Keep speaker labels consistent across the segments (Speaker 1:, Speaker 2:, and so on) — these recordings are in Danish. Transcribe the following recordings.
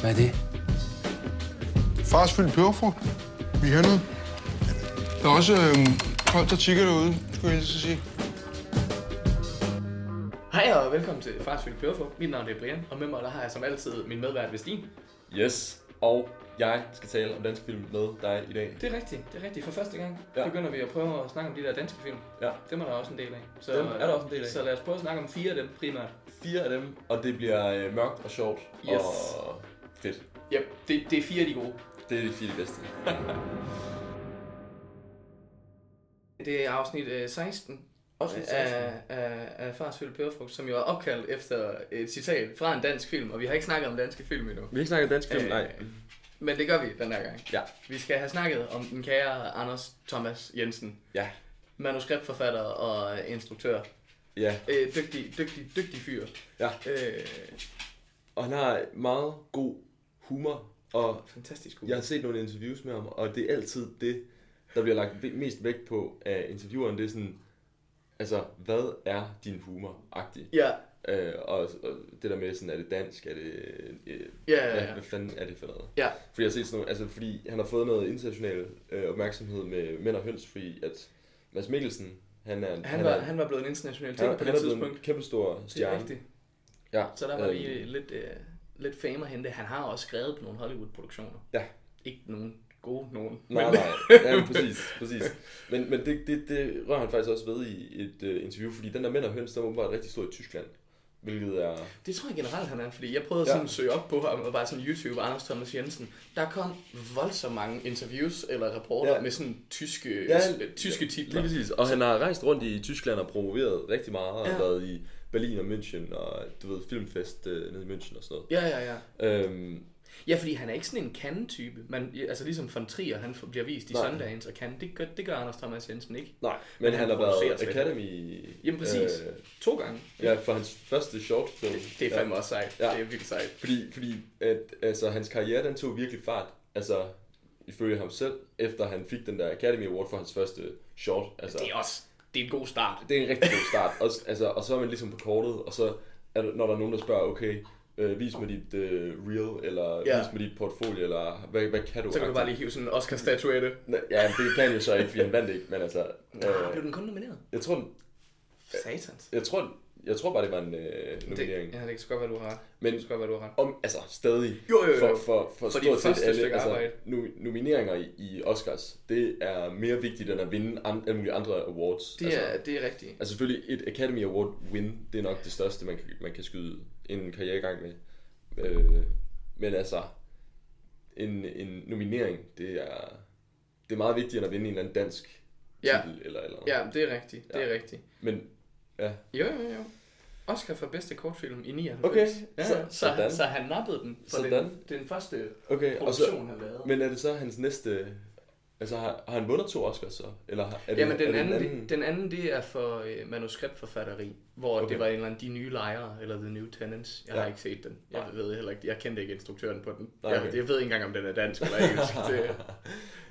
Speaker 1: Hvad er det?
Speaker 2: Fars fyldt peberfrugt. Vi handlede. Der er også øh, koldt og tigger derude, skulle jeg lige så sige.
Speaker 3: Hej og velkommen til Fars Fylde Peberfugt. Mit navn er Brian, og med mig der har jeg som altid min medvært Vestin.
Speaker 4: Yes, og jeg skal tale om dansk film med dig i dag.
Speaker 3: Det er rigtigt, det er rigtigt. For første gang ja.
Speaker 4: Ja.
Speaker 3: begynder vi at prøve at snakke om de der danske film.
Speaker 4: Ja,
Speaker 3: Dem er der også en del af. Så,
Speaker 4: Dem er der også en del af.
Speaker 3: Så lad os prøve at snakke om fire af dem primært.
Speaker 4: fire af dem, og det bliver øh, mørkt og sjovt
Speaker 3: Yes.
Speaker 4: og fedt.
Speaker 3: Ja, det, det er fire af de gode.
Speaker 4: Det er de fire bedste.
Speaker 3: Det er afsnit øh, 16
Speaker 4: Afsnit 16.
Speaker 3: af, af, af Fars Fylde Peberfugt, som jo er opkaldt efter et citat fra en dansk film, og vi har ikke snakket om danske film endnu.
Speaker 4: Vi har ikke snakket dansk film,
Speaker 3: Øh,
Speaker 4: nej.
Speaker 3: Men det gør vi den her gang.
Speaker 4: Ja.
Speaker 3: Vi skal have snakket om den kære Anders Thomas Jensen,
Speaker 4: Ja,
Speaker 3: manuskriptforfatter og øh, instruktør.
Speaker 4: ja.
Speaker 3: Øh, dygtig, dygtig, dygtig fyr.
Speaker 4: Ja.
Speaker 3: Øh,
Speaker 4: Og han har meget god humor, og
Speaker 3: fantastisk
Speaker 4: jeg
Speaker 3: god.
Speaker 4: har set nogle interviews med ham, og det er altid det, der bliver lagt ve- mest vægt på af intervieweren. Det er sådan, altså, hvad er din humor-agtig?
Speaker 3: Ja,
Speaker 4: Øh, og, og det der med, sådan, er det dansk, er det... Øh,
Speaker 3: Ja, ja, ja.
Speaker 4: Hvad fanden er det for noget?
Speaker 3: ja,
Speaker 4: Fordi jeg har set sådan nogle, altså fordi han har fået noget international øh, opmærksomhed med mænd og høns, fordi at Mads Mikkelsen, han er,
Speaker 3: han, var,
Speaker 4: er,
Speaker 3: han var blevet en international
Speaker 4: han,
Speaker 3: ting
Speaker 4: er,
Speaker 3: på
Speaker 4: han er
Speaker 3: det
Speaker 4: blevet en
Speaker 3: tidspunkt.
Speaker 4: kæmpe stor
Speaker 3: Det er
Speaker 4: stjerne.
Speaker 3: rigtigt.
Speaker 4: Ja,
Speaker 3: Så der var
Speaker 4: øhm,
Speaker 3: lige lidt, øh, lidt fame at hente. Han har også skrevet på nogle Hollywood-produktioner.
Speaker 4: Ja.
Speaker 3: Ikke nogen gode nogen.
Speaker 4: Nej, nej, ja, præcis, præcis. Men, men det, det, det rører han faktisk også ved i et øh, interview, fordi den der mænd og høns, der var åbenbart rigtig stor i Tyskland, hvilket er...
Speaker 3: Det tror jeg generelt, han er, fordi jeg prøvede
Speaker 4: Ja.
Speaker 3: sådan at søge op på ham, og bare sådan YouTube, Anders Thomas Jensen. Der kom voldsomt mange interviews eller rapporter ja.
Speaker 4: Ja.
Speaker 3: med sådan tyske, ja,
Speaker 4: Ja,
Speaker 3: tyske titler.
Speaker 4: Lige præcis, og han har rejst rundt i Tyskland og promoveret rigtig meget, og
Speaker 3: Ja.
Speaker 4: ja. været i Berlin og München, og du ved, filmfest øh, nede i München og sådan noget.
Speaker 3: Ja, ja, ja.
Speaker 4: Øhm,
Speaker 3: Ja, fordi han er ikke sådan en kan-type. Man, altså ligesom von Trier, han får- bliver vist i
Speaker 4: Nej.
Speaker 3: Sundance og kan. Det gør, det gør Anders Thomas Jensen ikke.
Speaker 4: Nej, men,
Speaker 3: Men
Speaker 4: men
Speaker 3: han
Speaker 4: han, har
Speaker 3: producerer
Speaker 4: været
Speaker 3: selv.
Speaker 4: Academy...
Speaker 3: Jamen præcis.
Speaker 4: Øh,
Speaker 3: To gange.
Speaker 4: ja, for hans første short film.
Speaker 3: Det er fandme
Speaker 4: ja.
Speaker 3: også sejt.
Speaker 4: Ja.
Speaker 3: Det er vildt sejt.
Speaker 4: Fordi, fordi at, altså, hans karriere, den tog virkelig fart. Altså, ifølge ham selv, efter han fik den der Academy Award for hans første short. Altså,
Speaker 3: Det er også det er en god start.
Speaker 4: det er en rigtig god start. Og, altså, og så er man ligesom på kortet, og så er der, når der er nogen, der spørger, okay, øh, vis mig dit øh, reel, eller
Speaker 3: Ja.
Speaker 4: ja. vis mig dit portfolio, eller hvad, hvad kan
Speaker 3: Så kan
Speaker 4: du?
Speaker 3: du
Speaker 4: agtigt?
Speaker 3: bare lige hive sådan en Oscar-statuette.
Speaker 4: Ja, det kan han jo så ikke, fordi han vandt ikke, men altså...
Speaker 3: Ah, blev
Speaker 4: Øh,
Speaker 3: den kun nomineret?
Speaker 4: jeg tror, den-
Speaker 3: Satans.
Speaker 4: jeg tror, jeg tror bare, det var en øh,
Speaker 3: Det,
Speaker 4: nominering.
Speaker 3: ja, det kan så godt være, du har ret.
Speaker 4: Men
Speaker 3: Det kan så godt være, du har ret.
Speaker 4: om, altså stadig
Speaker 3: Jo, jo, jo.
Speaker 4: for, for, for,
Speaker 3: For
Speaker 4: for
Speaker 3: dit
Speaker 4: stort
Speaker 3: første
Speaker 4: set alle
Speaker 3: stykke arbejde.
Speaker 4: altså, nu, nomineringer i, i Oscars, det er mere vigtigt end at vinde an, alle mulige andre awards.
Speaker 3: Det
Speaker 4: altså,
Speaker 3: er, det er rigtigt.
Speaker 4: altså selvfølgelig et Academy Award win, det er nok det største, man kan, man kan skyde en karriere i gang med. Øh, men altså, en, en nominering, det er, det er meget vigtigere end at vinde en eller anden dansk
Speaker 3: Ja.
Speaker 4: titel eller eller andet.
Speaker 3: Ja, det er rigtigt. Det er rigtigt.
Speaker 4: Men ja,
Speaker 3: Jo, jo, jo. Oscar for bedste kortfilm i 99.
Speaker 4: Okay,
Speaker 3: ja,
Speaker 4: så-
Speaker 3: så, så, han,
Speaker 4: sådan.
Speaker 3: så han nappede den for den,
Speaker 4: Sådan.
Speaker 3: den første
Speaker 4: okay. Og så,
Speaker 3: produktion, han lavede.
Speaker 4: Men er det så hans næste... Altså, har, har han vundet to Oscars så? Eller har, er det,
Speaker 3: Jamen,
Speaker 4: er
Speaker 3: den
Speaker 4: det
Speaker 3: anden, det- den anden, det er for øh, manuskriptforfatteri, hvor okay.
Speaker 4: Okay.
Speaker 3: det var en eller anden De Nye Lejere, eller The New Tenants. Jeg ja.
Speaker 4: Ja.
Speaker 3: har ikke set den. Jeg
Speaker 4: Nej.
Speaker 3: ved heller ikke, jeg kendte ikke instruktøren på den.
Speaker 4: Nej,
Speaker 3: Jeg,
Speaker 4: okay.
Speaker 3: jeg ved ikke engang, om den er dansk eller engelsk. det,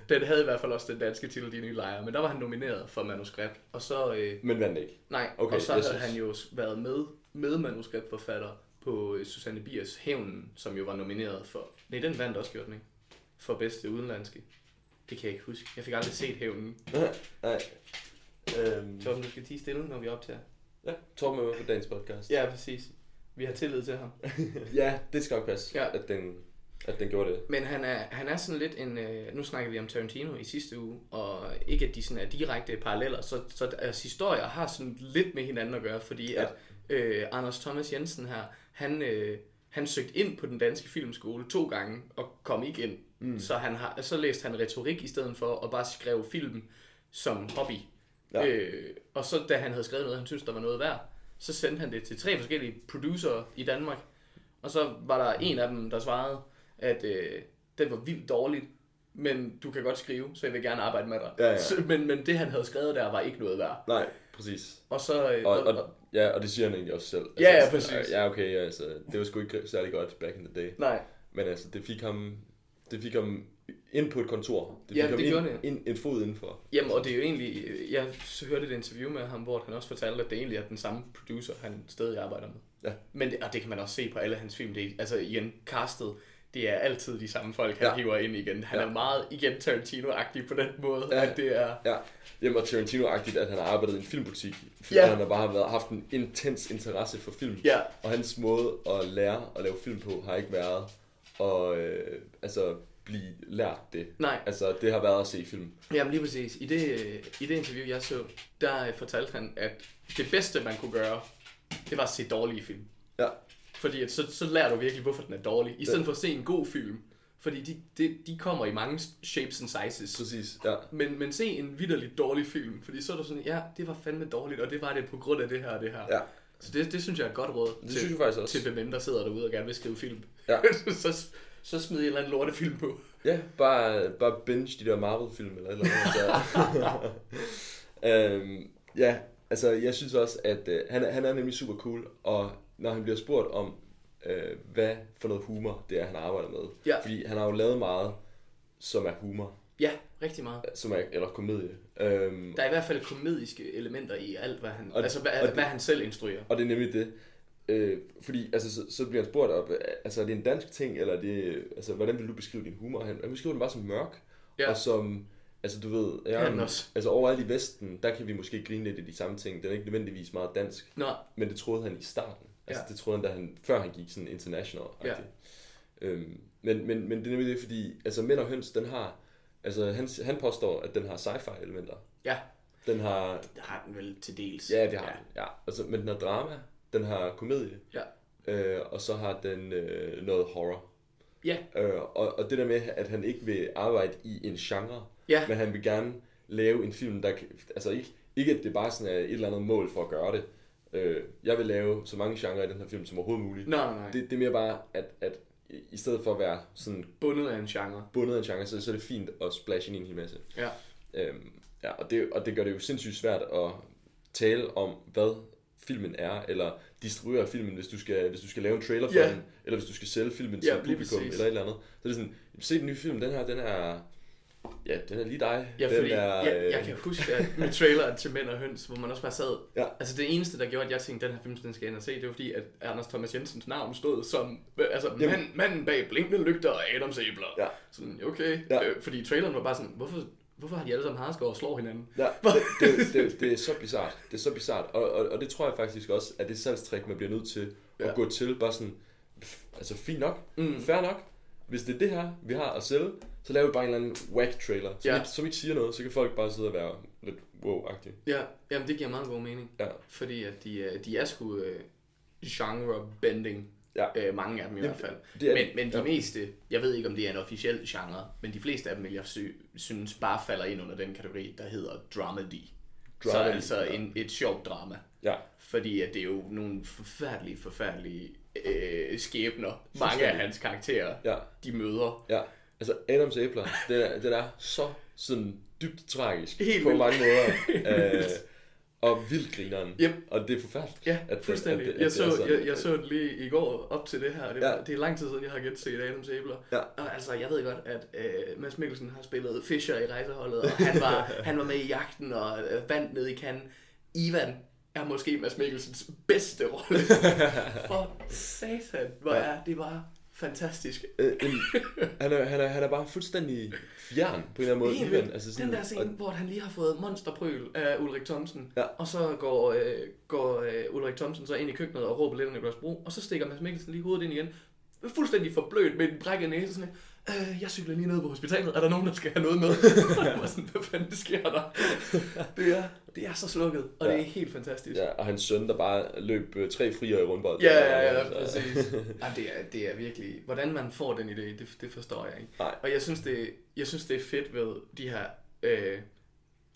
Speaker 3: den havde i hvert fald også den danske titel, De Nye Lejere, men der var han nomineret for manuskript. Og så, øh,
Speaker 4: Men vandt ikke.
Speaker 3: nej, okay,
Speaker 4: Okay,
Speaker 3: og så
Speaker 4: jeg
Speaker 3: havde
Speaker 4: synes-
Speaker 3: han jo s- været med, med manuskriptforfatter på øh, Susanne Biers Hævnen, som jo var nomineret for... Nej, den vandt også, gjorde den ikke? For bedste udenlandske. Det kan jeg ikke huske. Jeg fik aldrig set Hævnen.
Speaker 4: Nej. Øhm,
Speaker 3: Torben, du skal tige stille, når vi optager.
Speaker 4: ja, Torben er med på dagens podcast.
Speaker 3: Ja, præcis. Vi har tillid til ham.
Speaker 4: ja det skal nok passe,
Speaker 3: Ja.
Speaker 4: ja. at, den, at den gjorde det.
Speaker 3: Men han er, han er sådan lidt en... Øh, nu snakkede vi om Tarantino i sidste uge, og ikke at de sådan er direkte paralleller, så, så deres historier har sådan lidt med hinanden at gøre, fordi ja.
Speaker 4: Ja.
Speaker 3: at øh, Anders Thomas Jensen her, han, øh, han søgte ind på den danske filmskole to gange, og kom ikke ind. Mm. Så, han har, så læste han retorik i stedet for, og bare skrev film som hobby. Ja.
Speaker 4: Ja.
Speaker 3: Øh, og så da han havde skrevet noget, han syntes, der var noget værd, så sendte han det til tre forskellige producer i Danmark. Og så var der en af dem, der svarede, at øh, den var vildt dårligt, men du kan godt skrive, så jeg vil gerne arbejde med dig.
Speaker 4: Ja, ja.
Speaker 3: Så, men, men det, han havde skrevet der, var ikke noget værd.
Speaker 4: Nej, præcis.
Speaker 3: Og så... Øh,
Speaker 4: Og, og, ja, og det siger han egentlig også selv.
Speaker 3: Ja, ja,
Speaker 4: sådan,
Speaker 3: præcis.
Speaker 4: Ja, okay, ja, altså, det var sgu ikke særlig godt back in the day.
Speaker 3: nej,
Speaker 4: Men altså, det fik ham, det fik ham ind på et kontor. Det fik
Speaker 3: Ja,
Speaker 4: ham
Speaker 3: det gjorde
Speaker 4: ind, ind, en fod indenfor.
Speaker 3: Jamen, og det er jo egentlig, øh, jeg hørte et interview med ham, hvor han også fortalte, at det egentlig er den samme producer, han stadig arbejder med.
Speaker 4: Ja.
Speaker 3: Men det, og det kan man også se på alle hans film, det er, altså igen, castet, det det er altid de samme folk, han
Speaker 4: Ja.
Speaker 3: ja. hiver ind igen. Han ja.
Speaker 4: Ja.
Speaker 3: er meget igen Tarantino-agtig på den måde,
Speaker 4: Ja.
Speaker 3: ja. at det er...
Speaker 4: Ja, jamen og Tarantino-agtigt, at han har arbejdet i en filmbutik, fordi
Speaker 3: Ja.
Speaker 4: han har bare har været, haft en intens interesse for film.
Speaker 3: Ja.
Speaker 4: Og hans måde at lære at lave film på har ikke været at øh, altså, blive lært det.
Speaker 3: Nej.
Speaker 4: Altså, det har været at se film.
Speaker 3: Jamen lige præcis. I det, øh, I det interview, jeg så, der øh, fortalte han, at det bedste, man kunne gøre, det var at se dårlige film.
Speaker 4: Ja,
Speaker 3: Fordi at så, så lærer du virkelig, hvorfor den er dårlig, i stedet for at se en god film. Fordi de, de, de kommer i mange shapes and sizes.
Speaker 4: præcis. Ja.
Speaker 3: Men, men se en vidderligt dårlig film, fordi så er du sådan, ja, det var fandme dårligt, og det var det på grund af det her og det her.
Speaker 4: Ja.
Speaker 3: Så det, det synes jeg er et godt råd
Speaker 4: Det synes jeg faktisk også.
Speaker 3: til hvem end der sidder derude og gerne vil skrive film.
Speaker 4: Ja.
Speaker 3: så, så smid en eller anden lortefilm på.
Speaker 4: Ja, bare, bare binge de der Marvel-film eller et eller andet. Så. øhm, ja, altså jeg synes også, at øh, han, er- han er nemlig super cool, og når han bliver spurgt om, øh, hvad for noget humor det er, han arbejder med.
Speaker 3: Ja.
Speaker 4: Fordi han har jo lavet meget, som er humor,
Speaker 3: Ja, rigtig meget.
Speaker 4: som er, eller komedie. Øhm,
Speaker 3: Der er i hvert fald komediske elementer i alt, hvad han,
Speaker 4: Og-
Speaker 3: og, altså, hvad,
Speaker 4: og det-
Speaker 3: hvad han selv instruerer.
Speaker 4: Og det er nemlig det. Øh, fordi altså, så, så bliver han spurgt op, altså er det en dansk ting, eller er det, altså, hvordan vil du beskrive din humor? Han, han beskriver den bare som mørk, ja.
Speaker 3: Ja.
Speaker 4: og som, altså du ved,
Speaker 3: er
Speaker 4: ja,
Speaker 3: den også.
Speaker 4: altså overalt i Vesten, der kan vi måske grine lidt af de samme ting. Den er ikke nødvendigvis meget dansk,
Speaker 3: Nå,
Speaker 4: men det troede han i starten. Altså ja.
Speaker 3: Ja.
Speaker 4: det troede han, da han, før han gik sådan international ja. øhm, men, men, men det er nemlig det, fordi altså, Mænd og Høns, den har, altså han, han påstår, at den har sci-fi elementer.
Speaker 3: ja,
Speaker 4: Den har,
Speaker 3: det har den vel til dels.
Speaker 4: ja det har ja. den, ja. Altså, men den har drama, den har komedie,
Speaker 3: Ja,
Speaker 4: Øh, og så har den øh, noget horror.
Speaker 3: ja,
Speaker 4: Øh, og, og det der med, at han ikke vil arbejde i en genre,
Speaker 3: Ja.
Speaker 4: men han vil gerne lave en film, der kan, altså ikke, ikke at det bare sådan er et eller andet mål for at gøre det. Øh, jeg vil lave så mange genrer i den her film som overhovedet muligt.
Speaker 3: Nej, nej, nej.
Speaker 4: Det, det er mere bare, at, at i- i stedet for at være sådan
Speaker 3: bundet af en genre.
Speaker 4: bundet af en genre, så, så er det fint at splashe ind i en hel masse.
Speaker 3: Ja,
Speaker 4: Øhm, ja, og, det, og det gør det jo sindssygt svært at tale om, hvad filmen er, eller distribuere filmen, hvis du skal, hvis du skal lave en trailer for
Speaker 3: Ja.
Speaker 4: den, eller hvis du skal sælge filmen
Speaker 3: Ja,
Speaker 4: til
Speaker 3: lige
Speaker 4: publikum,
Speaker 3: præcis.
Speaker 4: eller et eller andet. Så er det sådan, se den nye film, den her, den er, ja, den er lige dig.
Speaker 3: ja
Speaker 4: den
Speaker 3: fordi
Speaker 4: er,
Speaker 3: jeg, jeg
Speaker 4: øh,
Speaker 3: kan huske at med traileren til Mænd og Høns, hvor man også bare sad.
Speaker 4: Ja.
Speaker 3: Altså det eneste, der gjorde, at jeg tænkte, at den her film, den skal jeg ind og se, det var fordi, at Anders Thomas Jensens navn stod som øh, altså, mand, manden bag blinkende lygter og Adams æbler.
Speaker 4: Ja.
Speaker 3: Sådan, okay.
Speaker 4: Ja.
Speaker 3: Ja. Øh, fordi traileren var bare sådan, hvorfor, hvorfor har de alle sammen harskår og slår hinanden?
Speaker 4: Ja, det, det, det, det er så bizart. Det er så bizart. Og, og, og det tror jeg faktisk også, at det salgstrik, man bliver nødt til at
Speaker 3: Ja.
Speaker 4: gå til. Bare sådan, pff, altså fint nok, mm. fair nok. Hvis det er det her, vi har at sælge, så laver vi bare en eller anden whack trailer, som,
Speaker 3: Ja.
Speaker 4: ikke, som ikke siger noget. Så kan folk bare sidde og være lidt wow-agtige.
Speaker 3: Ja, jamen det giver meget god mening.
Speaker 4: Ja.
Speaker 3: Fordi at de, øh, de er sgu øh, genre-bending.
Speaker 4: Ja.
Speaker 3: Øh, mange af dem i hvert fald.
Speaker 4: det er
Speaker 3: men,
Speaker 4: de.
Speaker 3: men de
Speaker 4: Ja.
Speaker 3: meste, jeg ved ikke om det er en officiel genre, men de fleste af dem, vil jeg sy- synes, bare falder ind under den kategori, der hedder dramedy. Så
Speaker 4: Dramedy,
Speaker 3: altså
Speaker 4: ja.
Speaker 3: en, et sjovt drama.
Speaker 4: Ja.
Speaker 3: Fordi at det er jo nogle forfærdelige, forfærdelige øh, skæbner, mange af hans karakterer,
Speaker 4: Ja.
Speaker 3: de møder.
Speaker 4: Ja. Altså Adams æbler, den er, den er så sådan dybt tragisk
Speaker 3: Helt
Speaker 4: på
Speaker 3: vildt.
Speaker 4: mange måder. øh, og vildt grineren.
Speaker 3: Yep.
Speaker 4: Og det er forfærdeligt.
Speaker 3: Ja,
Speaker 4: at- at- at-
Speaker 3: fuldstændig.
Speaker 4: at- at
Speaker 3: jeg,
Speaker 4: det er
Speaker 3: så,
Speaker 4: sådan.
Speaker 3: jeg, jeg så det lige i går op til det her. Det,
Speaker 4: Ja.
Speaker 3: ja. det er lang tid siden, jeg har genset Adams æbler.
Speaker 4: Ja.
Speaker 3: Og altså, jeg ved godt, at øh, Mads Mikkelsen har spillet Fischer i rejseholdet, og han var, han var med i jagten og øh, vandt ned i kanten. Ivan er måske Mads Mikkelsens bedste rolle. For satan, hvor
Speaker 4: Ja.
Speaker 3: er det bare fantastisk.
Speaker 4: Øh, en, han, er, han, er, han er bare fuldstændig fjern på en eller anden måde.
Speaker 3: Helt
Speaker 4: Ivan,
Speaker 3: vildt.
Speaker 4: altså sådan,
Speaker 3: den der scene,
Speaker 4: og,
Speaker 3: hvor han lige har fået monsterprøl af Ulrik Thomsen,
Speaker 4: Ja.
Speaker 3: og så går, øh, går øh, Ulrik Thomsen så ind i køkkenet og råber lidt om Nicolas Bro, og så stikker Mads Mikkelsen lige hovedet ind igen, fuldstændig forblødt med en brækket næse, sådan lidt, øh, jeg cykler lige ned på hospitalet, er der nogen, der skal have noget med? og jeg var sådan, hvad fanden sker der? det, er, det er så slukket, og
Speaker 4: Ja.
Speaker 3: ja. det er helt fantastisk.
Speaker 4: ja, og hans søn, der bare løb øh, tre frier i rundbold.
Speaker 3: Ja, ja, ja,
Speaker 4: Altså,
Speaker 3: præcis. Ej, det, er, det er virkelig... Hvordan man får den idé, det, det forstår jeg ikke.
Speaker 4: Nej.
Speaker 3: Og jeg synes, det, jeg synes, det er fedt ved de her øh,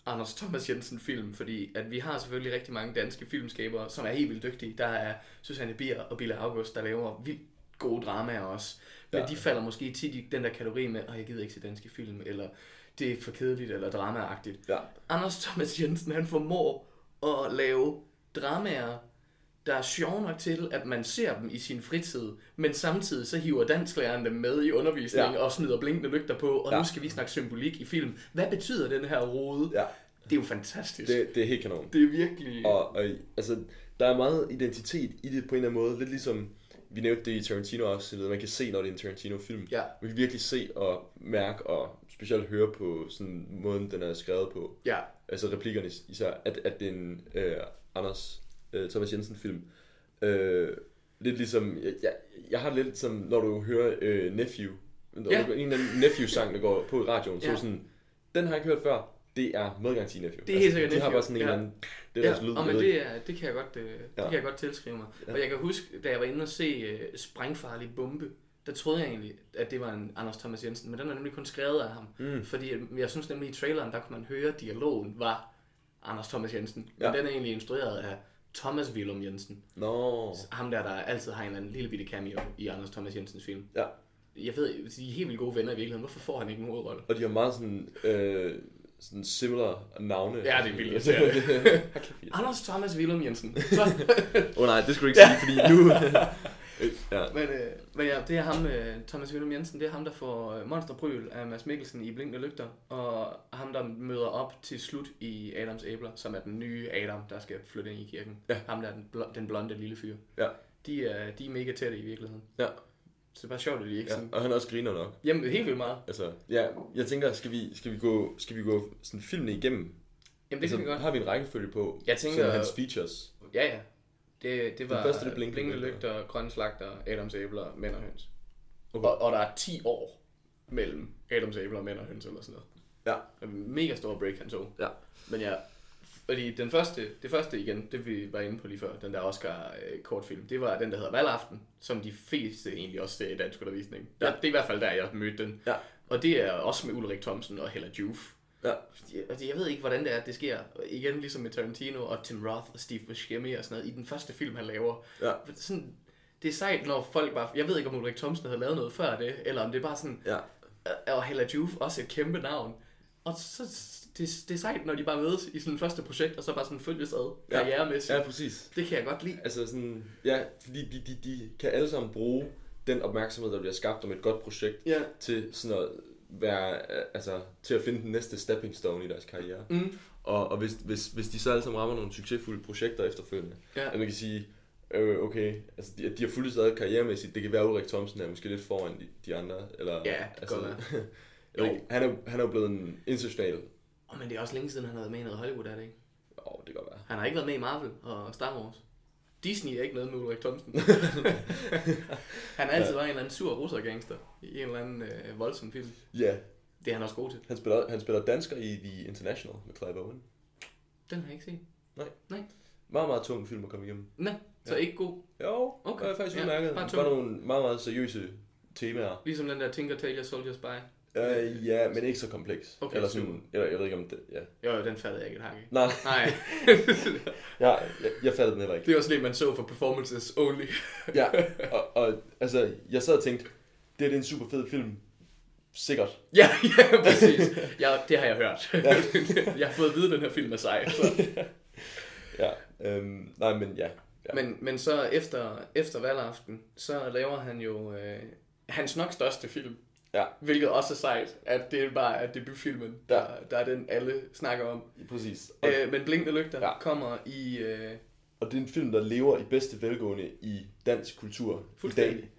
Speaker 3: Anders Thomas Jensen-film, fordi at vi har selvfølgelig rigtig mange danske filmskabere, som er helt vildt dygtige. Der er Susanne Bier og Bille August, der laver vildt gode dramaer også. Men
Speaker 4: Ja.
Speaker 3: ja. de falder måske tit i den der kategori med, at jeg gider ikke se danske film, eller det er for kedeligt, eller dramaagtigt.
Speaker 4: Ja.
Speaker 3: Anders Thomas Jensen, han formår at lave dramaer, der er sjove nok til, at man ser dem i sin fritid, men samtidig så hiver dansklæreren dem med i undervisningen
Speaker 4: Ja.
Speaker 3: ja. og smider blinkende lygter på, og
Speaker 4: Ja.
Speaker 3: ja. nu skal vi snakke symbolik i film. Hvad betyder den her rode?
Speaker 4: Ja.
Speaker 3: Det er jo fantastisk. Det,
Speaker 4: Det, det er helt kanon.
Speaker 3: det er virkelig...
Speaker 4: Og, og altså, der er meget identitet i det på en eller anden måde. Lidt ligesom, vi nævnte det i Tarantino også, man kan se, når det er en Tarantino-film.
Speaker 3: Ja.
Speaker 4: Man kan virkelig se og mærke og specielt høre på sådan måden, den er skrevet på.
Speaker 3: Ja,
Speaker 4: altså replikkerne is- især, at, at det er en øh, Anders øh, Thomas Jensen film. Øh, lidt ligesom, jeg, jeg, jeg har lidt som, når du hører øh, Nephew, når
Speaker 3: Ja.
Speaker 4: ja. en eller anden Nephew-sang, der går på i radioen, ja. så
Speaker 3: Ja.
Speaker 4: er sådan, den har jeg ikke hørt før, det er med garanti Nephew. Altså,
Speaker 3: Det er helt sikkert
Speaker 4: De har
Speaker 3: Nephew,
Speaker 4: bare sådan en
Speaker 3: ja.
Speaker 4: eller anden, det er
Speaker 3: ja
Speaker 4: deres lyd,
Speaker 3: og
Speaker 4: jeg
Speaker 3: men
Speaker 4: ved ikke.
Speaker 3: det, er, det, kan jeg godt, øh,
Speaker 4: Ja.
Speaker 3: det kan jeg godt tilskrive mig.
Speaker 4: Ja.
Speaker 3: Og jeg kan huske, da jeg var inde og se uh, Sprængfarlig Bombe, der troede jeg egentlig, at det var en Anders Thomas Jensen, men den er nemlig kun skrevet af ham.
Speaker 4: Mm.
Speaker 3: Fordi at jeg synes nemlig i traileren, der kunne man høre, at dialogen var Anders Thomas Jensen. Men
Speaker 4: Ja.
Speaker 3: den er egentlig instrueret af Thomas Willum Jensen.
Speaker 4: Nå,
Speaker 3: Ham der, der altid har en eller anden lille bitte cameo i Anders Thomas Jensens film.
Speaker 4: ja.
Speaker 3: Jeg ved, de er helt vildt gode venner i virkeligheden. Hvorfor får han ikke en hovedrolle?
Speaker 4: Og de har meget sådan, øh, sådan similar navne.
Speaker 3: Ja, det er vildt
Speaker 4: Altså,
Speaker 3: irriterende.
Speaker 4: Hold kæft, irriterende.
Speaker 3: Anders Thomas Willum Jensen. Så,
Speaker 4: Åh oh, nej, det skulle du ikke sige, fordi nu... Øh, ja.
Speaker 3: men, øh, men ja, det er ham, øh, Thomas Willum Jensen, det er ham, der får øh, Monsterbryl af Mads Mikkelsen i Blinkende Lygter, og ham, der møder op til slut i Adams Æbler, som er den nye Adam, der skal flytte ind i kirken.
Speaker 4: Ja.
Speaker 3: Ham, der er den, bl- den blonde lille fyr.
Speaker 4: Ja.
Speaker 3: De er, de er mega tætte i virkeligheden.
Speaker 4: Ja.
Speaker 3: Så det er bare sjovt, at de ikke ja.
Speaker 4: ja,
Speaker 3: sådan...
Speaker 4: og han også griner nok.
Speaker 3: Jamen, helt vildt meget.
Speaker 4: Altså, ja, jeg tænker, skal vi, skal vi gå, skal vi gå sådan filmene igennem? Det
Speaker 3: Jamen, det
Speaker 4: altså,
Speaker 3: kan vi godt.
Speaker 4: har vi en rækkefølge på?
Speaker 3: Jeg tænker-
Speaker 4: Sådan hans features.
Speaker 3: Ja, ja. Det, det var
Speaker 4: første, det er Blinkende
Speaker 3: blinkende
Speaker 4: Lygter.
Speaker 3: lygter, grønne slagter, Adams æbler, mænd og høns.
Speaker 4: Okay.
Speaker 3: Okay. Og, og, der er 10 år mellem Adams æbler, mænd og høns eller sådan noget.
Speaker 4: Ja.
Speaker 3: En mega stor break, han tog.
Speaker 4: Ja.
Speaker 3: Men ja, fordi den første, det første igen, det vi var inde på lige før, den der Oscar-kortfilm, det var den, der hedder Valgaften, som de fleste egentlig også ser i dansk undervisning. Der,
Speaker 4: Ja.
Speaker 3: Det er i hvert fald der, jeg mødte den.
Speaker 4: Ja.
Speaker 3: Og det er også med Ulrik Thomsen og Hella Juf.
Speaker 4: Ja.
Speaker 3: Fordi- altså, Jeg ved ikke, hvordan det er, at det sker. Og Igen ligesom med Tarantino og Tim Roth og Steve Buscemi og sådan noget, i den første film, han laver.
Speaker 4: Ja.
Speaker 3: For Sådan, det er sejt, når folk bare... Jeg ved ikke, om Ulrik Thomsen havde lavet noget før det, eller om det er bare sådan...
Speaker 4: Ja.
Speaker 3: Øh, Og Hella Juf, også et kæmpe navn. Og så, det, det er sejt, når de bare mødes i sådan første projekt, og så bare sådan følges ad
Speaker 4: Ja.
Speaker 3: karrieremæssigt.
Speaker 4: Ja, præcis.
Speaker 3: Det kan jeg godt lide.
Speaker 4: Altså sådan, ja, fordi de, de, de kan alle sammen bruge den opmærksomhed, der bliver skabt om et godt projekt,
Speaker 3: Ja.
Speaker 4: til sådan at være, altså, til at finde den næste stepping stone i deres karriere.
Speaker 3: Mm.
Speaker 4: Og, og hvis, hvis, hvis de så alle sammen rammer nogle succesfulde projekter efterfølgende,
Speaker 3: Ja.
Speaker 4: at man kan sige, øh, okay, altså de, at de har fuldt ad karrieremæssigt, det kan være, at Ulrik Thomsen er måske lidt foran de, de andre, eller... altså,
Speaker 3: Ja, det kan godt
Speaker 4: jo.
Speaker 3: Jo.
Speaker 4: Han, er, han er jo blevet en international...
Speaker 3: Og men det er også længe siden, han har været med i noget Hollywood, er det ikke?
Speaker 4: Åh, oh, det kan godt være.
Speaker 3: Han har ikke været med i Marvel og Star Wars. Disney er ikke noget med Ulrik Thomsen. han har altid været en eller anden sur russergangster i en eller anden øh, voldsom film.
Speaker 4: Ja,
Speaker 3: Det er han også god til.
Speaker 4: han spiller, han spiller dansker i The International med Clive Owen.
Speaker 3: Den har jeg ikke set.
Speaker 4: Nej.
Speaker 3: Nej.
Speaker 4: Meget, meget tung film at komme igennem.
Speaker 3: Nej, så
Speaker 4: Ja.
Speaker 3: ikke god.
Speaker 4: Jo,
Speaker 3: Okay,
Speaker 4: okay. jeg faktisk
Speaker 3: ja,
Speaker 4: udmærket.
Speaker 3: bare
Speaker 4: det
Speaker 3: tung.
Speaker 4: var nogle meget, meget seriøse temaer.
Speaker 3: Ligesom den der Tinker Tailor Soldier Spy.
Speaker 4: Øh, ja, men ikke så kompleks.
Speaker 3: Okay,
Speaker 4: eller sådan,
Speaker 3: super.
Speaker 4: eller jeg ved ikke om det, ja.
Speaker 3: Jo, jo, den fattede jeg ikke et hak i.
Speaker 4: Nej,
Speaker 3: Nej.
Speaker 4: ja, jeg, jeg fattede den heller ikke.
Speaker 3: det er også det, man så for performances only.
Speaker 4: Ja, og, og altså, jeg sad og tænkte, det, her, det er en super fed film. Sikkert.
Speaker 3: Ja, ja, præcis. Ja, det har jeg hørt. jeg har fået at vide, at den her film er sej. Så.
Speaker 4: Ja. Øhm, nej, men ja. ja.
Speaker 3: Men, men så efter, efter valgaften, så laver han jo øh, hans nok største film.
Speaker 4: Ja.
Speaker 3: Hvilket også er sejt, at det bare er debutfilmen, der, der er den, alle snakker om.
Speaker 4: præcis. Og,
Speaker 3: Okay. Øh, men Blinkende Lygter
Speaker 4: Ja.
Speaker 3: ja. kommer i... Øh,
Speaker 4: og det er en film, der lever i bedste velgående i dansk kultur i dag.
Speaker 3: Fuldstændig.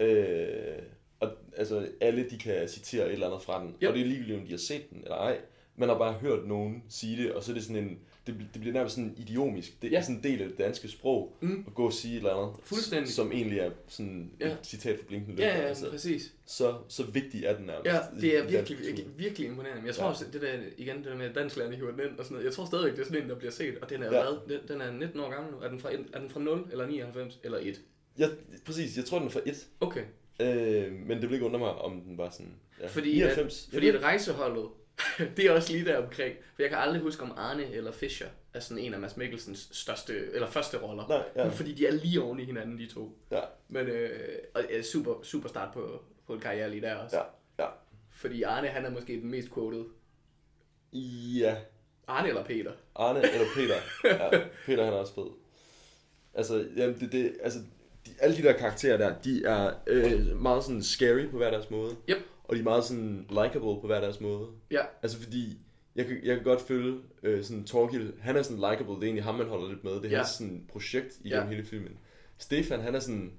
Speaker 4: Øh, og altså, alle de kan citere et eller andet fra den.
Speaker 3: Ja.
Speaker 4: Og det er ligegyldigt, om de har set den eller ej. Man har bare hørt nogen sige det, og så er det sådan en... Det, bl- det bliver nærmest sådan idiomisk. Det er
Speaker 3: Ja.
Speaker 4: sådan en del af det danske sprog,
Speaker 3: Mm.
Speaker 4: at gå og sige et eller andet.
Speaker 3: Fuldstændig.
Speaker 4: Som egentlig er sådan
Speaker 3: Ja.
Speaker 4: et citat fra Blinkende Lygter. altså.
Speaker 3: ja, ja, præcis.
Speaker 4: så, så vigtig er den nærmest.
Speaker 3: Ja,
Speaker 4: i
Speaker 3: det er
Speaker 4: den
Speaker 3: virkelig,
Speaker 4: kultur.
Speaker 3: virkelig imponerende. Men Jeg tror
Speaker 4: Ja.
Speaker 3: også, det der, igen, det der med, at dansklærer hiver den ind og sådan noget. Jeg tror stadigvæk, det er sådan en, der bliver set. Og den er,
Speaker 4: Ja.
Speaker 3: ja. hvad? Den- Den er 19 år gammel nu. Er den fra, er den fra 0 eller 99 eller 1?
Speaker 4: Jeg, præcis, jeg tror, den er fra 1.
Speaker 3: Okay.
Speaker 4: Øh, men det ville ikke undre mig, om den var sådan... Ja,
Speaker 3: Fordi,
Speaker 4: 99.
Speaker 3: At, fordi at rejseholdet, det er også lige der omkring. For jeg kan aldrig huske, om Arne eller Fischer er sådan en af Mads Mikkelsens største, eller første roller.
Speaker 4: Nej, ja.
Speaker 3: Men Fordi de er lige oven i hinanden, de to.
Speaker 4: ja,
Speaker 3: Men øh, og, ja, super, super start på, på en karriere lige der også.
Speaker 4: ja, ja.
Speaker 3: Fordi Arne, han er måske den mest quoted.
Speaker 4: Ja,
Speaker 3: Arne eller Peter?
Speaker 4: Arne eller Peter. Ja, Peter han er også fed. Altså, jamen, det, det, altså de, alle de der karakterer der, de er øh, meget sådan scary på hver deres måde.
Speaker 3: Yep.
Speaker 4: Og de er meget sådan likable på hver deres måde.
Speaker 3: Ja,
Speaker 4: Altså fordi, jeg kan, jeg kan godt føle øh, sådan Torgild, han er sådan likable, det er egentlig ham, man holder lidt med. Det er
Speaker 3: Ja.
Speaker 4: hans sådan projekt i
Speaker 3: Ja.
Speaker 4: ja. hele filmen. Stefan, han er sådan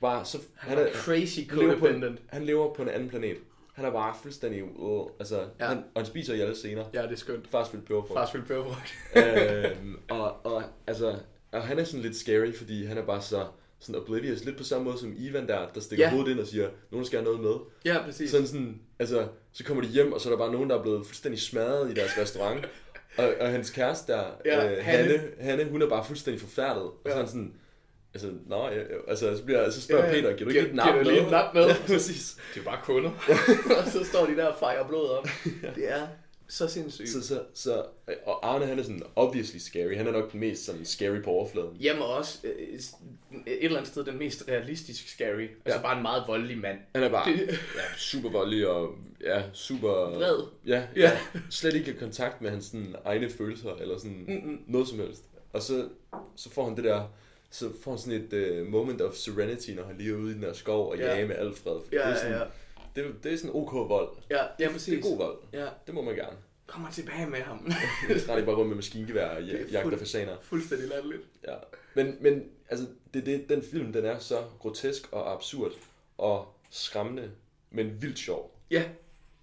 Speaker 4: bare, så,
Speaker 3: Han er crazy
Speaker 4: han lever, på
Speaker 3: codependent.
Speaker 4: en, han lever på en anden planet. Han er bare fuldstændig... Uh, altså,
Speaker 3: Ja.
Speaker 4: ja. han, og han spiser i alle scener.
Speaker 3: Ja, det er skønt.
Speaker 4: Fars vil peberfrugt.
Speaker 3: Fars vil peberfrugt.
Speaker 4: øhm, og, og, altså, og han er sådan lidt scary, fordi han er bare så sådan oblivious. Lidt på samme måde som Ivan der, der stikker
Speaker 3: Ja.
Speaker 4: ja. hovedet ind og siger, nogen skal have noget med.
Speaker 3: Ja, præcis.
Speaker 4: Sådan sådan, altså, så kommer de hjem, og så er der bare nogen, der er blevet fuldstændig smadret i deres restaurant. Og, og hans kæreste der,
Speaker 3: Ja,
Speaker 4: ja, øh,
Speaker 3: Hanne.
Speaker 4: Hanne. Hanne, hun er bare fuldstændig forfærdet. Og så
Speaker 3: Ja.
Speaker 4: er han sådan, altså, nå, ja, ja, altså, så, bliver, så spørger Peter, giver du ikke lidt nap
Speaker 3: med?
Speaker 4: med?
Speaker 3: Lige et nap med?
Speaker 4: Ja, præcis.
Speaker 3: Det er bare kunder. og så står de der og fejrer blodet op. Det er så sindssygt.
Speaker 4: Så, så, så, og Arne, han er sådan obviously scary. Han er nok den mest sådan scary på overfladen.
Speaker 3: Jamen også øh, et eller andet sted den mest realistisk scary. Altså
Speaker 4: Ja.
Speaker 3: bare en meget voldelig mand.
Speaker 4: Han er bare
Speaker 3: Det-
Speaker 4: ja, super voldelig og ja, super...
Speaker 3: Vred.
Speaker 4: Ja,
Speaker 3: Ja.
Speaker 4: ja. Slet ikke i kontakt med hans sådan, egne følelser eller sådan
Speaker 3: Mm-mm.
Speaker 4: Mm-mm. noget som helst. Og så, så får han det der... Så får han sådan et uh, moment of serenity, når han lige er ude i den der skov og
Speaker 3: Ja.
Speaker 4: ja. jager med Alfred. For det, er sådan, det, det er sådan ok vold.
Speaker 3: Ja, ja
Speaker 4: Det
Speaker 3: præcis.
Speaker 4: er god vold.
Speaker 3: Ja,
Speaker 4: Det må man gerne.
Speaker 3: kommer tilbage med ham.
Speaker 4: Så render de bare rundt med maskingevær og
Speaker 3: Det er
Speaker 4: ja- jagter
Speaker 3: fuld-
Speaker 4: fasaner.
Speaker 3: Fuldstændig latterligt.
Speaker 4: Ja. Men, men altså, det, det, den film, den er så grotesk og absurd og skræmmende, men vildt sjov.
Speaker 3: Ja,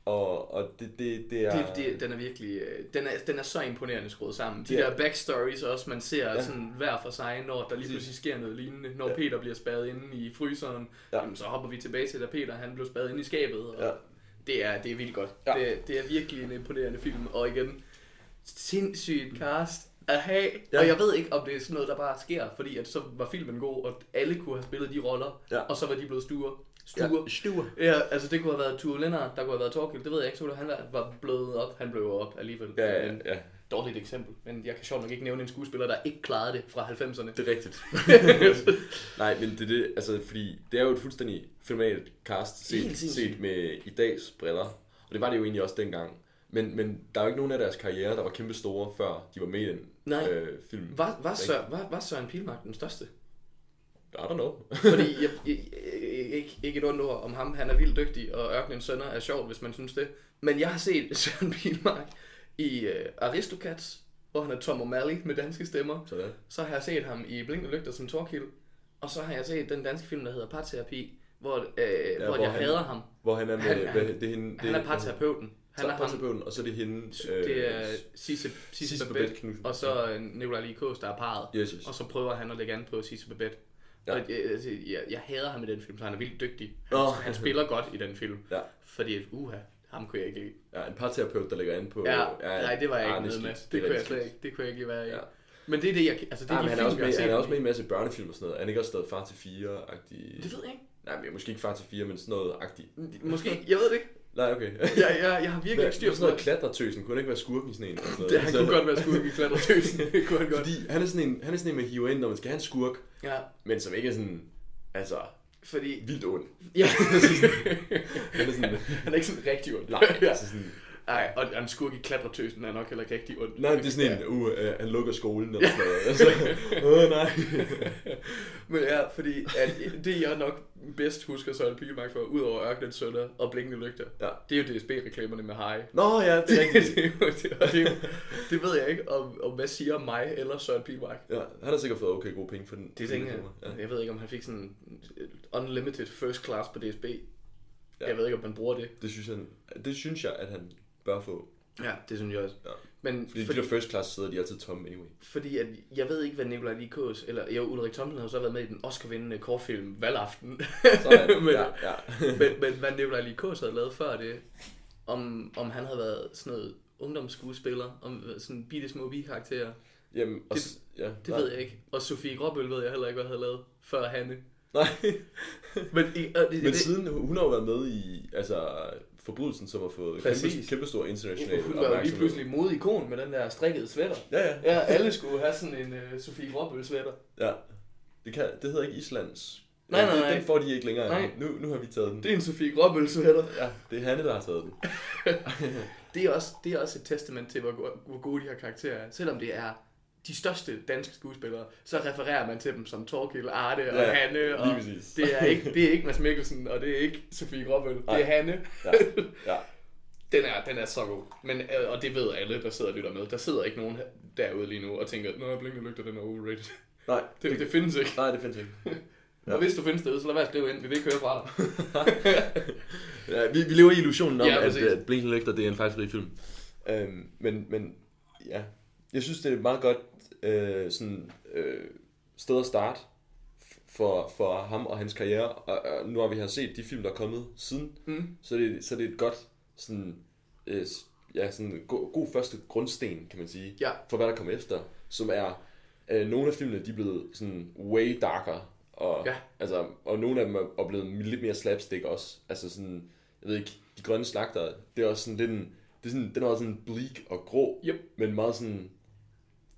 Speaker 4: Og, og det, det, det er...
Speaker 3: det, det, den er virkelig, øh, den er, den er så imponerende skruet sammen. De
Speaker 4: Ja.
Speaker 3: der backstories også, man ser
Speaker 4: Ja.
Speaker 3: sådan hver for sig, når der lige
Speaker 4: Præcis.
Speaker 3: pludselig sker noget lignende. Når Peter bliver spadet inde i fryseren,
Speaker 4: Ja.
Speaker 3: jamen, så hopper vi tilbage til, da Peter han blev spadet inde i skabet. Og
Speaker 4: Ja.
Speaker 3: det, er, det er vildt godt.
Speaker 4: Ja.
Speaker 3: Det, det er virkelig en imponerende film. Og igen, sindssygt cast at have. Ja.
Speaker 4: Mm. Ja.
Speaker 3: Og jeg ved ikke, om det er sådan noget, der bare sker, fordi at så var filmen god, og alle kunne have spillet de roller,
Speaker 4: Ja.
Speaker 3: og så var de blevet stuer.
Speaker 4: Ja,
Speaker 3: Stuer.
Speaker 4: stuer.
Speaker 3: Ja, altså det kunne have været Tue Lennart, der kunne have været Torkild, det ved jeg ikke. Tue, han var- var blødet op, han blev jo op alligevel.
Speaker 4: Ja, ja,
Speaker 3: Men
Speaker 4: ja.
Speaker 3: Dårligt eksempel, men jeg kan sjovt nok ikke nævne en skuespiller, der ikke klarede det fra 90'erne.
Speaker 4: Det er rigtigt. Nej, men det er det, altså, fordi det er jo et fuldstændig fenomenalt cast set,
Speaker 3: Helt sindssygt.
Speaker 4: set med i dags briller. Og det var det jo egentlig også dengang. Men, men der er jo ikke nogen af deres karriere, der var kæmpe store, før de var med i den
Speaker 3: Nej.
Speaker 4: Øh, film.
Speaker 3: Var, var, Søren, var, var Søren Pilmark den største?
Speaker 4: I don't know.
Speaker 3: Fordi jeg, jeg, jeg, ikke, ikke et ondt ord om ham, han er vildt dygtig, og Ørkenens Sønner er sjovt, hvis man synes det. Men jeg har set Søren Pilmark i øh, Aristocats, hvor han er Tom O'Malley med danske stemmer.
Speaker 4: Sådan.
Speaker 3: Så har jeg set ham i Blinkende Lygter som Torkild. Og så har jeg set den danske film, der hedder Parterapi, hvor, øh, ja, hvor,
Speaker 4: hvor
Speaker 3: jeg
Speaker 4: han-
Speaker 3: hader ham.
Speaker 4: Hvor han er med...
Speaker 3: Han-
Speaker 4: hvad, det er hende, det,
Speaker 3: Han er parterapeuten. Han er ham.
Speaker 4: parterapeuten, og så er det hende... øh,
Speaker 3: Det er Sisse, Sisse
Speaker 4: Sisse
Speaker 3: Babette,
Speaker 4: Babette Knudsen.
Speaker 3: og så øh, Nikolaj Likos, der er parret.
Speaker 4: Yes, yes.
Speaker 3: Og så prøver han at lægge an på Sisse Babette.
Speaker 4: Ja.
Speaker 3: Og jeg, altså, jeg, jeg hader ham i den film, så han er vildt dygtig. Han,
Speaker 4: Nå.
Speaker 3: han spiller godt i den film.
Speaker 4: Ja.
Speaker 3: Fordi, uha, ham kunne jeg ikke lide.
Speaker 4: Ja, en parterapeut, der ligger an på...
Speaker 3: Ja, nej, det var jeg
Speaker 4: ja,
Speaker 3: ikke
Speaker 4: er
Speaker 3: med
Speaker 4: skidt.
Speaker 3: med. Det,
Speaker 4: er
Speaker 3: kunne jeg
Speaker 4: rigtig
Speaker 3: slet
Speaker 4: skidt.
Speaker 3: ikke, det kunne jeg ikke lige være i.
Speaker 4: Ja.
Speaker 3: Men det er det, jeg... Altså, det er
Speaker 4: Nej,
Speaker 3: de
Speaker 4: Ah, men han er
Speaker 3: film,
Speaker 4: også
Speaker 3: jeg
Speaker 4: med,
Speaker 3: har set
Speaker 4: han er også med i
Speaker 3: ham
Speaker 4: en masse børnefilm og sådan noget. Er Han er ikke også stadig far til fire agtig
Speaker 3: i. Det ved jeg ikke. Mm,
Speaker 4: Nej, men måske ikke far til fire, men sådan noget agtig
Speaker 3: Måske, jeg ved det ikke.
Speaker 4: Nej, okay.
Speaker 3: Jeg, jeg, jeg har virkelig ikke styr på
Speaker 4: sådan noget
Speaker 3: det.
Speaker 4: klatretøsen. Kunne han ikke være skurken i sådan en? eller sådan noget?
Speaker 3: Det- Han
Speaker 4: Så-
Speaker 3: kunne godt være skurk i klatretøsen. Det kunne han godt.
Speaker 4: Fordi han er sådan en, han er sådan en man hiver ind, når man skal have en skurk,
Speaker 3: Ja,
Speaker 4: men som ikke er sådan, altså,
Speaker 3: fordi...
Speaker 4: vildt ond.
Speaker 3: Ja.
Speaker 4: Han er sådan,
Speaker 3: han er ikke sådan rigtig ond.
Speaker 4: nej, altså sådan,
Speaker 3: Nej, og en skurk i klatretøsen er nok heller ikke rigtig ond.
Speaker 4: nej, det er sådan en, uh, øh, han lukker skolen eller sådan noget. Altså, åh nej.
Speaker 3: Men ja, fordi at det jeg nok bedst husker Søren Pilmark for, udover Ørkenens Sønder og Blinkende Lygter,
Speaker 4: Ja.
Speaker 3: det er jo DSB-reklamerne med hej.
Speaker 4: Nå ja, det er rigtigt.
Speaker 3: det, er jo- det, og det, er jo- det ved jeg ikke, om, om hvad siger mig eller Søren Pilmark.
Speaker 4: Ja, han har sikkert fået okay gode penge for den.
Speaker 3: Det
Speaker 4: for den
Speaker 3: tænker jeg.
Speaker 4: reklame.
Speaker 3: Jeg ved ikke, om han fik sådan unlimited first class på DSB.
Speaker 4: Ja.
Speaker 3: Jeg ved ikke, om man bruger det.
Speaker 4: Det synes, han, det synes jeg, at han bør få.
Speaker 3: Ja, det synes jeg også.
Speaker 4: Ja.
Speaker 3: Men
Speaker 4: Fordi, fordi de der first class sæder, de er altid tomme anyway.
Speaker 3: Fordi at, jeg ved ikke, hvad Nikolaj Likos, eller jo, Ulrik Thomsen har jo så været med i den Oscar-vindende kortfilm Valgaften.
Speaker 4: Sådan,
Speaker 3: men,
Speaker 4: ja, ja.
Speaker 3: men, men hvad Nikolaj Likos havde lavet før det, om, om han havde været sådan noget ungdomsskuespiller, om sådan bitte små bikarakterer,
Speaker 4: Jamen, og,
Speaker 3: Det-
Speaker 4: s- ja,
Speaker 3: det ved jeg ikke. Og Sofie Gråbøl ved jeg heller ikke, hvad havde lavet før Hanne.
Speaker 4: Nej.
Speaker 3: Men, i, og det,
Speaker 4: Men
Speaker 3: det,
Speaker 4: siden, hun har jo været med i altså, forbrydelsen, som har fået kæmpe,
Speaker 3: Præcis.
Speaker 4: kæmpe stor international
Speaker 3: hun var jo lige pludselig modikon med den der strikkede sweater.
Speaker 4: Ja, ja,
Speaker 3: Ja, alle skulle have sådan en uh, Sofie Gråbøl sweater.
Speaker 4: ja. Det, kan, det hedder ikke Islands.
Speaker 3: Nej,
Speaker 4: Ja,
Speaker 3: nej,
Speaker 4: den-
Speaker 3: nej.
Speaker 4: Den får de ikke længere.
Speaker 3: Nej.
Speaker 4: Nu, nu har vi taget den.
Speaker 3: Det er en Sofie Gråbøl sweater.
Speaker 4: Ja, det er Hanne, der har taget den.
Speaker 3: Det er også, det er også et testament til, hvor, go- hvor gode de her karakterer er. Selvom det er de største danske skuespillere, så refererer man til dem som Torkild, Arte og
Speaker 4: Ja,
Speaker 3: Hanne. Og
Speaker 4: lige præcis.
Speaker 3: Det er, ikke, det er ikke Mads Mikkelsen, og det er ikke Sofie Gråbøl. Det
Speaker 4: Nej.
Speaker 3: er Hanne.
Speaker 4: Ja, ja.
Speaker 3: Den er, den er så god. Men, øh, og det ved alle, der sidder og lytter med. Der sidder ikke nogen derude lige nu og tænker, Nå, Blinkende Lygter, den er overrated.
Speaker 4: Nej,
Speaker 3: Det, det findes ikke.
Speaker 4: nej, det findes ikke.
Speaker 3: Ja. Og hvis du findes derude, så lad være at skrive ind. Vi vil ikke høre fra dig.
Speaker 4: Ja, vi, vi lever i illusionen om,
Speaker 3: Ja,
Speaker 4: ja, at,
Speaker 3: præcis.
Speaker 4: at Blinkende Lygter, det er en fejlfri film. Øhm, men, men ja, jeg synes, det er et meget godt øh, sådan, øh, sted at starte for, for ham og hans karriere. Og, og nu har vi har set de film, der er kommet siden, mm. så, det, så det er et godt sådan, øh, s- ja, sådan go, god første grundsten, kan man sige,
Speaker 3: Ja.
Speaker 4: for hvad der kommer efter, som er, øh, nogle af filmene, de er blevet sådan way darker, og,
Speaker 3: Ja.
Speaker 4: altså, og nogle af dem er er blevet lidt mere slapstick også. Altså sådan, jeg ved ikke, De Grønne Slagter, det er også sådan lidt en, det er sådan, den er også sådan bleak og grå,
Speaker 3: Yep.
Speaker 4: men meget sådan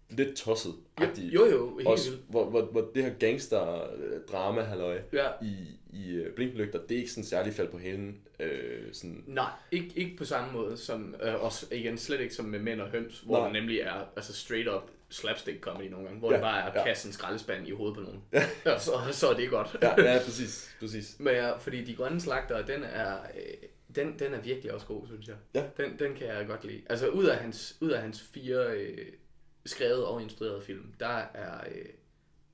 Speaker 4: lidt tosset.
Speaker 3: Yep. Jo, jo, helt
Speaker 4: også,
Speaker 3: vildt.
Speaker 4: hvor, hvor, hvor, det her gangster drama halløj
Speaker 3: Ja.
Speaker 4: i, i øh, Blinklygter, det er ikke sådan særlig fald på hælen. Øh, sådan,
Speaker 3: Nej, ikke, ikke på samme måde som, øh, også igen slet ikke som med Mænd og Høns, hvor
Speaker 4: Nej.
Speaker 3: der nemlig er altså straight up slapstick comedy nogle gange, hvor
Speaker 4: Ja,
Speaker 3: det bare er at
Speaker 4: ja.
Speaker 3: kaste en skraldespand i hovedet på nogen. Ja. Så, så er det godt.
Speaker 4: ja, ja, præcis, præcis.
Speaker 3: Men ja, fordi De Grønne Slagter, den er, øh, den, den er virkelig også god, synes jeg.
Speaker 4: Ja.
Speaker 3: Den, den kan jeg godt lide. Altså ud af hans, ud af hans fire øh, skrevet og instruerede film, der er, øh,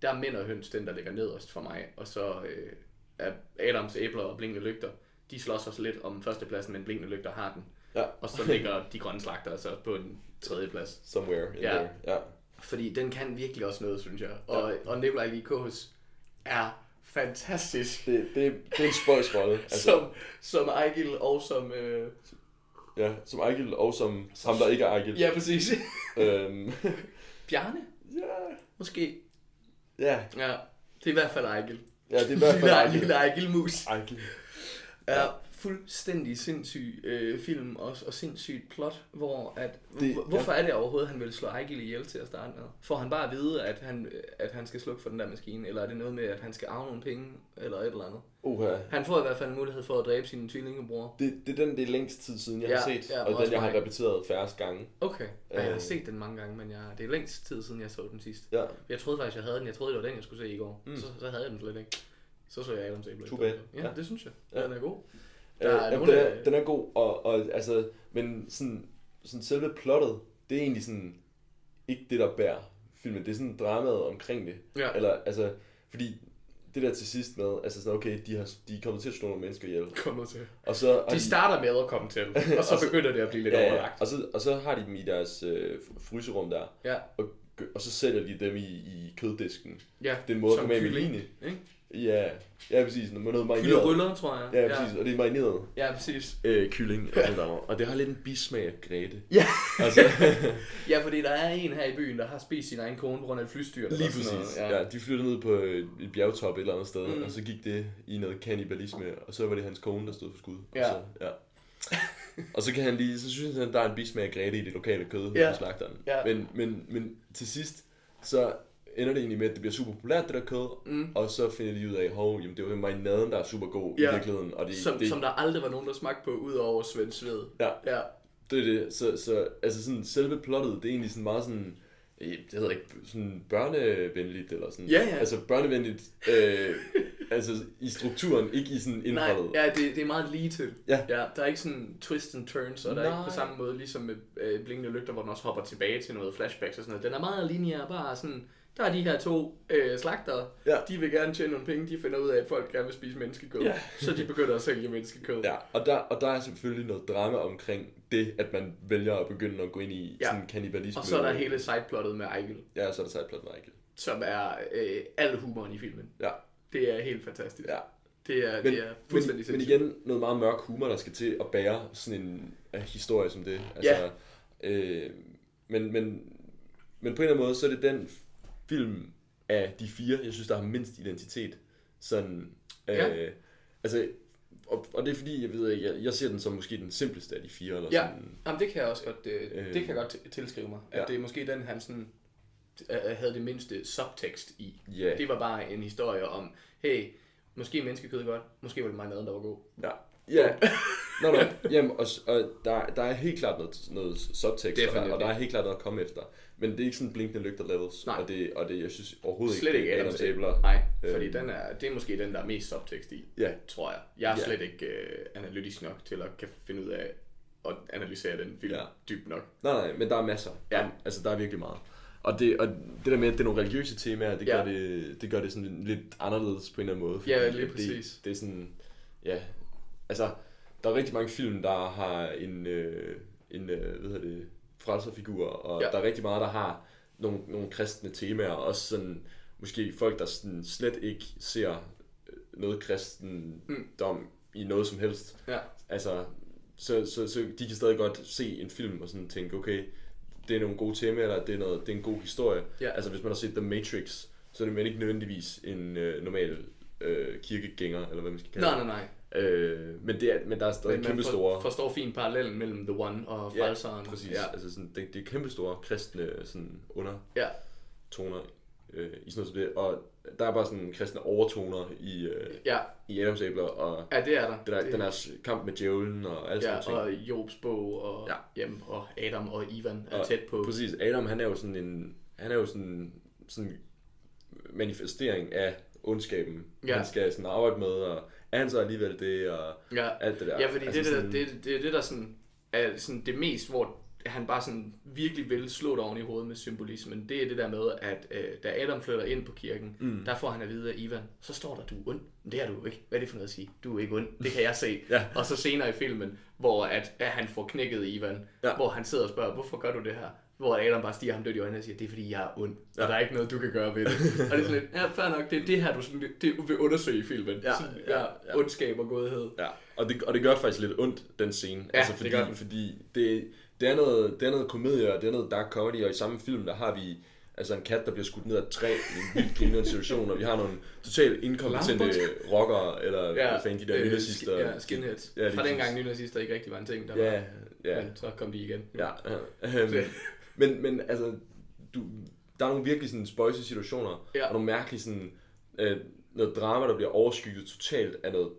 Speaker 3: der er Mænd og Høns den, der ligger nederst for mig. Og så øh, er Adams Æbler og Blinkende Lygter, de slås også lidt om førstepladsen, men Blinkende Lygter har den.
Speaker 4: Ja,
Speaker 3: Og så ligger De Grønne Slagter altså på en tredjeplads.
Speaker 4: somewhere in
Speaker 3: Ja.
Speaker 4: there. Ja.
Speaker 3: Fordi den kan virkelig også noget, synes jeg. Og, og Nikolaj Likos er fantastisk.
Speaker 4: Det, det, det er en spøjs rolle. Altså,
Speaker 3: Som, som Ejgil og som... Øh...
Speaker 4: Ja, som Ejgil og som ham, der ikke er Ejgil.
Speaker 3: Ja, præcis.
Speaker 4: Øhm,
Speaker 3: Bjarne,
Speaker 4: ja.
Speaker 3: måske.
Speaker 4: ja,
Speaker 3: Ja, det er i hvert fald Ejgil.
Speaker 4: ja, det er i hvert fald
Speaker 3: Lille,
Speaker 4: Ejgil.
Speaker 3: lille Ejgil-mus.
Speaker 4: Ejgil.
Speaker 3: Er fuldstændig sindssyg øh, film også, og sindssygt plot, hvor at...
Speaker 4: Det-
Speaker 3: Det, hvorfor ja. er det overhovedet, han vil slå Ejgil ihjel til at starte med? Får han bare at vide, at han, at han skal slukke for den der maskine? Eller er det noget med, at han skal arve nogle penge? Eller et eller andet?
Speaker 4: Oha.
Speaker 3: Han får i hvert fald en mulighed for at dræbe sin tvillingebror.
Speaker 4: Det, det er den, det er længst tid siden, jeg
Speaker 3: Ja,
Speaker 4: har set,
Speaker 3: ja,
Speaker 4: og den,
Speaker 3: også
Speaker 4: jeg har
Speaker 3: mig.
Speaker 4: repeteret færrest gange.
Speaker 3: Okay, og jeg har
Speaker 4: Øh.
Speaker 3: set den mange gange, men jeg, det er længst tid siden, jeg så den sidst.
Speaker 4: Ja,
Speaker 3: Jeg troede faktisk, jeg havde den. Jeg troede, det var den, jeg skulle se i går. Mm. Så, så havde jeg den slet ikke. Så så jeg Adam's Apple.
Speaker 4: Too bad.
Speaker 3: Ja,
Speaker 4: Ja.
Speaker 3: ja, det synes jeg.
Speaker 4: Ja.
Speaker 3: Ja. Den er god. Der
Speaker 4: øh,
Speaker 3: er
Speaker 4: jamen,
Speaker 3: nogle
Speaker 4: den,
Speaker 3: af-
Speaker 4: er, den er god, og, og altså, men sådan, sådan selve plottet, det er egentlig sådan, ikke det, der bærer filmen. Det er sådan dramaet omkring det.
Speaker 3: Ja.
Speaker 4: Eller, altså, fordi det der til sidst med, altså sådan, okay, de, har, de er kommet til at slå nogle mennesker ihjel.
Speaker 3: Kommer til.
Speaker 4: Og så har
Speaker 3: De starter med at komme til, og så
Speaker 4: Og så-
Speaker 3: begynder det at blive lidt
Speaker 4: ja, ja,
Speaker 3: overlagt.
Speaker 4: og, så, og så har de dem i deres øh, fryserum der,
Speaker 3: Ja,
Speaker 4: og, gø- og så sælger de dem i, i køddisken.
Speaker 3: ja.
Speaker 4: Det er en måde at
Speaker 3: Som
Speaker 4: komme af med
Speaker 3: kylling,
Speaker 4: line.
Speaker 3: Ikke?
Speaker 4: Ja, ja præcis. Noget noget
Speaker 3: Kylde
Speaker 4: marineret.
Speaker 3: ruller, tror jeg.
Speaker 4: Ja, præcis. Og det er marineret
Speaker 3: Ja, præcis.
Speaker 4: øh, kylling. Og, sådan noget. og det har lidt en bismag af græde.
Speaker 3: Ja.
Speaker 4: Altså,
Speaker 3: ja, fordi der er en her i byen, der har spist sin egen kone på grund af et flystyr. eller
Speaker 4: lige
Speaker 3: sådan
Speaker 4: præcis.
Speaker 3: Noget. Ja.
Speaker 4: Ja, de flyttede ned på øh, et bjergtop et eller andet sted,
Speaker 3: Mm.
Speaker 4: og så gik det i noget kannibalisme, og så var det hans kone, der stod for skud.
Speaker 3: Ja.
Speaker 4: Og så, ja. og så kan han lige, så synes han, at der er en bismag af græde i det lokale kød
Speaker 3: Ja.
Speaker 4: ja. hos slagteren.
Speaker 3: Ja.
Speaker 4: Men, men, men til sidst, så ender det egentlig med, at det bliver super populært, det der kød,
Speaker 3: Mm.
Speaker 4: og så finder de ud af, hov, jamen det er jo marinaden, der er super god ja. i
Speaker 3: Ja.
Speaker 4: virkeligheden, og det,
Speaker 3: Som,
Speaker 4: det,
Speaker 3: som der aldrig var nogen, der smagte på, udover Svend Sved.
Speaker 4: Ja.
Speaker 3: ja.
Speaker 4: Det er det. Så, så altså sådan, selve plottet, det er egentlig sådan meget sådan, øh, det hedder ikke, sådan børnevenligt eller sådan.
Speaker 3: Ja, ja.
Speaker 4: Altså børnevenligt, øh, altså i strukturen, ikke i sådan
Speaker 3: Nej,
Speaker 4: indholdet.
Speaker 3: ja, det, det er meget lige til.
Speaker 4: Ja.
Speaker 3: ja. Der er ikke sådan twists and turns, og der er
Speaker 4: Nej.
Speaker 3: ikke på samme måde ligesom med øh, Blinkende Lygter, hvor den også hopper tilbage til noget flashbacks og sådan noget. Den er meget lineær, bare sådan, der er de her to øh, slagtere,
Speaker 4: Ja.
Speaker 3: de vil gerne tjene nogle penge, de finder ud af, at folk gerne vil spise menneskekød,
Speaker 4: Ja.
Speaker 3: så de begynder at sælge menneskekød.
Speaker 4: ja. Og, der, og der er selvfølgelig noget drama omkring det, at man vælger at begynde at gå ind i
Speaker 3: Ja.
Speaker 4: sådan kannibalisme.
Speaker 3: Og så er der hele sideplottet med Ejgil,
Speaker 4: Ja, så er der sideplot med Michael.
Speaker 3: som er øh, al humoren i filmen.
Speaker 4: Ja,
Speaker 3: Det er helt fantastisk.
Speaker 4: ja.
Speaker 3: Det er,
Speaker 4: Men,
Speaker 3: det er
Speaker 4: men,
Speaker 3: fuldstændig
Speaker 4: men
Speaker 3: sindssygt.
Speaker 4: igen, noget meget mørk humor, der skal til at bære sådan en uh, historie som det. Altså, ja. øh, men, men, men på en eller anden måde, så er det den film af de fire, jeg synes, der har mindst identitet. Sådan, øh, ja.
Speaker 3: Ja.
Speaker 4: Altså, og, og det er fordi, jeg ved ikke, jeg, jeg ser den som måske den simpleste af de fire. Eller
Speaker 3: Ja,
Speaker 4: sådan.
Speaker 3: Jamen, det kan jeg også godt, øh,
Speaker 4: Øh.
Speaker 3: det kan jeg godt t- tilskrive mig. At
Speaker 4: Ja.
Speaker 3: det er måske den, han sådan, øh, havde det mindste subtekst i.
Speaker 4: Ja,
Speaker 3: Det var bare en historie om, hey, måske er menneskekød godt, måske var det marinaden, der var god.
Speaker 4: ja. Ja, nå, nå. Jamen, og, s- og der, der er helt klart noget, noget subtekst, og der,
Speaker 3: Definitely.
Speaker 4: og der er helt klart noget at komme efter. Men det er ikke sådan blinkende lygter levels,
Speaker 3: Nej.
Speaker 4: og det, og det, jeg synes overhovedet
Speaker 3: Slet
Speaker 4: ikke,
Speaker 3: ikke
Speaker 4: det er
Speaker 3: Adams
Speaker 4: Adams
Speaker 3: æbler.
Speaker 4: æbler.
Speaker 3: Nej, fordi
Speaker 4: Øhm.
Speaker 3: den er, det er måske den, der er mest subtekst i,
Speaker 4: Ja,
Speaker 3: tror jeg. Jeg er
Speaker 4: Ja.
Speaker 3: slet ikke øh, analytisk nok til at kan finde ud af at analysere den film
Speaker 4: Ja.
Speaker 3: dybt nok.
Speaker 4: nej, nej, men der er masser.
Speaker 3: Ja.
Speaker 4: Der, er- altså, der er virkelig meget. Og det, og det der med, at det er nogle religiøse temaer, det,
Speaker 3: Ja.
Speaker 4: ja. gør, det, det gør det sådan lidt anderledes på en eller anden måde.
Speaker 3: Ja,
Speaker 4: fordi
Speaker 3: lige
Speaker 4: det,
Speaker 3: præcis.
Speaker 4: Det, det er sådan, ja, altså, der er rigtig mange film, der har en, øh, en øh, hvad hedder det, frelserfigur, og
Speaker 3: Ja.
Speaker 4: ja. der er rigtig meget, der har nogle, nogle kristne temaer, og også sådan, måske folk, der sådan slet ikke ser øh, noget kristendom mm. i noget som helst.
Speaker 3: Ja.
Speaker 4: Altså, så, så, så de kan stadig godt se en film og sådan tænke, okay, det er nogle gode temaer, eller det er, noget, det er en god historie.
Speaker 3: Ja.
Speaker 4: Altså, hvis man har set The Matrix, så er det vel ikke nødvendigvis en øh, normal øh, kirkegænger, eller hvad man skal kalde
Speaker 3: Nej, nej, nej.
Speaker 4: det. Øh, men, det er, men der er stadig
Speaker 3: Men man
Speaker 4: kæmpe
Speaker 3: for,
Speaker 4: store...
Speaker 3: forstår fint parallellen mellem The One og Frelseren.
Speaker 4: ja, præcis.
Speaker 3: Ja,
Speaker 4: Ja. Altså, sådan, det, det er kæmpe store kristne sådan,
Speaker 3: ja.
Speaker 4: undertoner øh, i sådan noget som det. Og der er bare sådan kristne overtoner i, øh,
Speaker 3: ja.
Speaker 4: i Adams æbler, og
Speaker 3: ja det er der.
Speaker 4: den, der,
Speaker 3: det,
Speaker 4: den her kamp med djævlen og alle sådan
Speaker 3: ja,
Speaker 4: nogle ting.
Speaker 3: og Jobs bog, og, ja.
Speaker 4: Ja.
Speaker 3: jamen, og Adam og Ivan er
Speaker 4: Og-
Speaker 3: tæt på.
Speaker 4: Præcis. Adam, han er jo sådan en... Han er jo sådan, sådan manifestering af ondskaben.
Speaker 3: Ja.
Speaker 4: Ja. Han skal sådan arbejde med, og er han så alligevel det, og
Speaker 3: Ja,
Speaker 4: alt det der.
Speaker 3: ja fordi altså det, der,
Speaker 4: sådan,
Speaker 3: det, det, er det, der sådan, er sådan det mest, hvor han bare sådan virkelig vil slå dig oven i hovedet med symbolismen, det er det der med, at øh, da Adam flytter ind på kirken, mm. der får han at vide af Ivan, så står der, du er ond. Men det er du jo ikke. Hvad er det for noget at sige? Du er ikke ond. Det kan jeg se.
Speaker 4: Ja.
Speaker 3: Og så senere i filmen, hvor at, at han får knækket Ivan, ja.
Speaker 4: Ja.
Speaker 3: hvor han sidder og spørger, hvorfor gør du det her? Hvor Adam bare stiger ham dødt i øjnene og siger, det er fordi jeg er ond, og der er ikke noget, du kan gøre ved det. og det er sådan lidt, ja, fair nok, det er det her, du sådan, det vil undersøge i filmen.
Speaker 4: Ja,
Speaker 3: sådan,
Speaker 4: ja,
Speaker 3: ja,
Speaker 4: ja.
Speaker 3: ondskab og godhed.
Speaker 4: Ja, og det, og det gør faktisk lidt ondt, den scene.
Speaker 3: Ja,
Speaker 4: altså,
Speaker 3: det
Speaker 4: fordi,
Speaker 3: gør den.
Speaker 4: fordi det, det, er noget, det er noget komedie, og det er noget dark comedy, og i samme film, der har vi altså en kat, der bliver skudt ned af et træ i en vildt grinerende situation, og vi har nogle totalt inkompetente
Speaker 3: Lambert.
Speaker 4: rockere, eller ja, hvad fanden de der øh,
Speaker 3: sk- Ja, skinheads. Ja, Fra dengang nynazister ikke rigtig var en ting, der
Speaker 4: Ja,
Speaker 3: var.
Speaker 4: ja.
Speaker 3: Men så kom de igen.
Speaker 4: Ja. Øhm, men, men altså, du, der er nogle virkelig sådan spøjse situationer,
Speaker 3: Ja.
Speaker 4: ja. og nogle mærkelige sådan, øh, noget drama, der bliver overskygget totalt af noget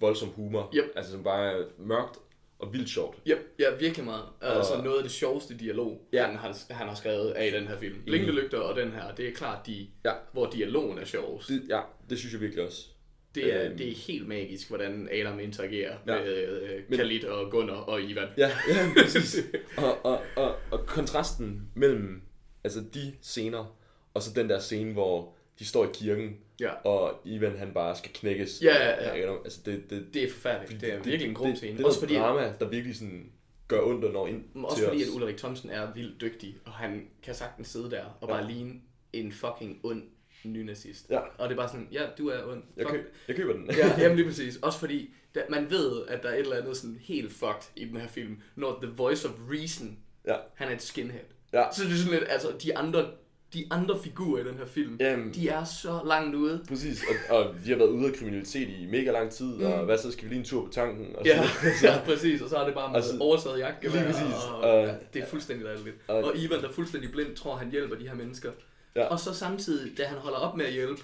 Speaker 4: voldsom humor.
Speaker 3: Yep.
Speaker 4: Altså, som bare er mørkt og vildt sjovt.
Speaker 3: Ja, ja, virkelig meget. Altså
Speaker 4: Og-
Speaker 3: noget af det sjoveste dialog,
Speaker 4: Ja. Mm.
Speaker 3: han, har, han har skrevet af i den her film. Blinkende lygter og den her, det er klart, de,
Speaker 4: Ja.
Speaker 3: hvor dialogen er sjovest. Det,
Speaker 4: Det, ja, det synes jeg virkelig også.
Speaker 3: det, er,
Speaker 4: Øhm.
Speaker 3: det er helt magisk, hvordan Adam interagerer
Speaker 4: Ja.
Speaker 3: med øh, Khalid og Gunnar og Ivan.
Speaker 4: Ja, ja præcis. og, og, og, og kontrasten mellem altså de scener, og så den der scene, hvor de står i kirken,
Speaker 3: Ja.
Speaker 4: og Ivan han bare skal knækkes.
Speaker 3: Ja, ja, ja.
Speaker 4: Altså, det, det,
Speaker 3: Det er forfærdeligt. Det er virkelig en grum
Speaker 4: det,
Speaker 3: scene.
Speaker 4: Det, det
Speaker 3: Også
Speaker 4: også
Speaker 3: fordi,
Speaker 4: fordi, drama, der virkelig sådan gør ondt og når ind
Speaker 3: Også
Speaker 4: til
Speaker 3: fordi,
Speaker 4: os.
Speaker 3: at Ulrik Thomsen er vildt dygtig, og han kan sagtens sidde der og bare ja. ligne en fucking ond nynazist.
Speaker 4: Ja.
Speaker 3: Og det er bare sådan, ja, du er ond.
Speaker 4: jeg,
Speaker 3: Fuck.
Speaker 4: køb, jeg køber den.
Speaker 3: Ja, jamen lige præcis. Også fordi, der, man ved, at der er et eller andet sådan helt fucked i den her film, når The Voice of Reason,
Speaker 4: ja.
Speaker 3: han er et skinhead.
Speaker 4: Ja.
Speaker 3: Så det er sådan lidt, altså, de andre, de andre figurer i den her film,
Speaker 4: Jamen.
Speaker 3: de er så langt ude.
Speaker 4: Præcis, og, og de har været ude af kriminalitet i mega lang tid, mm. og hvad så, skal vi lige en tur på tanken? Og
Speaker 3: Ja,
Speaker 4: Så,
Speaker 3: ja, præcis. Og så er det bare med altså,
Speaker 4: Altså,
Speaker 3: overtaget jagtgevær.
Speaker 4: lige præcis.
Speaker 3: Og,
Speaker 4: Og-
Speaker 3: ja, det er fuldstændig latterligt.
Speaker 4: og-
Speaker 3: Og Ivan, der er fuldstændig blind, tror, han hjælper de her mennesker.
Speaker 4: Ja.
Speaker 3: Og så samtidig, da han holder op med at hjælpe,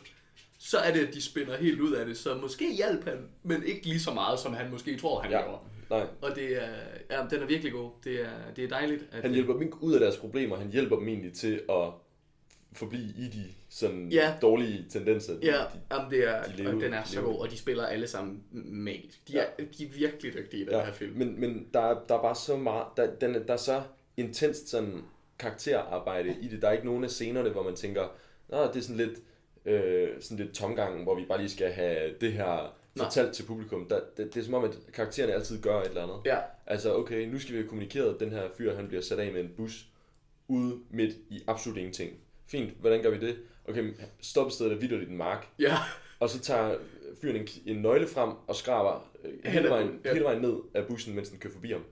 Speaker 3: så er det, at de spænder helt ud af det. Så måske hjalp han, men ikke lige så meget, som han måske tror, han
Speaker 4: ja.
Speaker 3: gjorde.
Speaker 4: Nej,
Speaker 3: Og det er, ja, den er virkelig god. Det er, det er dejligt. At,
Speaker 4: han hjælper dem ikke ud af deres problemer, han hjælper dem egentlig til at forblive i de sådan
Speaker 3: Ja.
Speaker 4: dårlige tendenser. de-
Speaker 3: Ja,
Speaker 4: de-
Speaker 3: jamen, det er,
Speaker 4: de
Speaker 3: de
Speaker 4: lever-
Speaker 3: den er så
Speaker 4: lever.
Speaker 3: god, og de spiller alle sammen magisk. De er, de er virkelig dygtige i den
Speaker 4: ja.
Speaker 3: her film.
Speaker 4: Men, men der, er, der er bare så meget, der, den, er- der er så intenst sådan karakterarbejde i det. Der er ikke nogen af scenerne, hvor man tænker, Nå, det er sådan lidt, øh, sådan lidt tomgang, hvor vi bare lige skal have det her
Speaker 3: Nej.
Speaker 4: fortalt til publikum. Der, det, det, er som om, at karaktererne altid gør et eller andet.
Speaker 3: Ja.
Speaker 4: Altså, okay, nu skal vi have kommunikeret, at den her fyr, han bliver sat af med en bus ude midt i absolut ingenting. Fint, hvordan gør vi det? Okay, men stoppestedet er vidderligt en mark.
Speaker 3: Ja,
Speaker 4: Og så tager fyren en, en nøgle frem og skraber øh,
Speaker 3: Hen ad
Speaker 4: hele, vejen,
Speaker 3: bussen, ja.
Speaker 4: hele vejen ned af bussen, mens den kører forbi ham.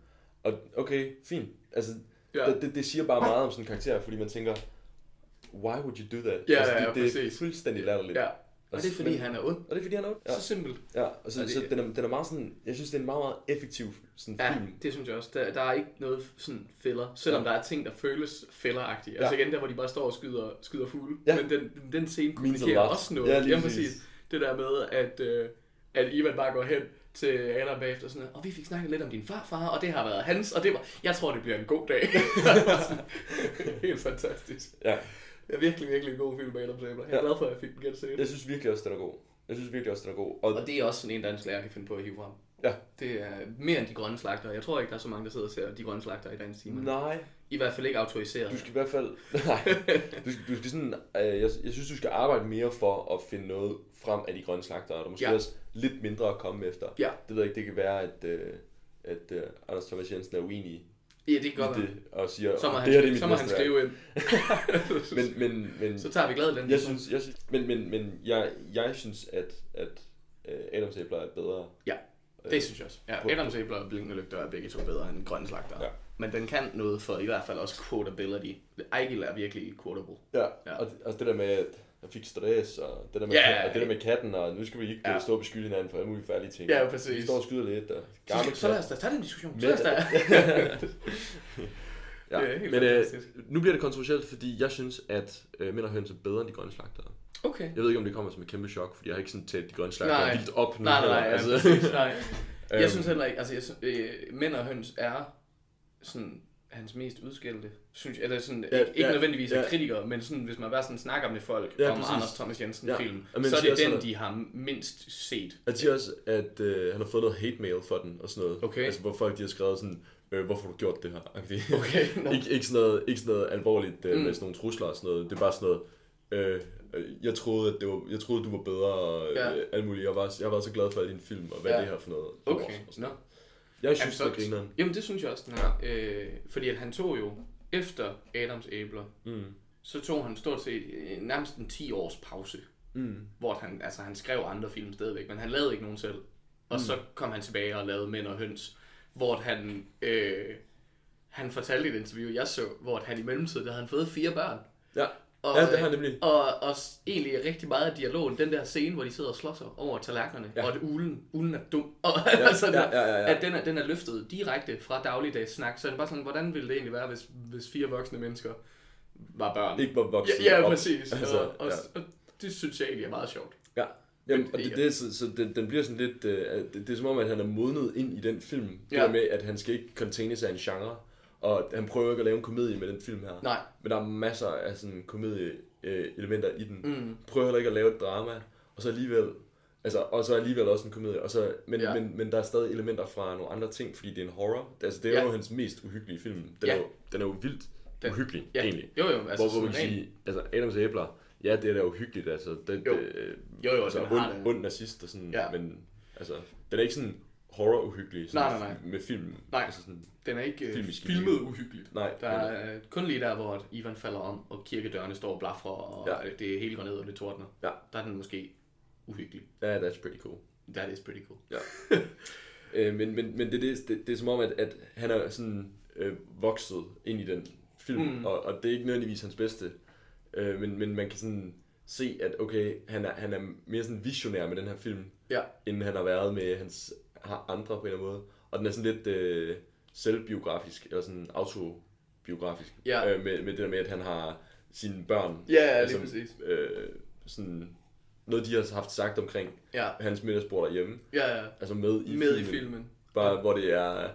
Speaker 4: Og okay, fint. Altså,
Speaker 3: Ja.
Speaker 4: ja. det, det siger bare meget om sådan en karakter, fordi man tænker, why would you do that?
Speaker 3: Ja,
Speaker 4: altså,
Speaker 3: ja, ja,
Speaker 4: det, det er
Speaker 3: præcis.
Speaker 4: fuldstændig latterligt.
Speaker 3: ja. Og
Speaker 4: Og
Speaker 3: det er fordi,
Speaker 4: men-
Speaker 3: han er ond.
Speaker 4: Og det er fordi, han er ond. Ja,
Speaker 3: Så simpelt.
Speaker 4: ja. Og så,
Speaker 3: Og det-
Speaker 4: så den, er, den er meget sådan, jeg synes, det er en meget, meget effektiv sådan
Speaker 3: Ja,
Speaker 4: film.
Speaker 3: det synes jeg også. Der, der er ikke noget sådan fælder, selvom ja. der er ting, der føles fælderagtige. Ja. Altså igen, der hvor de bare står og skyder, skyder fugle. Ja.
Speaker 4: Ja.
Speaker 3: Men den, den scene kommunikerer
Speaker 4: lot.
Speaker 3: også noget.
Speaker 4: Ja, lige
Speaker 3: Jamen,
Speaker 4: præcis.
Speaker 3: præcis. Det der med, at, øh, at Ivan bare går hen til Adam bagefter sådan, og vi fik snakket lidt om din farfar, og det har været hans, og det var, jeg tror, det bliver en god dag. Helt fantastisk.
Speaker 4: Ja.
Speaker 3: Det er virkelig, virkelig en god film med Adam Sandler. Jeg er
Speaker 4: Ja.
Speaker 3: glad for, at jeg fik den genset.
Speaker 4: Jeg synes virkelig også, den er god. Jeg synes virkelig også, den er god. Og,
Speaker 3: Og det er også sådan en, der en lærer kan finde på at hive frem.
Speaker 4: Ja.
Speaker 3: Det er mere end de grønne slagter. Jeg tror ikke, der er så mange, der sidder og ser de grønne slagter i dagens time.
Speaker 4: Nej,
Speaker 3: I hvert fald ikke autoriseret.
Speaker 4: du skal i hvert fald... Nej, du skal, du skal sådan... Øh, jeg, jeg synes, du skal arbejde mere for at finde noget frem af de grønne slagter, og der er måske
Speaker 3: Ja.
Speaker 4: ja. også lidt mindre at komme efter.
Speaker 3: Ja.
Speaker 4: Det ved jeg ikke, det kan være, at, øh, at øh, Anders Thomas Jensen er uenig
Speaker 3: Ja, det kan
Speaker 4: i
Speaker 3: godt være.
Speaker 4: det, og siger,
Speaker 3: Så må
Speaker 4: "Åh,
Speaker 3: han,
Speaker 4: det her det er mit
Speaker 3: så må han
Speaker 4: mesterværk."
Speaker 3: skrive ind.
Speaker 4: Men, men, men,
Speaker 3: så tager vi glad den.
Speaker 4: jeg synes, jeg synes, men, men, men jeg, jeg synes, at, at øh, Adams æbler er bedre.
Speaker 3: Ja,
Speaker 4: Øh,
Speaker 3: det synes jeg også. Ja,
Speaker 4: på-
Speaker 3: Adams æbler og blinkende lygter er begge to bedre end grønne slagter.
Speaker 4: Ja.
Speaker 3: Men den kan noget for i hvert fald også quotability. Ejgil er virkelig quotable.
Speaker 4: Ja,
Speaker 3: Ja.
Speaker 4: ja. Og, og det der med, at jeg fik stress, og det der med,
Speaker 3: Ja,
Speaker 4: ja,
Speaker 3: ja, ja.
Speaker 4: og det der med katten, og nu skal vi ikke
Speaker 3: Ja.
Speaker 4: ja. stå og beskytte hinanden for alle mulige færdige ting.
Speaker 3: Ja, præcis.
Speaker 4: Vi står og skyder lidt, og
Speaker 3: Så,
Speaker 4: gammel
Speaker 3: så lad
Speaker 4: kat.
Speaker 3: os da tage den diskussion. Så
Speaker 4: Men-
Speaker 3: lad os da.
Speaker 4: Ja.
Speaker 3: Det er helt
Speaker 4: Men øh,
Speaker 3: fantastisk.
Speaker 4: nu bliver det kontroversielt, fordi jeg synes, at øh, mænd og høns er bedre end de grønne slagtere.
Speaker 3: Okay.
Speaker 4: Jeg ved ikke, om det kommer som et kæmpe chok, fordi jeg har ikke sådan tæt de grønne slagtere
Speaker 3: Nej.
Speaker 4: vildt op nu.
Speaker 3: Nej, nej,
Speaker 4: heller.
Speaker 3: nej. Altså,
Speaker 4: altså,
Speaker 3: præcis, nej. Jeg
Speaker 4: Øhm.
Speaker 3: synes heller ikke, altså jeg, sy- øh, mænd og høns er sådan hans mest udskældte, synes jeg, eller sådan, ja,
Speaker 4: Ja,
Speaker 3: ikke
Speaker 4: ja,
Speaker 3: nødvendigvis af
Speaker 4: ja.
Speaker 3: kritikere, men sådan, hvis man bare sådan snakker med folk
Speaker 4: Ja,
Speaker 3: om
Speaker 4: præcis.
Speaker 3: Anders Thomas Jensen
Speaker 4: Ja.
Speaker 3: film,
Speaker 4: Og men
Speaker 3: så er
Speaker 4: siger
Speaker 3: det
Speaker 4: også,
Speaker 3: den,
Speaker 4: at-
Speaker 3: de har mindst set.
Speaker 4: Han siger også, at øh, han har fået noget hate mail for den og sådan noget.
Speaker 3: Okay.
Speaker 4: Altså, hvor folk de har skrevet sådan, øh, hvorfor har du gjort det her?
Speaker 3: Okay, nå.
Speaker 4: ikke, ikke, sådan noget, ikke sådan noget alvorligt øh,
Speaker 3: Mm.
Speaker 4: mm. med sådan nogle trusler og sådan noget. Det er bare sådan noget, øh, øh, jeg troede, at det var, jeg troede, du var bedre og
Speaker 3: Ja.
Speaker 4: ja. øh, alt muligt. Jeg var, jeg var så glad for alle dine film og hvad
Speaker 3: Ja.
Speaker 4: det her for noget. lort
Speaker 3: Okay,
Speaker 4: og sådan
Speaker 3: nå.
Speaker 4: noget. Jeg
Speaker 3: Jamen,
Speaker 4: synes, det er grineren.
Speaker 3: jamen det synes jeg også, den er. Øh, fordi at han tog jo, efter Adams æbler,
Speaker 4: Mm.
Speaker 3: så tog han stort set øh, nærmest en 10 års pause,
Speaker 4: Mm.
Speaker 3: hvor at han, altså, han skrev andre film stadigvæk, men han lavede ikke nogen selv. Og mm. så kom han tilbage og lavede Mænd og Høns, hvor at han, øh, han fortalte i et interview, jeg så, hvor at han i mellemtiden der havde han fået fire børn.
Speaker 4: Ja.
Speaker 3: Og,
Speaker 4: ja, det har
Speaker 3: øh,
Speaker 4: han nemlig.
Speaker 3: Og, og s- egentlig rigtig meget af dialogen, den der scene, hvor de sidder og slår sig over tallerkenerne, ja.
Speaker 4: Ja.
Speaker 3: og at ulen, ulen er dum, og ja, altså,
Speaker 4: ja, ja, ja, ja.
Speaker 3: at den er, den er løftet direkte fra dagligdags snak, så er det bare sådan, hvordan ville det egentlig være, hvis, hvis fire voksne mennesker var børn?
Speaker 4: Ikke var vokset
Speaker 3: ja, ja,
Speaker 4: op.
Speaker 3: præcis. Altså,
Speaker 4: Altså,
Speaker 3: og, og,
Speaker 4: ja.
Speaker 3: og, det synes jeg egentlig er meget sjovt.
Speaker 4: Ja. Jamen,
Speaker 3: Men-
Speaker 4: og det, det, er så, så den, den bliver sådan lidt, øh, det, det er som om, at han er modnet ind i den film. Det
Speaker 3: Ja.
Speaker 4: der med, at han skal ikke containes af en genre, og han prøver ikke at lave en komedie med den film her.
Speaker 3: Nej.
Speaker 4: Men der er masser af sådan komedie-elementer i den. Mm. Prøver heller ikke at lave et drama, og så alligevel, altså, og så alligevel også en komedie. Og så, men,
Speaker 3: Ja.
Speaker 4: ja. men, men der er stadig elementer fra nogle andre ting, fordi det er en horror. Altså, det er
Speaker 3: Ja.
Speaker 4: ja. jo hans mest uhyggelige film. Den,
Speaker 3: Ja.
Speaker 4: er, jo, den er jo vildt
Speaker 3: Den-
Speaker 4: den, uhyggelig,
Speaker 3: ja.
Speaker 4: egentlig.
Speaker 3: Jo, jo, altså
Speaker 4: Altså, hvor, hvor man
Speaker 3: sådan
Speaker 4: kan
Speaker 3: rent-
Speaker 4: sige, altså Adams æbler, ja, det er da uhyggeligt, altså. Det,
Speaker 3: Jo.
Speaker 4: øh,
Speaker 3: Jo, jo,
Speaker 4: altså,
Speaker 3: den har
Speaker 4: ond,
Speaker 3: det.
Speaker 4: ond nazist og sådan,
Speaker 3: Ja.
Speaker 4: ja. men altså, den er ikke sådan horror-uhyggelig sådan,
Speaker 3: Nej, nej, nej.
Speaker 4: med film.
Speaker 3: Nej.
Speaker 4: Altså sådan,
Speaker 3: Den er ikke øh,
Speaker 4: Filmisk
Speaker 3: filmet
Speaker 4: uhyggeligt.
Speaker 3: uhyggeligt.
Speaker 4: nej.
Speaker 3: Der er øh, kun lige der, hvor at Ivan falder om, og kirkedørene står og blafrer, og
Speaker 4: Ja.
Speaker 3: ja. det hele går ned, og det tordner.
Speaker 4: Ja.
Speaker 3: Der er den måske uhyggelig.
Speaker 4: Ja, that's pretty cool.
Speaker 3: That is pretty cool.
Speaker 4: Ja. øh, men, men, men det, er det, det, det er som om, at, at han er sådan øh, vokset ind i den film,
Speaker 3: Mm.
Speaker 4: mm. og, og det er ikke nødvendigvis hans bedste. Øh, men, men man kan sådan se, at okay, han er, han er mere sådan visionær med den her film,
Speaker 3: Ja.
Speaker 4: end han har været med hans har andre på en eller anden måde. Og den er sådan lidt øh, selvbiografisk, eller sådan autobiografisk,
Speaker 3: Ja.
Speaker 4: øh, med, med det der med, at han har sine børn.
Speaker 3: Ja, ja, lige præcis.
Speaker 4: Øh, sådan noget, de har haft sagt omkring
Speaker 3: Ja.
Speaker 4: hans middagsbord derhjemme,
Speaker 3: Ja, ja.
Speaker 4: altså med i
Speaker 3: Med i
Speaker 4: filmen.
Speaker 3: filmen.
Speaker 4: Bare hvor det er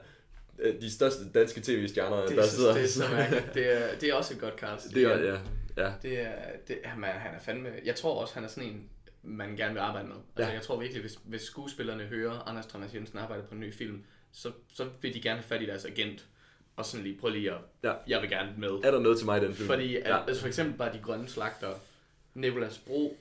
Speaker 4: øh, de største danske tv-stjerner,
Speaker 3: Det,
Speaker 4: der
Speaker 3: er,
Speaker 4: sidder.
Speaker 3: så, det er så mærkeligt. Det er, det er også et godt cast.
Speaker 4: det er, ja, ja.
Speaker 3: Det er, det, han, er, han er fandme... Jeg tror også, han er sådan en, man gerne vil arbejde med. Altså, ja.
Speaker 4: Ja.
Speaker 3: jeg tror virkelig, hvis, hvis skuespillerne hører Anders Thomas Jensen arbejder på en ny film, så, så vil de gerne have fat i deres agent. Og sådan lige, prøv lige at...
Speaker 4: Ja.
Speaker 3: Jeg vil gerne med.
Speaker 4: Er der noget til mig i den film?
Speaker 3: Fordi, ja.
Speaker 4: ja.
Speaker 3: altså for eksempel bare de grønne slagter. Nicolas Bro,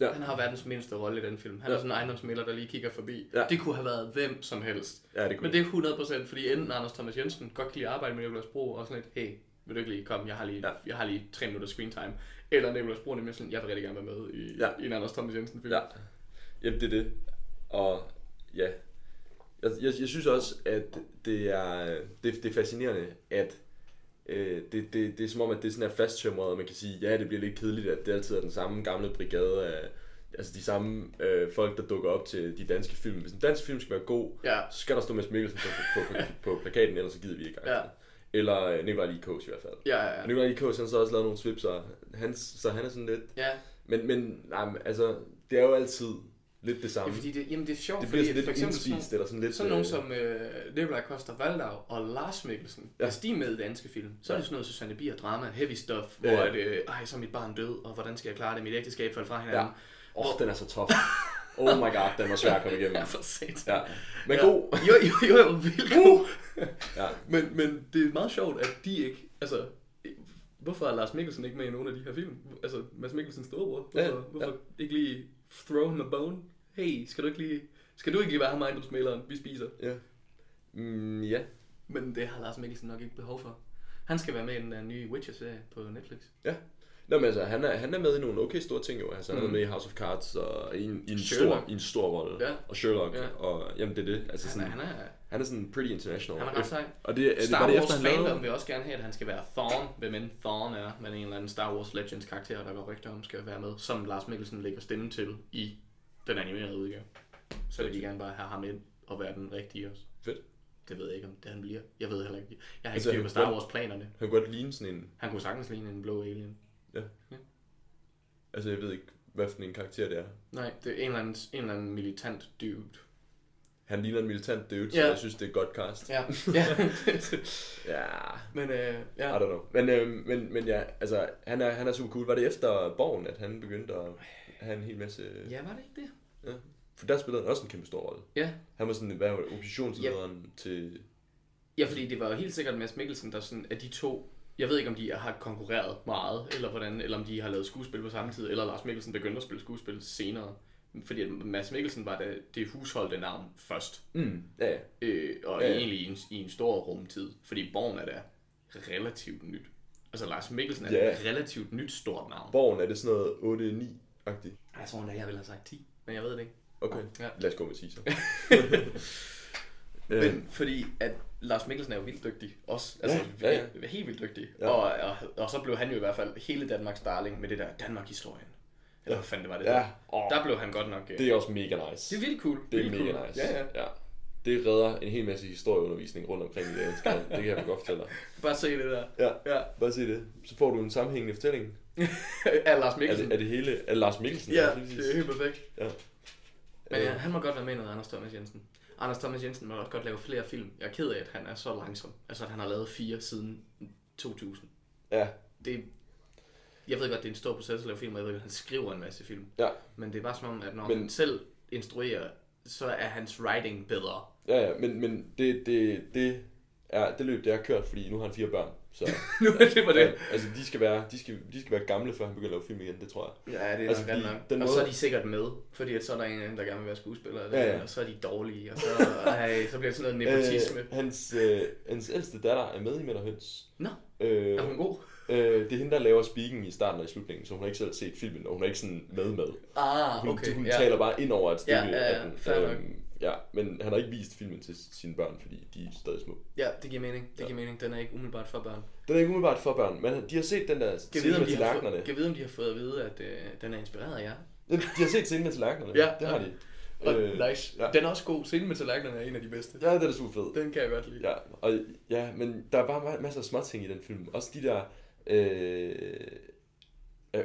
Speaker 3: ja.
Speaker 4: Ja.
Speaker 3: han har verdens mindste rolle i den film. Han ja. er
Speaker 4: Ja.
Speaker 3: sådan en ejendomsmælder, der lige kigger forbi. Ja.
Speaker 4: Ja.
Speaker 3: Det kunne have været hvem som helst.
Speaker 4: Ja, det kunne
Speaker 3: Men det er 100%, fordi enten Anders Thomas Jensen godt kan lide at arbejde med Nicolas Bro, og sådan lidt, hey, vil du ikke lige komme, jeg har lige, ja.
Speaker 4: Ja.
Speaker 3: jeg har lige 3 minutter screen time. Eller Nicolas Bro er nemlig sådan, jeg vil rigtig gerne være med i, ja.
Speaker 4: Ja.
Speaker 3: i en Anders Thomas Jensen film.
Speaker 4: Ja, Jamen, det er det. Og ja, jeg, jeg, jeg synes også, at det er, det, det er fascinerende, at øh, det, det, det er som om, at det sådan er fasttømret, og man kan sige, ja, det bliver lidt kedeligt, at det altid er den samme gamle brigade af, altså de samme øh, folk, der dukker op til de danske film. Hvis en dansk film skal være god,
Speaker 3: Ja.
Speaker 4: så skal der stå Mads Mikkelsen på, på, på, på plakaten, ellers så gider vi ikke.
Speaker 3: Ja.
Speaker 4: Eller øh, Nikolaj Likos i hvert fald.
Speaker 3: Ja, ja,
Speaker 4: Og
Speaker 3: ja.
Speaker 4: Nikolaj Likos, han har så også lavet nogle svipser, han, så han er sådan lidt...
Speaker 3: ja.
Speaker 4: Men, men nej, men, altså, det er jo altid lidt det
Speaker 3: Ja,
Speaker 4: samme.
Speaker 3: fordi det, jamen det er sjovt,
Speaker 4: det bliver sådan
Speaker 3: fordi at
Speaker 4: lidt
Speaker 3: sådan-
Speaker 4: indspist, eller sådan lidt...
Speaker 3: Sådan nogen
Speaker 4: øh,
Speaker 3: som øh, Nikolaj Koster Valdau og Lars Mikkelsen, ja.
Speaker 4: Ja.
Speaker 3: hvis de er med i danske film, så er det sådan noget Susanne Bier drama, heavy stuff, hvor
Speaker 4: Ja, ja.
Speaker 3: ja. at, øh, ej, så er mit barn død, og hvordan skal jeg klare det, mit ægteskab faldt fra hinanden.
Speaker 4: Åh, oh, den er så tof. Oh my god, den var svær at komme igennem.
Speaker 3: Ja, for sent.
Speaker 4: Ja. Men god.
Speaker 3: Jo, jo, jo, jo vildt god.
Speaker 4: Ja.
Speaker 3: Men, men det er meget sjovt, at de ikke... Altså, hvorfor er Lars Mikkelsen ikke med i nogen af de her film? Altså, Mads Mikkelsens storebror. Hvorfor,
Speaker 4: Ja,
Speaker 3: ja,
Speaker 4: ja.
Speaker 3: ja. hvorfor ikke lige throw him a bone? Hey, skal du ikke lige... Skal du ikke lige være ham ejendomsmæleren, vi spiser?
Speaker 4: Ja. Mm, ja.
Speaker 3: Men det har Lars Mikkelsen nok ikke behov for. Han skal være med i den der nye Witcher-serie på Netflix.
Speaker 4: Ja. Nå, men altså, han er, han er med i nogle okay store ting jo. Altså, han er med i House of Cards og i en, i en, stor,
Speaker 3: Mm. Sherlock.
Speaker 4: i en stor rolle.
Speaker 3: Ja.
Speaker 4: Og Sherlock.
Speaker 3: Ja.
Speaker 4: Og jamen, det er det. Altså,
Speaker 3: Han
Speaker 4: sådan,
Speaker 3: er, han er,
Speaker 4: han er sådan pretty international. Øh,
Speaker 3: han er ret sej.
Speaker 4: Og det, er det,
Speaker 3: Star
Speaker 4: var det
Speaker 3: Wars
Speaker 4: efter, han lavede-
Speaker 3: fandom vil også gerne have, at han skal være Thorn, hvem end Thorn er, men en eller anden Star Wars Legends karakter, der går rygter om, skal være med, som Lars Mikkelsen lægger stemme til i den animerede udgave. Så vil de gerne bare have ham ind og være den rigtige også.
Speaker 4: Fedt.
Speaker 3: Det ved jeg ikke, om det han bliver. Jeg ved heller ikke. Jeg har ikke
Speaker 4: Altså,
Speaker 3: styr på
Speaker 4: hvordan-
Speaker 3: Star Wars planerne.
Speaker 4: Han kunne godt ligne sådan en...
Speaker 3: Han kunne sagtens ligne en blå alien.
Speaker 4: Altså, jeg ved ikke, hvad for en karakter det er.
Speaker 3: Nej, det er en eller anden, en eller anden militant dude.
Speaker 4: Han ligner en militant dude, så
Speaker 3: Ja.
Speaker 4: jeg synes, det er et godt cast.
Speaker 3: Ja, ja.
Speaker 4: Ja.
Speaker 3: men øh,
Speaker 4: I
Speaker 3: ja.
Speaker 4: don't know. Men, øh, men, men ja, altså, han er, han er super cool. Var det efter Borgen, at han begyndte at have en hel masse...
Speaker 3: Ja, var det ikke det?
Speaker 4: Ja. For der spillede han også en kæmpe stor rolle.
Speaker 3: Ja,
Speaker 4: Han var sådan, hvad var det, oppositionslederen yep. til...
Speaker 3: Ja, fordi det var jo helt sikkert Mads Mikkelsen, der sådan, at de to, jeg ved ikke om de har konkurreret meget, eller hvordan, eller om de har lavet skuespil på samme tid, eller Lars Mikkelsen begyndte at spille skuespil senere. Fordi at Mads Mikkelsen var det, det husholdte navn først,
Speaker 4: Mm. Ja, ja.
Speaker 3: øh, og
Speaker 4: Ja,
Speaker 3: ja,
Speaker 4: ja.
Speaker 3: ja. egentlig i en, i en stor rumtid, fordi Borgen er da relativt nyt. Altså Lars Mikkelsen er
Speaker 4: Ja.
Speaker 3: et relativt nyt stort navn.
Speaker 4: Borgen er det sådan noget 8-9-agtigt.
Speaker 3: Jeg tror endda, jeg ville have sagt 10, men jeg ved det ikke.
Speaker 4: Okay, ja.
Speaker 3: Ja.
Speaker 4: lad os gå med 10 så.
Speaker 3: Men
Speaker 4: øhm,
Speaker 3: fordi at Lars Mikkelsen er jo vildt dygtig også. Altså,
Speaker 4: Ja,
Speaker 3: ja,
Speaker 4: ja,
Speaker 3: ja, ja. helt vildt dygtig.
Speaker 4: Ja.
Speaker 3: Ja. Og, og, og, så blev han jo i hvert fald hele Danmarks darling med det der Danmark-historien. Eller hvad fanden det var det?
Speaker 4: Ja.
Speaker 3: der.
Speaker 4: Åh.
Speaker 3: Der blev han godt nok... Det,
Speaker 4: det er også mega nice.
Speaker 3: det er vildt cool.
Speaker 4: Det er
Speaker 3: vildt cool.
Speaker 4: mega nice.
Speaker 3: Ja, ja.
Speaker 4: ja. Det redder en hel masse historieundervisning rundt omkring i det danske land. Det kan jeg godt fortælle dig.
Speaker 3: Bare se det der.
Speaker 4: Ja,
Speaker 3: Ja.
Speaker 4: bare se det. Så får du en sammenhængende fortælling.
Speaker 3: Af Lars
Speaker 4: Er
Speaker 3: Mikkelsen.
Speaker 4: det, er det hele... Er det Lars Mikkelsen?
Speaker 3: ja,
Speaker 4: lige Altså, præcis.
Speaker 3: det er helt perfekt.
Speaker 4: Ja.
Speaker 3: Men
Speaker 4: Øh.
Speaker 3: ja, han må godt være med i noget, Anders Thomas Jensen. Anders Thomas Jensen må også godt lave flere film. Jeg er ked af, at han er så langsom. Altså, at han har lavet fire siden 2000.
Speaker 4: Ja,
Speaker 3: Det, jeg ved godt, det er en stor proces at lave film, og jeg ved godt, han skriver en masse film.
Speaker 4: ja,
Speaker 3: Men det er bare som om, at når
Speaker 4: Men-
Speaker 3: Men... han selv instruerer, så er hans writing bedre.
Speaker 4: ja, ja. Men, men det, det, det, er, det løb, det er kørt, fordi nu har han fire børn. Så
Speaker 3: nu er det på
Speaker 4: ja, altså, de skal, være, de, skal, de skal være gamle, før han begynder at lave film igen, det tror jeg.
Speaker 3: Ja, det er
Speaker 4: Altså,
Speaker 3: altså,
Speaker 4: fordi
Speaker 3: nok nok.
Speaker 4: den
Speaker 3: Og
Speaker 4: måde-
Speaker 3: så er de sikkert med, fordi at så er der en eller anden, der gerne vil være skuespiller, eller,
Speaker 4: Ja,
Speaker 3: ja,
Speaker 4: ja.
Speaker 3: ja. og så er de dårlige, og så, ej, så bliver det sådan noget nepotisme.
Speaker 4: Øh, hans, øh, hans ældste datter er med i Mette Høns.
Speaker 3: Nå,
Speaker 4: Øh,
Speaker 3: er hun god?
Speaker 4: øh, det er hende, der laver speaking i starten og i slutningen, så hun har ikke selv set filmen, og hun er ikke sådan med med.
Speaker 3: Ah,
Speaker 4: Hun,
Speaker 3: okay.
Speaker 4: hun
Speaker 3: ja.
Speaker 4: taler bare ind over et stykke
Speaker 3: Ja, ja, ja,
Speaker 4: af den. øhm,
Speaker 3: fair nok.
Speaker 4: ja, men han har ikke vist filmen til sine børn, fordi de er stadig små.
Speaker 3: ja, det giver mening. Det giver mening. Den er ikke umiddelbart for børn.
Speaker 4: Den er ikke umiddelbart for børn, men de har set den der
Speaker 3: Kan
Speaker 4: scene
Speaker 3: vide, om
Speaker 4: med
Speaker 3: de, har fået,
Speaker 4: tallerkenerne.
Speaker 3: kan vide, om de har fået at vide, at øh, den er inspireret af jer.
Speaker 4: Jamen, De har set scenen med tallerkenerne.
Speaker 3: Ja,
Speaker 4: det har
Speaker 3: ja.
Speaker 4: de. Øh,
Speaker 3: Og Øh, nice.
Speaker 4: ja.
Speaker 3: Den er også god. Scenen med tallerkenerne er en af de bedste.
Speaker 4: Ja, den er super fed.
Speaker 3: Den kan jeg godt lide.
Speaker 4: Ja, og, ja, men der er bare ma- masser af små ting i den film. Også de der... Øh, øh,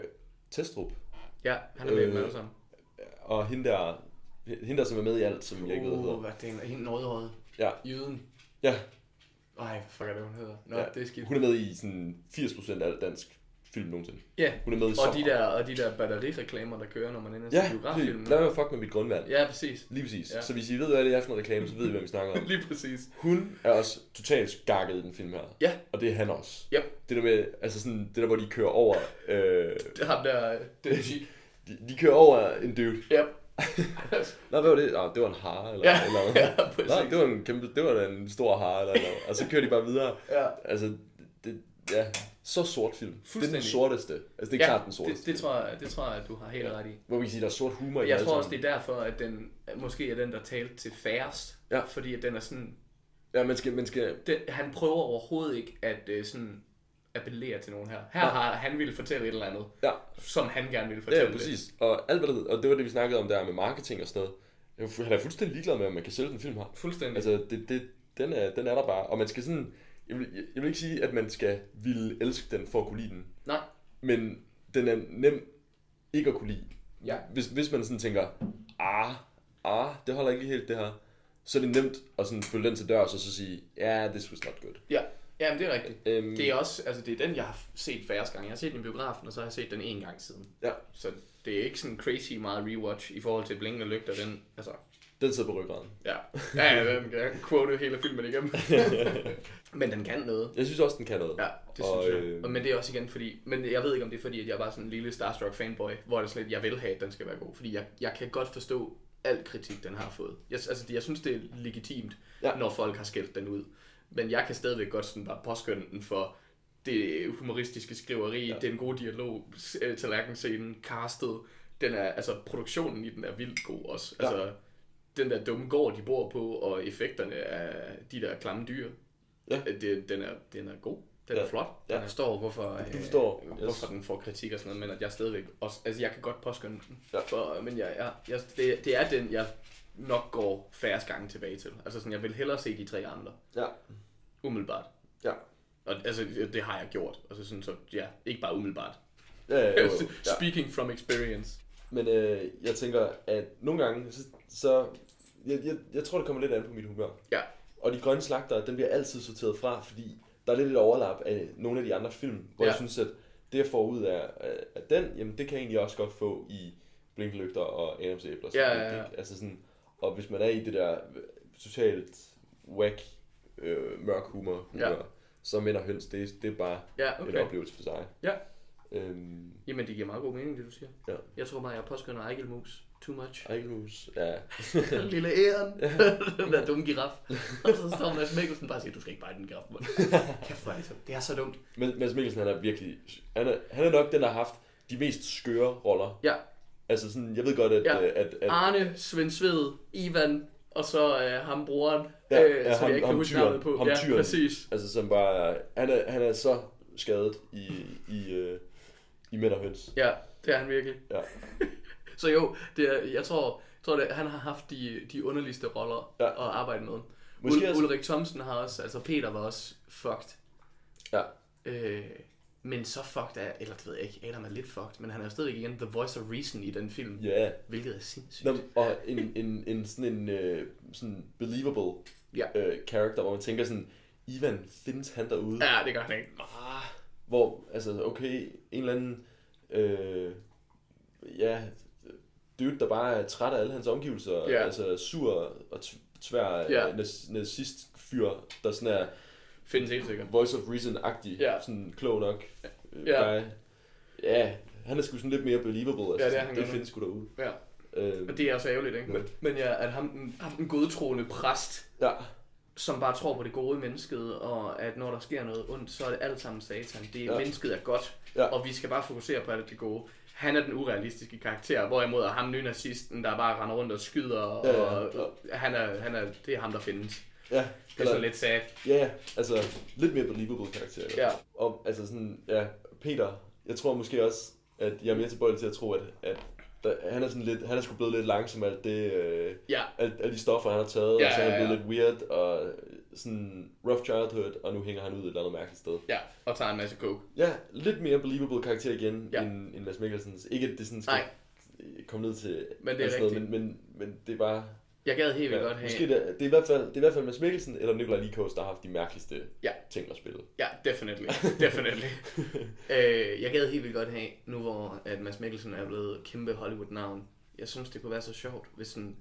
Speaker 4: Testrup
Speaker 3: ja han er med i dem
Speaker 4: Øh,
Speaker 3: alle sammen.
Speaker 4: og hende der, hende der som er med i alt, som jeg ikke ved, hvad
Speaker 3: Uh,
Speaker 4: hedder.
Speaker 3: hvad det er en, en nådehåret.
Speaker 4: Ja,
Speaker 3: Jyden.
Speaker 4: ja,
Speaker 3: Ej, hvad fuck er det, hun hedder? Nå,
Speaker 4: ja.
Speaker 3: ja. det er skidt.
Speaker 4: Hun er med i sådan 80% af alt dansk film nogensinde.
Speaker 3: Ja,
Speaker 4: Hun er med i
Speaker 3: og de, der, og de der batterireklamer, der kører, når man ender
Speaker 4: Ja,
Speaker 3: ja, til biograffilmen.
Speaker 4: det- lad mig fuck med mit grundvand.
Speaker 3: Ja, præcis.
Speaker 4: Lige præcis. Ja.
Speaker 3: Ja.
Speaker 4: Så hvis I ved, hvad det er for en reklame, så ved I, hvad vi snakker om.
Speaker 3: Lige præcis.
Speaker 4: Hun er også totalt skakket i den film her.
Speaker 3: Ja.
Speaker 4: Og det er han også.
Speaker 3: Yep.
Speaker 4: Det der med, altså sådan, det der, hvor de kører over, øh,
Speaker 3: Det er ham der, øh, det er chic.
Speaker 4: de, de kører over en dude.
Speaker 3: Yep.
Speaker 4: Nå, hvad var det? Ah, det var en hare, eller
Speaker 3: Ja,
Speaker 4: eller
Speaker 3: ja,
Speaker 4: andet.
Speaker 3: præcis.
Speaker 4: Nå, det var en kæmpe, det var da en stor hare, eller noget. Og så kører de bare videre.
Speaker 3: ja.
Speaker 4: Altså, det, ja, så sort film. Det er den
Speaker 3: Fuldstændig.
Speaker 4: sorteste. Altså, det er ja, klart den sorteste.
Speaker 3: det, det, tror jeg, det tror jeg, at du har helt ret i.
Speaker 4: Hvor vi kan sige, der er sort humor i
Speaker 3: Og jeg
Speaker 4: alle
Speaker 3: tror også,
Speaker 4: sammen.
Speaker 3: det er derfor, at den at måske er den, der talte til færrest.
Speaker 4: Ja.
Speaker 3: Fordi at den er sådan...
Speaker 4: Ja, man skal, man skal...
Speaker 3: Den, han prøver overhovedet ikke at øh, sådan appellere til nogen her. Her har han ville fortælle et eller andet,
Speaker 4: Ja,
Speaker 3: som han gerne ville
Speaker 4: det
Speaker 3: fortælle
Speaker 4: er præcis. Og alt, hvad der hed, og det var det, vi snakkede om der med marketing og sådan noget. Jeg er fu- Han er fuldstændig ligeglad med, om man kan sælge den film her.
Speaker 3: det. Fuldstændig.
Speaker 4: Altså, det, det, den, er, den er der bare. Og man skal sådan... Jeg vil, jeg- jeg vil ikke sige, at man skal ville elske den for at kunne lide den.
Speaker 3: Nej.
Speaker 4: Men den er nem ikke at kunne lide.
Speaker 3: Ja.
Speaker 4: Hvis, hvis man sådan tænker, ah, ah, det holder ikke helt det her. Så er det nemt at sådan følge den til dørs og så sige, ja, yeah, this was not good.
Speaker 3: Ja, Jamen, det er rigtigt.
Speaker 4: Øhm,
Speaker 3: Det er også, altså det er den, jeg har set færrest gange. Jeg har set den i biografen, og så har jeg set den en gang siden.
Speaker 4: Ja,
Speaker 3: Så det er ikke sådan crazy meget rewatch i forhold til Blinkende Lygter. Den, altså,
Speaker 4: den sidder på ryggraden.
Speaker 3: ja. Ja, ja, den kan quote hele filmen igennem. men den kan noget.
Speaker 4: Jeg synes også, den kan noget.
Speaker 3: Ja, det
Speaker 4: Og,
Speaker 3: og, synes jeg.
Speaker 4: øh,
Speaker 3: Øh... Men det er også igen fordi, men jeg ved ikke om det er fordi, at jeg er bare sådan en lille Starstruck fanboy, hvor det er sådan lidt, jeg vil have, at den skal være god. Fordi jeg, jeg kan godt forstå al kritik, den har fået. Jeg, altså, jeg synes, det er legitimt,
Speaker 4: Ja.
Speaker 3: ja. når folk har skældt den ud. Men jeg kan stadigvæk godt sådan bare påskynde den for det humoristiske skriveri, ja. den gode dialog, s- øh, tallerkenscenen, castet. Den er, altså, produktionen i den er vildt god også.
Speaker 4: Ja.
Speaker 3: Altså, den der dumme gård, de bor på, og effekterne af de der klamme dyr.
Speaker 4: Ja.
Speaker 3: Øh, Det, den, er, den er god. Den er
Speaker 4: Ja.
Speaker 3: ja. flot.
Speaker 4: Ja.
Speaker 3: Ja. Jeg forstår, hvorfor, øh,
Speaker 4: Du forstår, yes.
Speaker 3: hvorfor den får kritik og sådan noget, men at jeg stadigvæk også, altså jeg kan godt påskynde den,
Speaker 4: Ja.
Speaker 3: ja. for, men jeg, jeg, jeg, det, det er den, jeg nok går færrest gange tilbage til. Altså sådan, jeg vil hellere se de tre andre,
Speaker 4: Ja,
Speaker 3: umiddelbart.
Speaker 4: ja.
Speaker 3: Og altså, det har jeg gjort, og så sådan, så ja, ikke bare umiddelbart.
Speaker 4: Ja, ja, jo, jo. ja.
Speaker 3: Speaking from experience.
Speaker 4: Men øh, jeg tænker, at nogle gange, så, så jeg, jeg, jeg tror, det kommer lidt an på mit humør.
Speaker 3: Ja,
Speaker 4: Og de grønne slagter, den bliver altid sorteret fra, fordi der er lidt et overlap af nogle af de andre film, hvor ja.
Speaker 3: Ja.
Speaker 4: jeg synes, at det, jeg får ud af, af- af den, jamen det kan jeg egentlig også godt få i Blinklygter og Adams Æbler.
Speaker 3: Ja, ja, ja.
Speaker 4: Ikke? Altså sådan, og hvis man er i det der totalt whack, øh, mørk humor, humor ja.
Speaker 3: Ja.
Speaker 4: så mænd og høns, det, er- det er bare
Speaker 3: ja,
Speaker 4: okay. en
Speaker 3: okay.
Speaker 4: oplevelse for sig.
Speaker 3: Ja.
Speaker 4: Øhm,
Speaker 3: Jamen, det giver meget god mening, det du siger.
Speaker 4: Ja.
Speaker 3: Jeg tror bare, jeg påskynder Ejkel Mus too much.
Speaker 4: Ejkelhus, ja.
Speaker 3: Lille æren. den der dumme giraf. Og så står Mads Mikkelsen bare og siger, du skal ikke bejde den giraf, mand. Kæft, hvor er det, så- det er så dumt.
Speaker 4: Men Mads Mikkelsen, han er virkelig... Han er, han er nok den, der har haft de mest skøre roller.
Speaker 3: Ja,
Speaker 4: Altså sådan, jeg ved godt, at...
Speaker 3: Ja. Ah,
Speaker 4: øh, at, at
Speaker 3: Arne, Svend Sved, Ivan, og så øh, ham broren,
Speaker 4: Ja,
Speaker 3: ja, øh,
Speaker 4: ja,
Speaker 3: ja, som
Speaker 4: ham-
Speaker 3: jeg ikke
Speaker 4: ham
Speaker 3: kan huske
Speaker 4: tyren.
Speaker 3: navnet på.
Speaker 4: Ham
Speaker 3: ja,
Speaker 4: tyren.
Speaker 3: præcis.
Speaker 4: altså som bare... Han er, han er så skadet i, i, øh, i Mænd og Høns.
Speaker 3: Ja, det er han virkelig.
Speaker 4: Ja.
Speaker 3: Så jo, det er, jeg tror, jeg tror det, han har haft de, de underligste roller
Speaker 4: Ja.
Speaker 3: ja. at arbejde med.
Speaker 4: Måske
Speaker 3: Måske Ul-
Speaker 4: også-
Speaker 3: Ulrik Thomsen har også, altså Peter var også fucked.
Speaker 4: Ja.
Speaker 3: Øh, men så fucked er, eller det ved jeg ikke, Adam er lidt fucked, men han er jo stadigvæk igen The Voice of Reason i den film,
Speaker 4: Ja.
Speaker 3: hvilket er sindssygt.
Speaker 4: Nå, og en, en, en sådan en øh, sådan believable
Speaker 3: Ja.
Speaker 4: øh, character, hvor man tænker sådan, Ivan, findes han derude?
Speaker 3: Ja, det gør han ikke.
Speaker 4: Ah, hvor, altså, okay, en eller anden, øh, ja, dude, der bare er træt af alle hans omgivelser,
Speaker 3: Ja.
Speaker 4: altså sur og tv- tvær
Speaker 3: Ja.
Speaker 4: yeah. nazist fyr, der sådan er
Speaker 3: Findes helt sikkert.
Speaker 4: voice of reason-agtig,
Speaker 3: Ja.
Speaker 4: sådan klog nok øh,
Speaker 3: Ja.
Speaker 4: guy. Ja, han er sgu sådan lidt mere believable, altså,
Speaker 3: Ja, det er
Speaker 4: sådan,
Speaker 3: han
Speaker 4: det
Speaker 3: godt
Speaker 4: findes sgu derude.
Speaker 3: Ja.
Speaker 4: Øh,
Speaker 3: Og det er også ærgerligt, ikke? Men, men ja, at ham, den- ham den godtroende præst,
Speaker 4: ja,
Speaker 3: som bare tror på det gode i mennesket, og at når der sker noget ondt, så er det alt sammen satan. Det
Speaker 4: Ja.
Speaker 3: ja. mennesket er godt,
Speaker 4: Ja.
Speaker 3: ja. og vi skal bare fokusere på alt det gode. Han er den urealistiske karakter, hvorimod er ham nynazisten, der bare render rundt og skyder, og,
Speaker 4: Ja,
Speaker 3: ja,
Speaker 4: ja.
Speaker 3: og han er, han er, det er ham, der findes.
Speaker 4: ja,
Speaker 3: Det er sådan lidt sad.
Speaker 4: Ja, ja, altså lidt mere believable karakter. i hvert fald.
Speaker 3: Ja.
Speaker 4: Og altså sådan, ja, Peter, jeg tror måske også, at jeg er mere tilbøjelig til at tro, at, at der, han er sådan lidt, han er sgu blevet lidt langsom af alt det, øh,
Speaker 3: Ja,
Speaker 4: alt, alle de stoffer, han har taget,
Speaker 3: Ja,
Speaker 4: og så er han
Speaker 3: ja, ja.
Speaker 4: blevet lidt weird, og sådan rough childhood, og nu hænger han ud et eller andet mærkeligt sted.
Speaker 3: ja, og tager en masse coke.
Speaker 4: Ja, lidt mere believable karakter igen,
Speaker 3: Ja.
Speaker 4: end, end Mads Mikkelsens. Ikke at det sådan skal
Speaker 3: Nej.
Speaker 4: komme ned til
Speaker 3: Men det er
Speaker 4: alt sådan
Speaker 3: rigtigt.
Speaker 4: men, men, men det er bare...
Speaker 3: Jeg gad helt vildt
Speaker 4: Ja,
Speaker 3: godt have...
Speaker 4: måske det, det, er i hvert fald, det er i hvert fald Mads Mikkelsen eller Nikolaj Likos, der har haft de mærkeligste
Speaker 3: Ja.
Speaker 4: ting at spille.
Speaker 3: Ja, definitely. definitely. øh, jeg gad helt vildt godt have, nu hvor at Mads Mikkelsen er blevet et kæmpe Hollywood-navn. Jeg synes, det kunne være så sjovt, hvis sådan,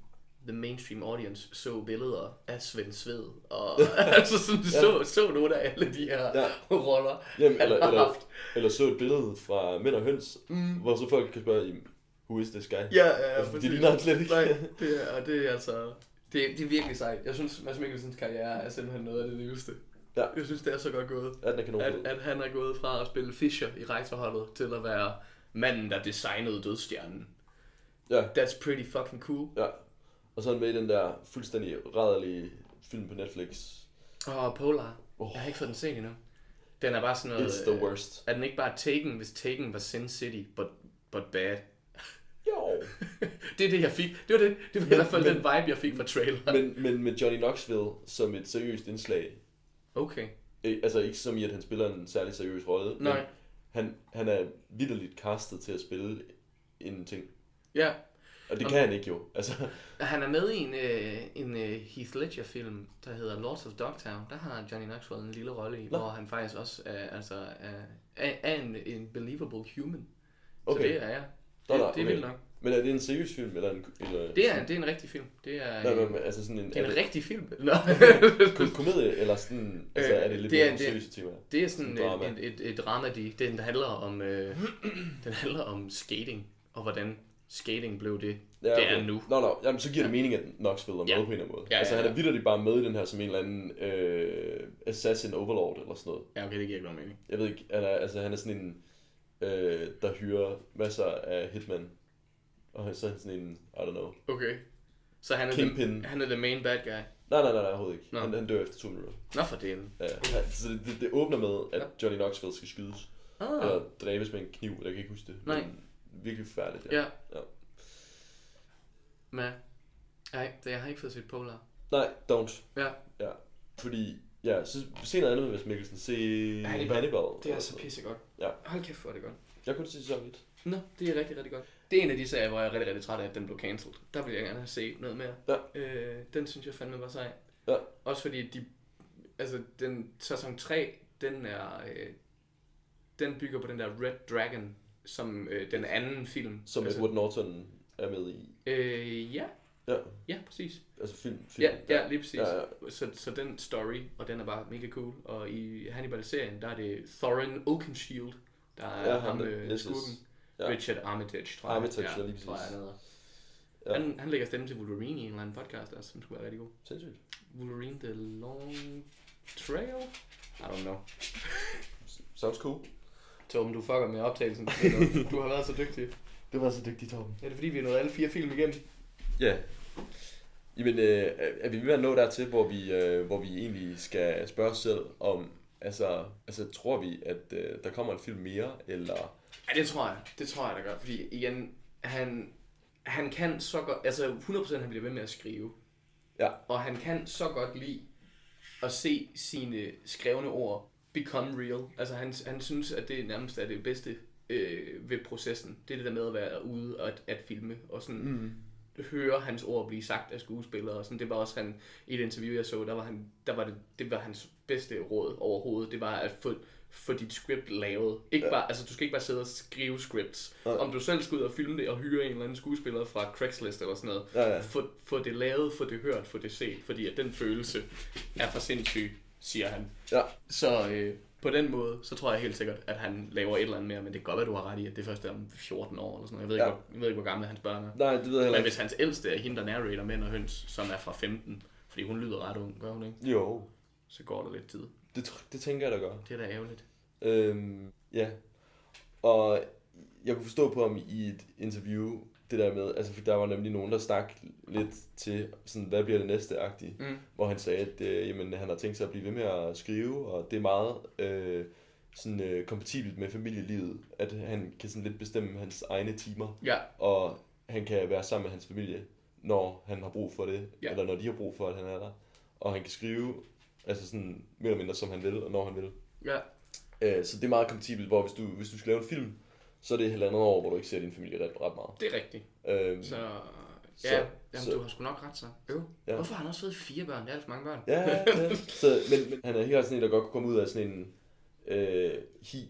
Speaker 3: the mainstream audience så billeder af Svend Sved, og altså sådan, så, så nogle af alle de her
Speaker 4: Ja.
Speaker 3: ja. roller,
Speaker 4: Jamen,
Speaker 3: han
Speaker 4: eller,
Speaker 3: har
Speaker 4: eller,
Speaker 3: haft.
Speaker 4: eller så et billede fra Mænd og Høns, mm. hvor så folk kan spørge, "Jamen, who is this guy?
Speaker 3: Ja, ja, ja,
Speaker 4: Det
Speaker 3: præcis.
Speaker 4: Altså, ligner ham slet ikke.
Speaker 3: Nej, det er, og det er altså... Det, er- det er virkelig sejt. Jeg synes, Mads Mikkelsens karriere er simpelthen noget af det nyeste.
Speaker 4: Ja.
Speaker 3: Jeg synes, det er så godt gået.
Speaker 4: Ja, den er kanon.
Speaker 3: at, at han er gået fra at spille Fischer i rejserholdet til at være manden, der designede dødstjernen.
Speaker 4: Ja,
Speaker 3: That's pretty fucking cool.
Speaker 4: ja. Og så er han med i den der fuldstændig rædderlige film på Netflix.
Speaker 3: Og Polar.
Speaker 4: Åh.
Speaker 3: Oh. Jeg har ikke fået den set endnu. Den er bare sådan noget...
Speaker 4: It's the
Speaker 3: øh,
Speaker 4: worst.
Speaker 3: Er den ikke bare Taken, hvis Taken var Sin City, but, but bad?
Speaker 4: Jo.
Speaker 3: det er det, jeg fik. Det var, det, det var i hvert fald
Speaker 4: men-
Speaker 3: den vibe, jeg fik fra traileren.
Speaker 4: Men, men med Johnny Knoxville som et seriøst indslag.
Speaker 3: Okay.
Speaker 4: Øh, Altså ikke som i, at han spiller en særlig seriøs rolle. men
Speaker 3: Nej.
Speaker 4: Han, han er vidderligt castet til at spille en ting.
Speaker 3: Ja.
Speaker 4: Og det kan han ikke jo. Altså,
Speaker 3: Han er med i en, øh, en øh, Heath Ledger-film, der hedder Lords of Dogtown. Der har Johnny Knoxville en lille rolle i, Nå. hvor han faktisk også er, altså, er, er, er en, en believable human.
Speaker 4: Okay.
Speaker 3: Så det er jeg.
Speaker 4: Nå,
Speaker 3: Det,
Speaker 4: nej,
Speaker 3: det er
Speaker 4: okay.
Speaker 3: vildt nok.
Speaker 4: men er det en seriøs film, eller en... Eller,
Speaker 3: Det er, det er en rigtig film. Det er,
Speaker 4: nej,
Speaker 3: en-
Speaker 4: men, altså sådan en...
Speaker 3: det er en
Speaker 4: er
Speaker 3: rigtig film. Nå.
Speaker 4: det kom- komedie, eller sådan... Altså,
Speaker 3: Øh,
Speaker 4: er det lidt
Speaker 3: det er-
Speaker 4: mere
Speaker 3: det er-
Speaker 4: seriøse temaer?
Speaker 3: Det er sådan
Speaker 4: Sådan drama.
Speaker 3: et, et, et, et drama, de, den handler om øh, den handler om skating og hvordan skating blev det, ja, det er nu.
Speaker 4: Nå, nå, jamen, så giver det mening, at Knoxville er med
Speaker 3: Ja.
Speaker 4: ja. på en eller anden måde.
Speaker 3: Ja,
Speaker 4: Ja,
Speaker 3: ja,
Speaker 4: altså, han
Speaker 3: ja.
Speaker 4: er vidderligt bare med i den her som en eller anden øh, assassin overlord eller sådan noget.
Speaker 3: Ja, okay, det giver ikke nogen mening.
Speaker 4: Jeg ved ikke, han er, altså, han er sådan en, øh, der hyrer masser af hitmen. Og så er han sådan en, I don't know.
Speaker 3: Okay. Så han er,
Speaker 4: Kingpin.
Speaker 3: the, han er the main bad guy.
Speaker 4: Nej, nej, nej, nej overhovedet ikke.
Speaker 3: Nå.
Speaker 4: Han, han dør efter to minutter.
Speaker 3: Nå for delen.
Speaker 4: Ja, ja. så det, det, det åbner med, at Johnny Knoxville skal skydes.
Speaker 3: Ah.
Speaker 4: Eller dræbes med en kniv, jeg kan ikke huske det.
Speaker 3: Nej.
Speaker 4: Men virkelig forfærdeligt,
Speaker 3: Ja.
Speaker 4: ja.
Speaker 3: Men, nej, det- jeg har ikke fået set Polar.
Speaker 4: Nej, don't.
Speaker 3: Ja.
Speaker 4: Ja. Fordi, ja, så se noget andet med Mads Mikkelsen. Se
Speaker 3: Hannibal.
Speaker 4: Hannibal.
Speaker 3: Det er
Speaker 4: og
Speaker 3: så
Speaker 4: sådan noget.
Speaker 3: pissegodt.
Speaker 4: Ja.
Speaker 3: Hold kæft, hvor er det godt.
Speaker 4: Jeg kunne se sæson 1.
Speaker 3: Nå, det er rigtig, rigtig godt. Det er en af de serier, hvor jeg er rigtig, rigtig træt af, at den blev cancelled. Der ville jeg gerne have set noget mere.
Speaker 4: Ja.
Speaker 3: Øh, den synes jeg fandme var sej.
Speaker 4: Ja.
Speaker 3: Også fordi de, altså den sæson 3, den er, øh, den bygger på den der Red Dragon, som øh, den anden film.
Speaker 4: Som
Speaker 3: altså,
Speaker 4: Edward Norton er med i.
Speaker 3: øh, ja,
Speaker 4: Ja,
Speaker 3: ja, præcis.
Speaker 4: altså film. film.
Speaker 3: Ja, ja, lige præcis.
Speaker 4: Ja,
Speaker 3: Ja,
Speaker 4: ja.
Speaker 3: ja. Så, så den story, og den er bare mega cool. Og i Hannibal-serien, der er det Thorin Oakenshield, der er
Speaker 4: Ja,
Speaker 3: ja,
Speaker 4: ham
Speaker 3: ham,
Speaker 4: der-
Speaker 3: øh,
Speaker 4: yes, yes.
Speaker 3: skurken.
Speaker 4: Ja.
Speaker 3: Ja. Richard Armitage, tror jeg.
Speaker 4: Armitage, ja, lige
Speaker 3: tror jeg,
Speaker 4: præcis.
Speaker 3: han hedder.
Speaker 4: Ja.
Speaker 3: Ja. Han, han lægger stemme til Wolverine i en eller anden podcast også, som skulle være rigtig god.
Speaker 4: Sindssygt.
Speaker 3: Wolverine The Long Trail? I don't know.
Speaker 4: Sounds cool.
Speaker 3: Tom, du fucker med optagelsen. Det er noget. du har været så dygtig.
Speaker 4: Det var så dygtigt, Torben.
Speaker 3: Er det fordi, vi har nået alle fire film igennem?
Speaker 4: Ja. Jamen, øh, er- er vi ved at nå dertil, hvor vi, øh, hvor vi egentlig skal spørge os selv om, altså, altså tror vi, at øh, der kommer en film mere, eller...
Speaker 3: Ja, det tror jeg. Det tror jeg, der gør. Fordi igen, han, han kan så godt... Altså, 100% han bliver ved med at skrive.
Speaker 4: Ja.
Speaker 3: Og han kan så godt lide at se sine skrevne ord become real. Altså, han, han synes, at det nærmest er det bedste øh, ved processen. Det er det der med at være ude og at, at filme. Og sådan, mm høre hans ord blive sagt af skuespillere. Og sådan. Det var også han, i et interview, jeg så, der var, han, der var det, det var hans bedste råd overhovedet. Det var at få, få dit script lavet. Ikke bare, altså, du skal ikke bare sidde og skrive scripts.
Speaker 4: Nej.
Speaker 3: Om du selv skal ud og filme det og hyre en eller anden skuespiller fra Craigslist eller sådan noget.
Speaker 4: Ja, ja.
Speaker 3: Få, få det lavet, få det hørt, få det set. Fordi at den følelse er for sindssyg, siger han.
Speaker 4: Ja,
Speaker 3: Så øh, på den måde, så tror jeg helt sikkert, at han laver et eller andet mere. Men det kan godt være, du har ret i, at det først er om 14 år eller sådan noget. Jeg ved,
Speaker 4: Ja.
Speaker 3: ikke, hvor, jeg ved ikke, hvor gamle hans børn er.
Speaker 4: nej, det ved jeg heller
Speaker 3: Men
Speaker 4: ikke.
Speaker 3: hvis hans ældste er hende, der narrator Mænd og Høns, som er fra 15, fordi hun lyder ret ung, gør hun ikke?
Speaker 4: Jo,
Speaker 3: Så går der lidt tid.
Speaker 4: det, tr- det tænker jeg, der gør.
Speaker 3: Det er da ærgerligt.
Speaker 4: Øhm, ja. Og jeg kunne forstå på ham i et interview, det der med, altså for der var nemlig nogen, der snak lidt til, sådan, hvad bliver det næste agtige,
Speaker 3: Mm.
Speaker 4: hvor han sagde, at øh, jamen, han har tænkt sig at blive ved med at skrive, og det er meget øh, sådan, øh, kompatibelt med familielivet, at han kan sådan lidt bestemme hans egne timer,
Speaker 3: Ja,
Speaker 4: og han kan være sammen med hans familie, når han har brug for det,
Speaker 3: Ja.
Speaker 4: eller når de har brug for, at han er der, og han kan skrive, altså sådan mere eller mindre, som han vil, og når han vil.
Speaker 3: ja,
Speaker 4: Øh, så det er meget kompatibelt, hvor hvis du, hvis du skal lave en film, så er det et halvandet år, hvor du ikke ser din familie ret, ret meget.
Speaker 3: det er rigtigt.
Speaker 4: Øh,
Speaker 3: Så
Speaker 4: Så-
Speaker 3: ja, jamen,
Speaker 4: så-
Speaker 3: du har sgu nok ret så. Jo.
Speaker 4: Ja.
Speaker 3: Ja. Hvorfor har han også fået fire børn? Det er alt for mange børn.
Speaker 4: ja, ja. Så, men, men han er helt klart sådan en, der godt kunne komme ud af sådan en øh, hi,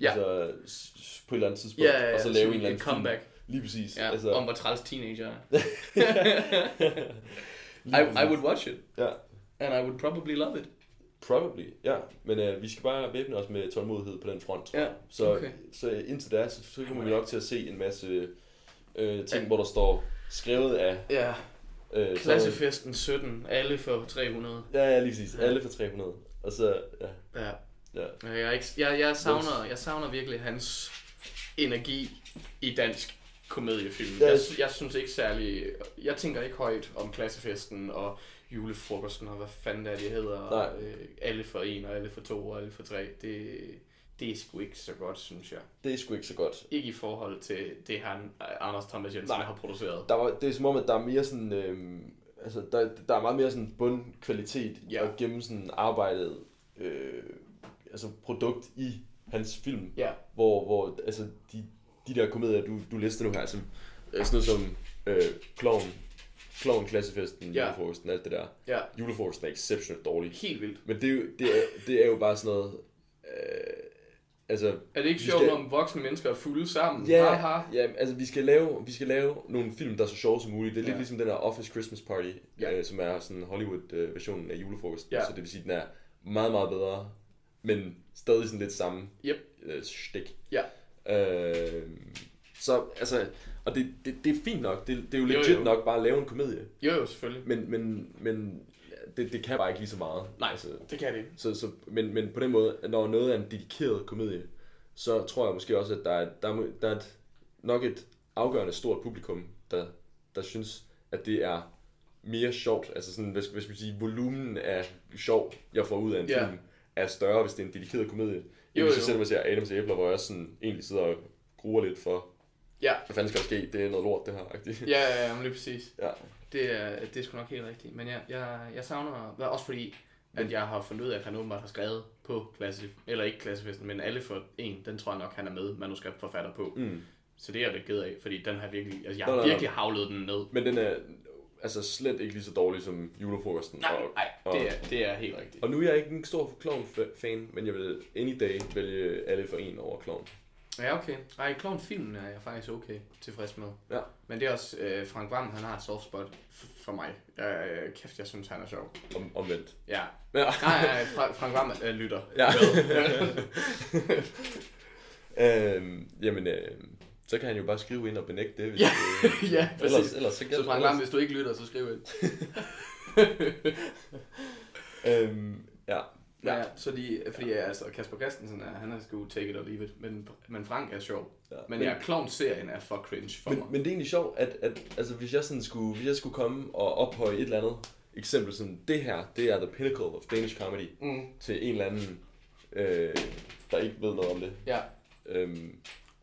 Speaker 3: Ja.
Speaker 4: altså, s- s- på et eller andet tidspunkt,
Speaker 3: Ja, ja,
Speaker 4: og så
Speaker 3: ja,
Speaker 4: lave
Speaker 3: sådan
Speaker 4: en eller
Speaker 3: et
Speaker 4: anden
Speaker 3: comeback.
Speaker 4: Film. Lige præcis.
Speaker 3: Ja, altså... om hvor træls teenager er. I,
Speaker 4: lige
Speaker 3: I
Speaker 4: præcis.
Speaker 3: would watch it,
Speaker 4: Ja,
Speaker 3: and I would probably love it.
Speaker 4: probably, ja. Men øh, vi skal bare væbne os med tålmodighed på den front.
Speaker 3: Ja,
Speaker 4: Så,
Speaker 3: okay.
Speaker 4: så indtil da, så, så kommer vi nok til at se en masse øh, ting, hvor der står skrevet af...
Speaker 3: Ja,
Speaker 4: Øh, Thomas-
Speaker 3: klassefesten 17, alle for 300.
Speaker 4: Ja, ja, lige præcis. Alle for 300. Og så, ja,
Speaker 3: Ja.
Speaker 4: ja.
Speaker 3: Ja, Jeg, er ikke, jeg, jeg, savner, jeg savner virkelig hans energi i dansk komediefilm.
Speaker 4: Ja.
Speaker 3: Jeg, sy- jeg synes ikke særlig... Jeg tænker ikke højt om klassefesten og julefrokosten og hvad fanden det er, de hedder. og,
Speaker 4: Nej.
Speaker 3: Øh, alle for en og alle for to og alle for tre. Det, det er sgu ikke så godt, synes jeg.
Speaker 4: Det er sgu ikke så godt.
Speaker 3: Ikke i forhold til det, han, øh, Anders Thomas Jensen
Speaker 4: Nej.
Speaker 3: har produceret.
Speaker 4: Der var, det er som om, at der er mere sådan... Øhm, altså, der, der er meget mere sådan bundkvalitet
Speaker 3: Ja.
Speaker 4: og gennem sådan arbejdet... Øh, altså produkt i hans film.
Speaker 3: Ja.
Speaker 4: Hvor, hvor altså, de, de der komedier, du, du lister nu her, som, øh, sådan noget som Øh, Kloven, Kloven, Klassefesten,
Speaker 3: Ja.
Speaker 4: ja. julefrokosten, alt det der.
Speaker 3: Ja,
Speaker 4: Julefrokosten er exceptionelt dårlig.
Speaker 3: helt vildt.
Speaker 4: Men det er jo, det er, det er jo bare sådan noget... Øh, altså,
Speaker 3: Er det ikke
Speaker 4: Vi
Speaker 3: sjovt,
Speaker 4: skal-
Speaker 3: når voksne mennesker er fulde sammen?
Speaker 4: Ja,
Speaker 3: Ha, ha.
Speaker 4: ja altså vi skal, lave, vi skal lave nogle film, der er så sjove som muligt. Det er lidt
Speaker 3: Ja.
Speaker 4: ligesom den her Office Christmas Party,
Speaker 3: Ja.
Speaker 4: ja. øh, som er sådan Hollywood-versionen af julefrokosten.
Speaker 3: Ja.
Speaker 4: Så det vil sige, at den er meget, meget bedre, men stadig sådan lidt samme
Speaker 3: Yep.
Speaker 4: øh, stik.
Speaker 3: Ja.
Speaker 4: Øh, så altså, og det, det, det er fint nok. Det, det er jo legit
Speaker 3: jo.
Speaker 4: nok bare at lave en komedie.
Speaker 3: Jo, jo, selvfølgelig.
Speaker 4: Men, men, men det, det kan bare ikke lige så meget.
Speaker 3: Nej,
Speaker 4: altså,
Speaker 3: det kan det ikke.
Speaker 4: så, så, men, men på den måde, at når noget er en dedikeret komedie, så tror jeg måske også, at der er, der, er mo- der er et, nok et afgørende stort publikum, der, der synes, at det er mere sjovt. Altså sådan, hvis, hvis man siger, volumen af sjov, jeg får ud af en
Speaker 3: Ja.
Speaker 4: ja. film, er større, hvis det er en dedikeret komedie.
Speaker 3: Jo,
Speaker 4: Jo, hvis jeg
Speaker 3: jo.
Speaker 4: sætter mig og ser Adams æbler, hvor jeg også sådan, egentlig sidder og gruer lidt for,
Speaker 3: Ja,
Speaker 4: hvad fanden skal der ske, det er noget lort det her. agtigt.
Speaker 3: ja, ja, ja men lige præcis.
Speaker 4: ja.
Speaker 3: Det er, det er sgu nok helt rigtigt. Men ja, jeg, jeg savner, hvad- også fordi, at jeg har fundet ud af, at han åbenbart har skrevet på klasse, eller ikke klassefesten, men alle for en, den tror jeg nok, han er med manuskriptforfatter på.
Speaker 4: Mm.
Speaker 3: Så det er jeg lidt ked af, fordi den har virkelig, altså jeg
Speaker 4: Nå,
Speaker 3: har
Speaker 4: nå, nå.
Speaker 3: virkelig havlet den ned.
Speaker 4: Men den er altså slet ikke lige så dårlig som julefrokosten.
Speaker 3: Nej,
Speaker 4: og-
Speaker 3: nej,
Speaker 4: og-
Speaker 3: det er, det er helt rigtigt.
Speaker 4: Og nu er jeg ikke en stor Clown-fan, men jeg vil any day vælge alle for en over Clown.
Speaker 3: Ja, okay. Ej, Klovn-filmen er jeg faktisk okay tilfreds med.
Speaker 4: Ja.
Speaker 3: Men det er også øh, Frank Vam, han har et soft spot f- for mig. Jeg, øh, kæft, jeg synes, han er sjov.
Speaker 4: Om, omvendt.
Speaker 3: Ja.
Speaker 4: Ja.
Speaker 3: Nej, nej, Fra- Frank Vam øh, lytter.
Speaker 4: ja. øhm, jamen, øh, så kan han jo bare skrive ind og benægte det. Hvis,
Speaker 3: Ja,
Speaker 4: øh,
Speaker 3: ja, præcis.
Speaker 4: ellers, ellers så
Speaker 3: Så
Speaker 4: gælder
Speaker 3: Frank Vam,
Speaker 4: ellers,
Speaker 3: hvis du ikke lytter, så skriv ind.
Speaker 4: øhm, ja.
Speaker 3: Ja, ja så de, fordi ja. altså, Kasper Christensen, er, han er sgu take it or leave it, men, men Frank er sjov.
Speaker 4: Ja.
Speaker 3: Ja. Men,
Speaker 4: Men-
Speaker 3: ja, Klovn-serien er for cringe for
Speaker 4: Men,
Speaker 3: mig.
Speaker 4: men det er egentlig sjovt, at, at altså, hvis, jeg sådan skulle, hvis jeg skulle komme og ophøje et eller andet eksempel, sådan det her, det er the pinnacle of Danish comedy,
Speaker 3: Mm.
Speaker 4: til en eller anden, øh, der ikke ved noget om det.
Speaker 3: Ja,
Speaker 4: Øhm,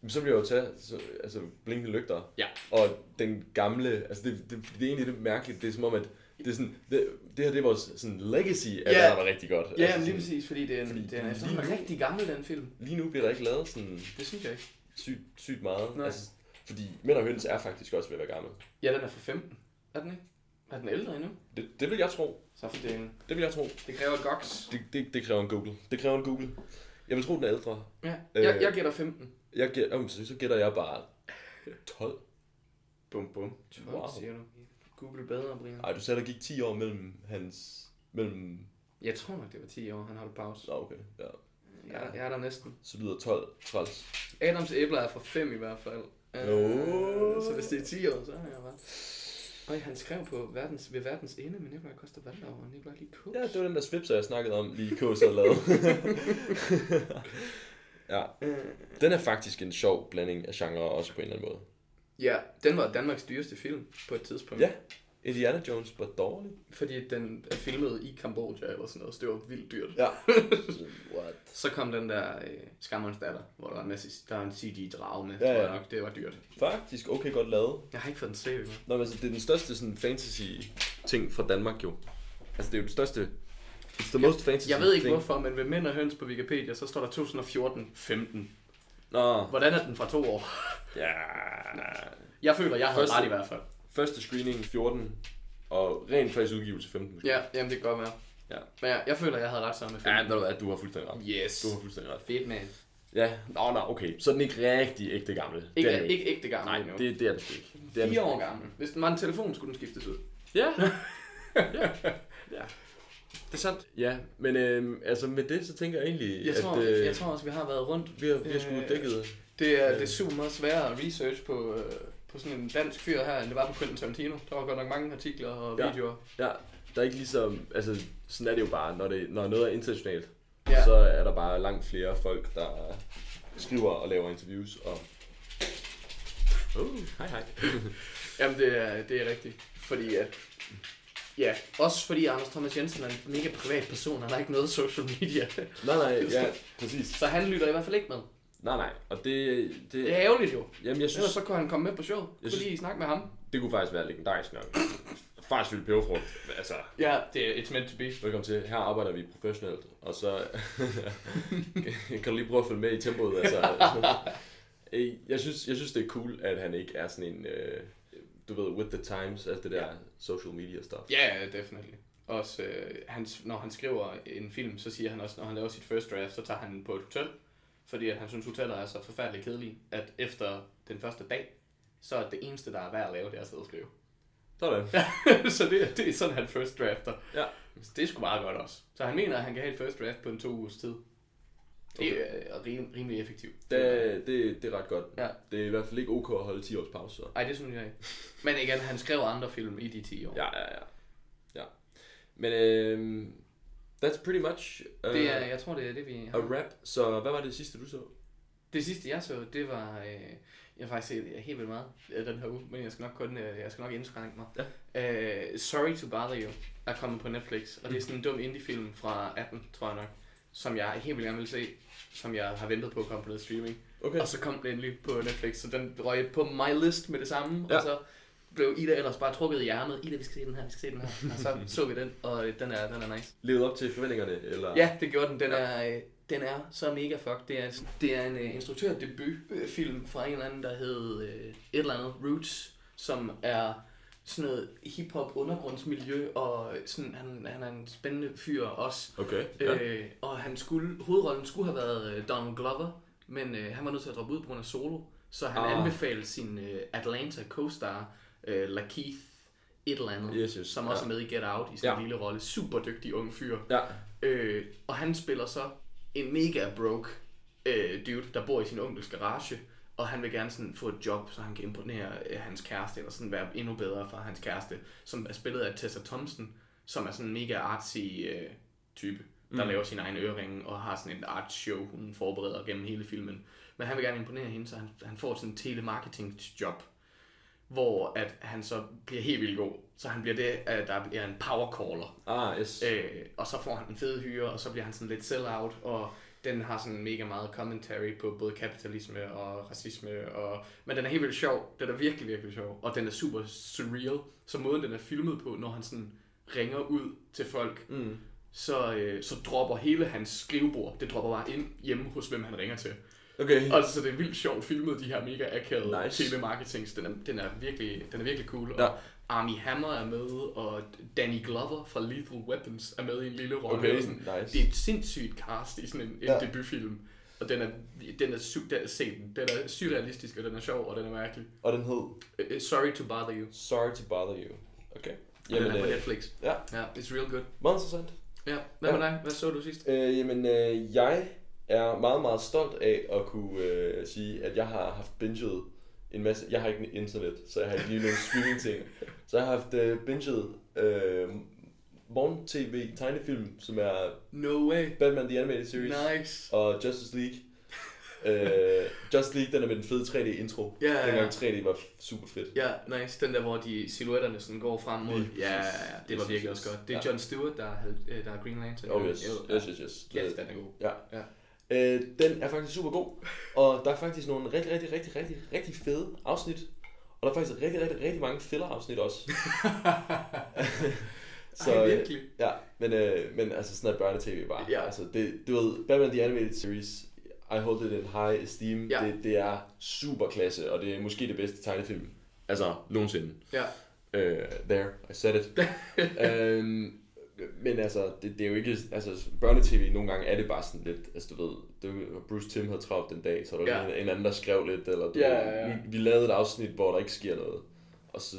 Speaker 4: så vil jeg jo tage så, altså, blinkende lygter.
Speaker 3: Ja.
Speaker 4: Og den gamle, altså det, det, det er egentlig lidt mærkeligt, det er som om, at det, er sådan, det, det her det er vores sådan, legacy, at
Speaker 3: Ja.
Speaker 4: yeah. der var rigtig godt.
Speaker 3: ja
Speaker 4: altså,
Speaker 3: men lige
Speaker 4: sådan,
Speaker 3: præcis, fordi det er en,
Speaker 4: fordi
Speaker 3: det er en
Speaker 4: lige
Speaker 3: efterhånden
Speaker 4: nu-
Speaker 3: rigtig gammel, den film.
Speaker 4: Lige nu bliver der ikke lavet sådan
Speaker 3: Det synes jeg ikke.
Speaker 4: sygt, sygt meget.
Speaker 3: Nej.
Speaker 4: Altså, fordi Mænd og Høns er faktisk også ved at være gammel.
Speaker 3: Ja, den er fra 15. Er den ikke? Er den ældre endnu?
Speaker 4: Det, det vil jeg tro.
Speaker 3: Så for delen.
Speaker 4: Det vil jeg tro.
Speaker 3: Det kræver et goks.
Speaker 4: Det, det, det kræver en Google. Det kræver en Google. Jeg vil tro, den er ældre.
Speaker 3: Ja.
Speaker 4: Øh.
Speaker 3: Jeg, jeg gætter 15.
Speaker 4: Jeg gæt, om, så, så gætter jeg bare 12.
Speaker 3: Bum, bum. 12, wow.
Speaker 4: Wow.
Speaker 3: siger du. Google bedre, Brian.
Speaker 4: Ej, du sagde, der gik 10 år mellem hans... Mellem...
Speaker 3: Jeg tror nok, det var 10 år, han holdt pause.
Speaker 4: Nå, okay. Ja.
Speaker 3: Jeg, er- jeg er der næsten.
Speaker 4: Så lyder 12 træls.
Speaker 3: Adams æbler er fra 5 i hvert fald. Øh,
Speaker 4: Åh.
Speaker 3: Så hvis det er 10 år, så har jeg ret. Og han skrev på verdens, ved verdens ende med Nikolaj Koster Valdau og Nikolaj Lee Cook.
Speaker 4: Ja, det var den der svipser, jeg snakkede om lige i KS havde lavet. ja. Den er faktisk en sjov blanding af genre også på en eller anden måde.
Speaker 3: ja, den var Danmarks dyreste film på et tidspunkt.
Speaker 4: Ja. Indiana Jones var dårlig.
Speaker 3: Fordi den er filmet i Kambodja eller sådan noget, så det var vildt dyrt.
Speaker 4: Ja. What?
Speaker 3: Så kom den der øh, Skammerens datter, hvor der var en masse, der var en CG-drage med, ja,
Speaker 4: Ja,
Speaker 3: ja.
Speaker 4: ja.
Speaker 3: tror jeg nok, det var dyrt.
Speaker 4: Faktisk okay godt lavet.
Speaker 3: Jeg har ikke fået den set endnu.
Speaker 4: Nå, men altså, det er den største sådan, fantasy ting fra Danmark jo. Altså, det er jo den største... It's the most fantasy
Speaker 3: Jeg ved ikke
Speaker 4: thing.
Speaker 3: hvorfor, men ved Mænd og Høns på Wikipedia, så står der 2014-15.
Speaker 4: Nå,
Speaker 3: Hvordan er den fra to år?
Speaker 4: ja.
Speaker 3: Jeg føler, jeg havde
Speaker 4: Første-
Speaker 3: ret i hvert fald.
Speaker 4: Første screening 14, og rent faktisk udgivelse 15. måske.
Speaker 3: Ja, jamen det kan godt være.
Speaker 4: Ja.
Speaker 3: Men jeg, jeg føler, jeg havde ret sammen med
Speaker 4: Ja,
Speaker 3: filmen.
Speaker 4: ved du hvad, du har fuldstændig ret.
Speaker 3: Yes.
Speaker 4: Du har fuldstændig ret.
Speaker 3: Fedt, man.
Speaker 4: Ja, nå, nå, okay. Så er den ikke rigtig ægte gammel. Det
Speaker 3: Ikke,
Speaker 4: er den jo
Speaker 3: ikke, ikke det gamle
Speaker 4: Nej,
Speaker 3: endnu.
Speaker 4: det, det er den sgu ikke. Det er den
Speaker 3: Fire
Speaker 4: sgu
Speaker 3: år
Speaker 4: ikke.
Speaker 3: gammel. Hvis den var en telefon, skulle den skiftes ud.
Speaker 4: Ja. ja. ja. Det er sandt. Ja, men øhm, altså med det, så tænker jeg egentlig,
Speaker 3: Jeg tror,
Speaker 4: at øh,
Speaker 3: jeg tror også, vi har været rundt.
Speaker 4: vi har, vi har sgu
Speaker 3: øh,
Speaker 4: dækket.
Speaker 3: Det er, det er super meget sværere at research på, øh, på sådan en dansk fyr her, end det var på Quentin Tarantino. Der var godt nok mange artikler og
Speaker 4: Ja.
Speaker 3: videoer.
Speaker 4: Ja, der er ikke ligesom, altså sådan er det jo bare, når, det, når noget er internationalt,
Speaker 3: Ja.
Speaker 4: ja. så er der bare langt flere folk, der skriver og laver interviews og...
Speaker 3: Uh,
Speaker 4: Oh, hej hej.
Speaker 3: Jamen, det er, det er rigtigt. Fordi at... Ja, også fordi Anders Thomas Jensen er en mega privat person, han har ikke noget social media.
Speaker 4: nej, nej, ja, præcis.
Speaker 3: Så han lytter i hvert fald ikke med.
Speaker 4: Nej, nej, og det...
Speaker 3: Det
Speaker 4: det
Speaker 3: er ærgerligt jo.
Speaker 4: jamen, jeg
Speaker 3: Ellers
Speaker 4: synes,
Speaker 3: så kunne han komme med på showet. Kunne
Speaker 4: Jeg
Speaker 3: synes...
Speaker 4: synes-
Speaker 3: lige snakke med ham.
Speaker 4: det kunne faktisk være legendarisk nok. Fars vildt peberfrugt, altså...
Speaker 3: Ja, det er it's meant to be.
Speaker 4: Velkommen til. Her arbejder vi professionelt, og så kan du lige prøve at følge med i tempoet. Altså. Øh, jeg, synes, jeg synes, det er cool, at han ikke er sådan en øh, du ved, with the times, alt det der social media stuff.
Speaker 3: Ja, ja, definitely. Også, øh, hans, når han skriver en film, så siger han også, når han laver sit first draft, så tager han den på et hotel. Fordi at han synes, hoteller er så forfærdeligt kedelige, at efter den første dag, så er det eneste, der er værd at lave, det er at sidde og skrive.
Speaker 4: Sådan.
Speaker 3: så det, det er sådan, han first drafter.
Speaker 4: Ja.
Speaker 3: Det er sgu meget godt også. Så han mener, at han kan have et first draft på en to ugers tid. Det er øh, rim- rimelig effektivt.
Speaker 4: Det, det, det er ret godt.
Speaker 3: Ja.
Speaker 4: Det er i hvert fald ikke ok at holde 10 års pause, så.
Speaker 3: Ej, det synes jeg ikke. Men igen, han skrev andre film i de 10 år.
Speaker 4: Ja, ja, ja. ja. Men øh, that's pretty much uh,
Speaker 3: Det er, jeg tror, det er det, vi har.
Speaker 4: a wrap. Så hvad var det sidste, du så?
Speaker 3: Det sidste jeg så, det var, øh, jeg har faktisk set helt vildt meget øh, den her uge, men jeg skal nok kun, øh, jeg skal nok indskrænke mig. Ja. Øh, Sorry to Bother You er kommet på Netflix, og det er sådan en dum indie-film fra 18, tror jeg nok, som jeg helt vildt gerne vil se, som jeg har ventet på at komme på noget streaming.
Speaker 4: Okay.
Speaker 3: Og så kom den endelig på Netflix, så den røg på my list med det samme,
Speaker 4: Ja.
Speaker 3: og så blev Ida ellers bare trukket i ærmet, Ida, vi skal se den her, vi skal se den her, og så så vi den, og øh, den er, den er nice.
Speaker 4: Levede op til forventningerne, eller?
Speaker 3: Ja, det gjorde den. Den er, øh, den er så mega fuck. Det er, det er en øh, instruktørdebutfilm fra en eller anden, der hed øh, et eller andet Roots, som er sådan noget hip-hop undergrundsmiljø, og sådan, han, han er en spændende fyr også.
Speaker 4: Okay, ja.
Speaker 3: Ja. Øh, og han skulle, hovedrollen skulle have været øh, Donald Glover, men øh, han var nødt til at droppe ud på grund af solo, så han
Speaker 4: Ah.
Speaker 3: ah. anbefalede sin øh, Atlanta co-star, øh, LaKeith et eller andet,
Speaker 4: Yes, yes.
Speaker 3: som også
Speaker 4: Ja.
Speaker 3: er med i Get Out i sin
Speaker 4: Ja.
Speaker 3: ja. lille rolle. Super dygtig ung fyr.
Speaker 4: Ja.
Speaker 3: Øh, og han spiller så en mega broke øh, dude, der bor i sin onkels garage, og han vil gerne sådan få et job, så han kan imponere øh, hans kæreste, eller sådan være endnu bedre for hans kæreste, som er spillet af Tessa Thompson, som er sådan en mega artsy øh, type, der mm. laver sin egen øreringe og har sådan et art show, hun forbereder gennem hele filmen. Men han vil gerne imponere hende, så han, han får sådan en telemarketing job, hvor at han så bliver helt vildt god. Så han bliver det, at der bliver en power caller.
Speaker 4: Ah, yes.
Speaker 3: Øh, og så får han en fed hyre, og så bliver han sådan lidt sell-out, og den har sådan mega meget commentary på både kapitalisme og racisme. Og... Men den er helt vildt sjov. Den er virkelig, virkelig sjov. Og den er super surreal. Så måden, den er filmet på, når han sådan ringer ud til folk, mm. så, øh, så dropper hele hans skrivebord. Det dropper bare ind hjemme hos, hvem han ringer til.
Speaker 4: Okay.
Speaker 3: Og så det er vildt sjovt filmet, de her mega akavede nice.
Speaker 4: Nice.
Speaker 3: telemarketings. Den er, den, er virkelig, den er virkelig cool.
Speaker 4: Ja.
Speaker 3: Og Armie Hammer er med, og Danny Glover fra Lethal Weapons er med i en lille rolle.
Speaker 4: Okay,
Speaker 3: Og sådan,
Speaker 4: nice.
Speaker 3: Det er et sindssygt cast i sådan en, en
Speaker 4: Ja.
Speaker 3: ja. debutfilm. Og den er, den er sygt, der, se den. Den er surrealistisk, og den er sjov, og den er mærkelig.
Speaker 4: Og den hed
Speaker 3: Øh, øh, sorry to bother you.
Speaker 4: Sorry to Bother You. Okay.
Speaker 3: Jamen, den er på
Speaker 4: øh,
Speaker 3: Netflix.
Speaker 4: ja.
Speaker 3: Ja, it's real good.
Speaker 4: Meget interessant.
Speaker 3: Ja, hvad
Speaker 4: Ja.
Speaker 3: med dig? Hvad så du sidst?
Speaker 4: Øh, jamen, øh, jeg er meget, meget stolt af at kunne øh, sige, at jeg har haft binget en masse... Jeg har ikke internet, så jeg har ikke lige nogen streaming ting. Så jeg har haft øh, binget øh, morgen-tv tegnefilm, som er
Speaker 3: No way.
Speaker 4: Batman The Animated Series
Speaker 3: Nice.
Speaker 4: og Justice League. øh, Justice League, den er med den fede 3D-intro.
Speaker 3: Ja, ja, ja.
Speaker 4: Dengang 3D var super fedt.
Speaker 3: Ja, nice. Den der, hvor de silhuetterne sådan går frem mod.
Speaker 4: Lige præcis.
Speaker 3: Ja, ja, ja, det var
Speaker 4: Lige
Speaker 3: virkelig
Speaker 4: præcis.
Speaker 3: også godt. Det er
Speaker 4: Ja.
Speaker 3: John Stewart, der er, øh, der er Green Lantern.
Speaker 4: Oh yes,
Speaker 3: Jo,
Speaker 4: yes, yes, yes.
Speaker 3: Kæft, den er god.
Speaker 4: Ja.
Speaker 3: Ja.
Speaker 4: Øh, den er faktisk super god, og der er faktisk nogle rigtig, rigtig, rigtig, rigtig, rigtig fede afsnit. Og der er faktisk rigtig, rigtig, rigtig mange filler-afsnit også.
Speaker 3: Så,
Speaker 4: øh,
Speaker 3: Ej, virkelig.
Speaker 4: Ja, men, øh, men altså sådan er børnetv bare.
Speaker 3: Ja.
Speaker 4: Altså, det, du ved, Batman The Animated Series, I hold it in high esteem.
Speaker 3: Ja.
Speaker 4: Det, det er super klasse, og det er måske det bedste tegnefilm. Altså, nogensinde.
Speaker 3: Ja.
Speaker 4: Øh, there, I said it. øhm, men altså, det, det er jo ikke... Altså, børnetv nogle gange er det bare sådan lidt... Altså, du ved, det, var- Bruce Tim havde travlt den dag, så der var
Speaker 3: Ja.
Speaker 4: ja. en, en anden, der skrev lidt, eller du
Speaker 3: Ja,
Speaker 4: ved,
Speaker 3: ja, ja.
Speaker 4: Vi, vi lavede et afsnit, hvor der ikke sker noget. Og så...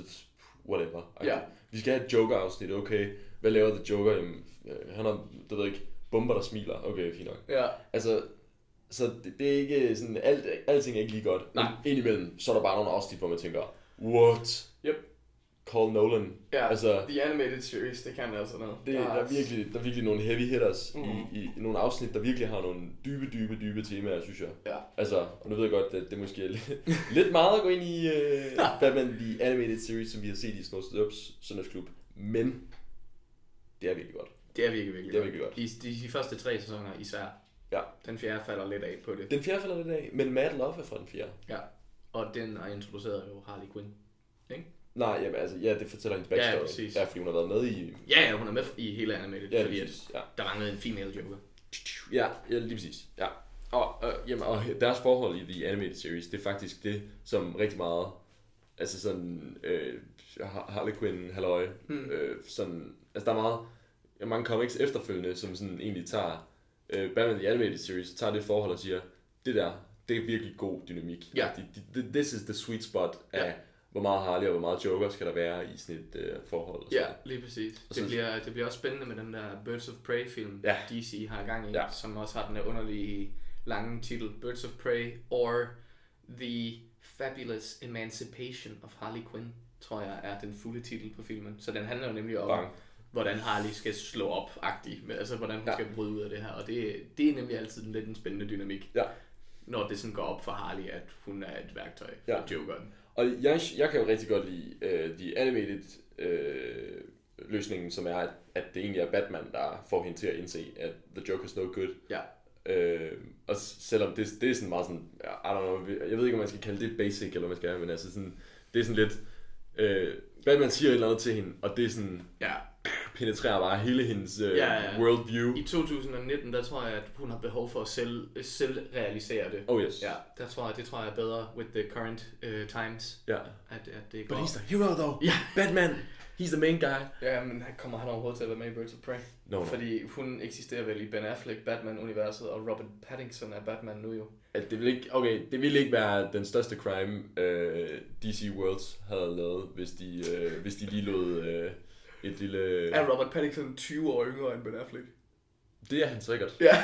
Speaker 4: Whatever. Okay.
Speaker 3: Ja.
Speaker 4: Vi skal have et Joker-afsnit, okay. Hvad laver The Joker? Jamen, øh, han har, du ved ikke, bomber, der smiler. Okay, fint nok.
Speaker 3: Ja.
Speaker 4: Altså, så det, det er ikke sådan... Alt, alting er ikke lige godt.
Speaker 3: Nej.
Speaker 4: Men Indimellem, så er der bare nogle afsnit, hvor man tænker, what?
Speaker 3: Yep.
Speaker 4: Call Nolan.
Speaker 3: Ja,
Speaker 4: Altså,
Speaker 3: The Animated Series, det kan altså noget.
Speaker 4: det, der, er virkelig, der er virkelig nogle heavy hitters mm.
Speaker 3: Mhm.
Speaker 4: i, i, nogle afsnit, der virkelig har nogle dybe, dybe, dybe temaer, synes jeg.
Speaker 3: Ja.
Speaker 4: Altså, og nu ved jeg godt, at det måske er lidt, lidt meget at gå ind i uh, Batman The Animated Series, som vi har set i Snow Ups Søndagsklub. Men det er virkelig godt.
Speaker 3: Det er virkelig, virkelig
Speaker 4: Det er virkelig godt.
Speaker 3: De, de, de første tre sæsoner især.
Speaker 4: Ja.
Speaker 3: Den fjerde falder lidt af på det.
Speaker 4: Den fjerde falder lidt af, men Mad Love er fra den fjerde.
Speaker 3: Ja. Og den har introduceret jo Harley Quinn. Ikke?
Speaker 4: Nej, jamen, altså, ja, det fortæller hendes backstory.
Speaker 3: præcis.
Speaker 4: ja, fordi hun har været med i...
Speaker 3: Ja, ja, hun er med i hele animated,
Speaker 4: Ja,
Speaker 3: fordi at
Speaker 4: præcis, ja.
Speaker 3: der manglede en female joker.
Speaker 4: Ja, ja lige præcis. Ja. øh, Og, og, jamen, og deres forhold i The Animated Series, det er faktisk det, som rigtig meget altså sådan øh, Har- Harley Quinn, halløj,
Speaker 3: Hmm.
Speaker 4: mm. øh, sådan, altså der er meget, ja, mange comics efterfølgende, som sådan egentlig tager, øh, Batman The Animated Series, tager det forhold og siger, det der, det er virkelig god dynamik.
Speaker 3: Ja.
Speaker 4: De- de- de- This is the sweet spot af,
Speaker 3: Ja.
Speaker 4: hvor meget Harley og hvor meget Joker skal der være i sådan et øh, forhold. og
Speaker 3: Ja,
Speaker 4: sådan.
Speaker 3: lige præcis.
Speaker 4: så-
Speaker 3: Det bliver, det bliver også spændende med den der Birds of Prey film,
Speaker 4: Ja.
Speaker 3: DC har gang i,
Speaker 4: Ja.
Speaker 3: som også har den der underlige lange titel, Birds of Prey or The Fabulous Emancipation of Harley Quinn, tror jeg er den fulde titel på filmen. Så den handler jo nemlig om,
Speaker 4: Bang.
Speaker 3: hvordan Harley skal slå op agtig, altså hvordan hun
Speaker 4: Ja.
Speaker 3: ja. skal bryde ud af det her. Og det, det er nemlig altid en lidt en spændende dynamik,
Speaker 4: Ja.
Speaker 3: når det sådan går op for Harley, at hun er et værktøj for
Speaker 4: Ja.
Speaker 3: ja. Jokeren.
Speaker 4: Og jeg, jeg kan jo rigtig godt lide øh, de animated øh, løsningen, som er, at, at det egentlig er Batman, der får hende til at indse, at The Joker's no good.
Speaker 3: Ja.
Speaker 4: Øh, og s- selvom det, det er sådan meget sådan, ja, I don't know, jeg ved ikke, om man skal kalde det basic, eller hvad man skal, men altså sådan, det er sådan lidt, øh, Batman siger et eller andet til hende, og det er sådan,
Speaker 3: Ja,
Speaker 4: penetrerer bare hele hendes øh,
Speaker 3: Ja, ja.
Speaker 4: worldview.
Speaker 3: I 2019, der tror jeg, at hun har behov for at selv, selv realisere det.
Speaker 4: Oh yes.
Speaker 3: Ja, der tror jeg, det tror jeg er bedre with the current uh, times,
Speaker 4: Ja.
Speaker 3: at, at det
Speaker 4: But
Speaker 3: går.
Speaker 4: he's the hero though.
Speaker 3: Ja.
Speaker 4: Batman, he's the main guy.
Speaker 3: Ja, men han kommer han overhovedet til at være med i Birds of Prey?
Speaker 4: No, no.
Speaker 3: Fordi hun eksisterer vel i Ben Affleck, Batman-universet, og Robert Pattinson er Batman nu jo.
Speaker 4: At det ville ikke, okay, det ville ikke være den største crime, øh, DC Worlds havde lavet, hvis de, øh, hvis de lige lod øh, et lille...
Speaker 3: Er Robert Pattinson 20 år yngre end Ben Affleck?
Speaker 4: Det er han sikkert.
Speaker 3: Ja.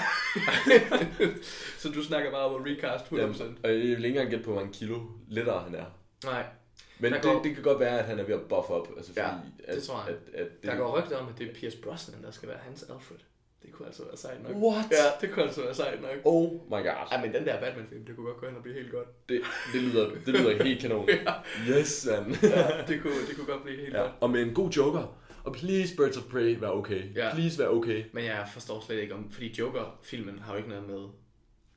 Speaker 3: Så du snakker bare om at recast 100%?
Speaker 4: Jamen, og jeg vil ikke engang gætte på, hvor mange kilo lettere han er.
Speaker 3: Nej,
Speaker 4: Men
Speaker 3: Der
Speaker 4: det,
Speaker 3: går-
Speaker 4: det kan godt være, at han er ved at buff op. Altså, fordi,
Speaker 3: Ja,
Speaker 4: at,
Speaker 3: det tror jeg.
Speaker 4: At, at det,
Speaker 3: der går rygter om, at det er Pierce Brosnan, der skal være hans Alfred. Det kunne altså være sejt nok.
Speaker 4: What?
Speaker 3: Ja, det kunne altså være sejt nok.
Speaker 4: Oh my god.
Speaker 3: Ej, men den der Batman-film, det kunne godt gå hen og blive helt godt.
Speaker 4: Det, det, lyder, det lyder helt kanon. Yes, man.
Speaker 3: Ja, det kunne, det kunne godt blive helt ja.
Speaker 4: ja.
Speaker 3: godt.
Speaker 4: Og med en god joker. Og please, Birds of Prey, vær okay.
Speaker 3: Ja.
Speaker 4: Please, vær okay.
Speaker 3: Men jeg forstår slet ikke om, fordi Joker-filmen har jo ikke noget med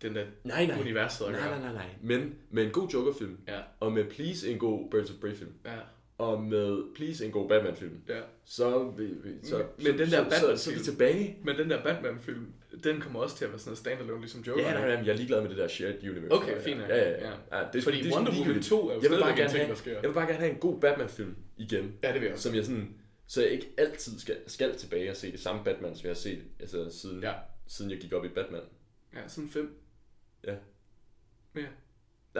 Speaker 3: den der
Speaker 4: Nej, nej.
Speaker 3: universet at
Speaker 4: Nej,
Speaker 3: gøre.
Speaker 4: nej, nej, nej. Men med en god Joker-film,
Speaker 3: Ja,
Speaker 4: og med please en god Birds of Prey-film,
Speaker 3: ja,
Speaker 4: og med please en god Batman-film,
Speaker 3: ja.
Speaker 4: så, vi- vi- så,
Speaker 3: Men-
Speaker 4: så,
Speaker 3: men den
Speaker 4: så,
Speaker 3: der
Speaker 4: så, så, er vi
Speaker 3: Batman-film-
Speaker 4: tilbage.
Speaker 3: Men den der Batman-film, den kommer også til at være sådan noget standalone, ligesom Joker.
Speaker 4: Ja, nej, nej, jeg er ligeglad med det der shared universe.
Speaker 3: Okay,
Speaker 4: Ja,
Speaker 3: fint nok.
Speaker 4: Ja, ja, ja.
Speaker 3: Ja.
Speaker 4: ja det,
Speaker 3: Fordi
Speaker 4: det,
Speaker 3: Wonder
Speaker 4: sgu
Speaker 3: Woman
Speaker 4: ligegyldigt.
Speaker 3: 2 er jo
Speaker 4: jeg vil, bare
Speaker 3: stadigvæk en
Speaker 4: gerne
Speaker 3: ting,
Speaker 4: have,
Speaker 3: der sker.
Speaker 4: jeg vil bare gerne have en god Batman-film igen.
Speaker 3: Ja, det vil jeg også.
Speaker 4: Som jeg sådan, så jeg ikke altid skal, skal tilbage og se det samme Batman, som jeg har set, altså siden,
Speaker 3: Ja.
Speaker 4: siden jeg gik op i Batman.
Speaker 3: Ja, sådan fem.
Speaker 4: Ja.
Speaker 3: Ja.
Speaker 4: Nej,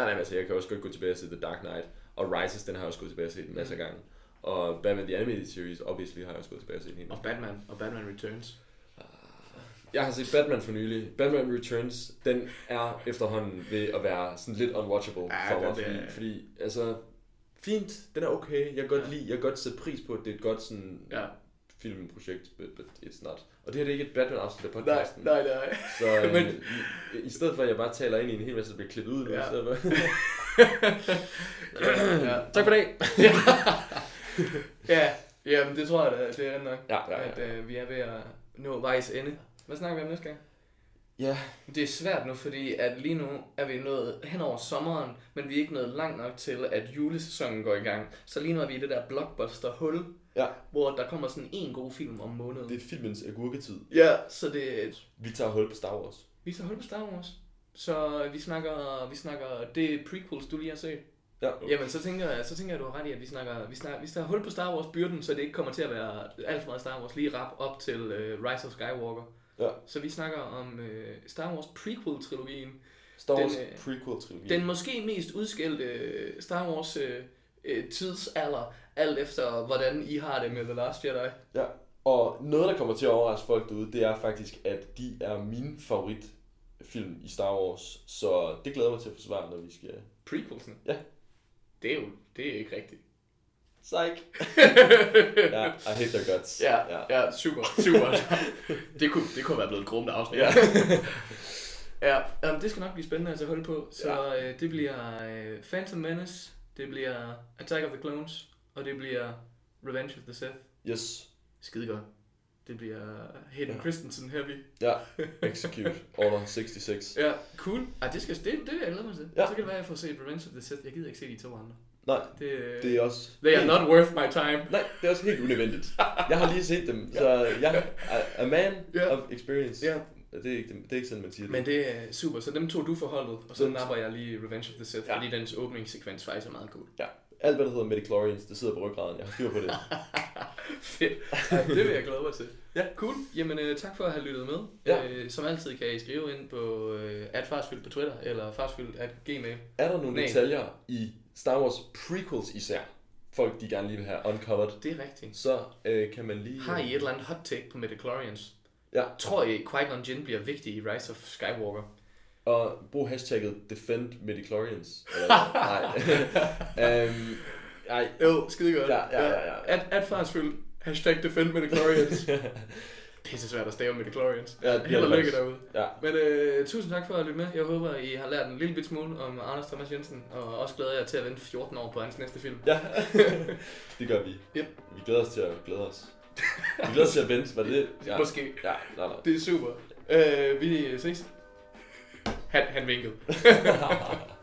Speaker 4: nej, men altså, jeg kan også godt gå tilbage og se The Dark Knight, og Rises, den har jeg også gået tilbage og set en masse gange. Og Batman The Animated Series, obviously, har jeg også gået tilbage og set en hel masse.
Speaker 3: Og Batman, og Batman Returns.
Speaker 4: Jeg har set Batman for nylig. Batman Returns, den er efterhånden ved at være sådan lidt unwatchable
Speaker 3: Ja,
Speaker 4: for mig.
Speaker 3: den
Speaker 4: Fordi,
Speaker 3: er-
Speaker 4: fordi, altså, fint, den er okay. Jeg kan godt ja. lide, jeg kan godt sætte pris på, at det er et godt sådan
Speaker 3: Ja.
Speaker 4: filmprojekt, but, but it's not. Og det her det er ikke et Batman-afsnit af podcasten.
Speaker 3: nej.
Speaker 4: Så øh,
Speaker 3: Men-
Speaker 4: men... i, i stedet for, at jeg bare taler ind i en hel masse, der bliver klippet ud nu, ja.
Speaker 3: Ja.
Speaker 4: så...
Speaker 3: ja.
Speaker 4: tak for dag!
Speaker 3: Ja, ja men det tror jeg, da, det er nok.
Speaker 4: Ja, ja, ja.
Speaker 3: At øh, vi er ved at nå vejs ende. Hvad snakker vi om næste gang?
Speaker 4: Ja,
Speaker 3: Det er svært nu, fordi at lige nu er vi nået hen over sommeren, men vi er ikke nået langt nok til, at julesæsonen går i gang. Så lige nu er vi i det der blockbuster-hul,
Speaker 4: ja.
Speaker 3: hvor der kommer sådan en god film om måneden.
Speaker 4: Det er filmens agurketid.
Speaker 3: Ja, så det
Speaker 4: Vi tager hul på Star Wars.
Speaker 3: vi tager hul på Star Wars. Så vi snakker, vi snakker det prequels, du lige har set.
Speaker 4: Ja,
Speaker 3: Jamen, så tænker jeg, så tænker jeg, du har ret i, at vi snakker, vi snakker, vi snakker hul på Star Wars byrden, så det ikke kommer til at være alt for meget Star Wars lige rap op til uh, Rise of Skywalker.
Speaker 4: Ja.
Speaker 3: Så vi snakker om uh, Star Wars prequel-trilogien,
Speaker 4: Star
Speaker 3: Den,
Speaker 4: Wars
Speaker 3: øh,
Speaker 4: prequel-trilogien.
Speaker 3: Den måske mest udskældte øh, Star Wars øh, øh, tidsalder, alt efter hvordan I har det med The Last Jedi.
Speaker 4: Ja, og noget, der kommer til at overraske folk derude, det er faktisk, at de er min favoritfilm i Star Wars. Så det glæder jeg mig til at forsvare, når vi skal...
Speaker 3: Prequelsen?
Speaker 4: Ja.
Speaker 3: Det er jo det er ikke rigtigt.
Speaker 4: Psych! ja, I hate their guts.
Speaker 3: Ja,
Speaker 4: ja.
Speaker 3: ja, super, super. det, kunne, det kunne være blevet et grumt afsnit.
Speaker 4: Ja.
Speaker 3: ja um, det skal nok blive spændende at tage hul på. Så ja. øh, det bliver øh, Phantom Menace, det bliver Attack of the Clones, og det bliver Revenge of the Sith.
Speaker 4: Yes.
Speaker 3: Skide godt. Det bliver Hayden
Speaker 4: Ja.
Speaker 3: Christensen heavy.
Speaker 4: Ja, execute. Order 66.
Speaker 3: Ja, cool. Ej, det skal det, det vil jeg glæde mig til.
Speaker 4: Ja.
Speaker 3: Ja. Så kan det være, at jeg får set Revenge of the Sith. Jeg gider ikke se de to andre.
Speaker 4: Nej,
Speaker 3: Det, øh,
Speaker 4: det er også...
Speaker 3: They are not worth my time.
Speaker 4: Nej, det er også helt unødvendigt. Jeg har lige set dem, så jeg er a man
Speaker 3: Ja.
Speaker 4: of experience.
Speaker 3: Ja.
Speaker 4: Det, er ikke, det er ikke sådan, man siger det.
Speaker 3: Men det er super. Så dem tog du forholdet, og så
Speaker 4: Dem-
Speaker 3: napper jeg lige Revenge of the Sith,
Speaker 4: Ja.
Speaker 3: ja. fordi dens åbningssekvens faktisk er meget god.
Speaker 4: Ja, Alt, hvad der hedder midichlorians, det sidder på ryggraden. Jeg har styr på det.
Speaker 3: Fedt. Ej, det vil jeg glæde mig til. Ja, cool. Jamen, øh, tak for at have lyttet med.
Speaker 4: Ja.
Speaker 3: Øh, som altid kan I skrive ind på øh, at farsfyld på Twitter, eller farsfyld at gmail.
Speaker 4: Er der nogle
Speaker 3: Nej.
Speaker 4: detaljer i Star Wars prequels især, folk de gerne lige vil have uncovered,
Speaker 3: Det er rigtigt.
Speaker 4: så øh, kan man lige...
Speaker 3: Har I et eller andet hot take på midichlorians?
Speaker 4: Ja,
Speaker 3: Tror I, Qui-Gon Jinn bliver vigtig i Rise of Skywalker?
Speaker 4: og brug hashtagget defend midichlorians. Eller, nej. Øh, øhm, nej.
Speaker 3: Jo, skide godt.
Speaker 4: Ja, ja, ja, ja.
Speaker 3: At, at farsfyld. Hashtag defend midichlorians. Pisse svært at stave midichlorians.
Speaker 4: Ja, det er
Speaker 3: Held og
Speaker 4: det
Speaker 3: lykke
Speaker 4: faktisk.
Speaker 3: derude.
Speaker 4: Ja.
Speaker 3: Men øh, tusind tak for at lytte med. Jeg håber, I har lært en lille bit smule om Anders Thomas Jensen, og også glæder jeg til at vente 14 år på hans næste film.
Speaker 4: Ja, det gør vi.
Speaker 3: Yep.
Speaker 4: Vi glæder os til at glæde os. Vi glæder os til at vente, var det det? Ja.
Speaker 3: Måske.
Speaker 4: Ja, nej, nej.
Speaker 3: Det er super. Øh, vi ses. Han, han vinkede.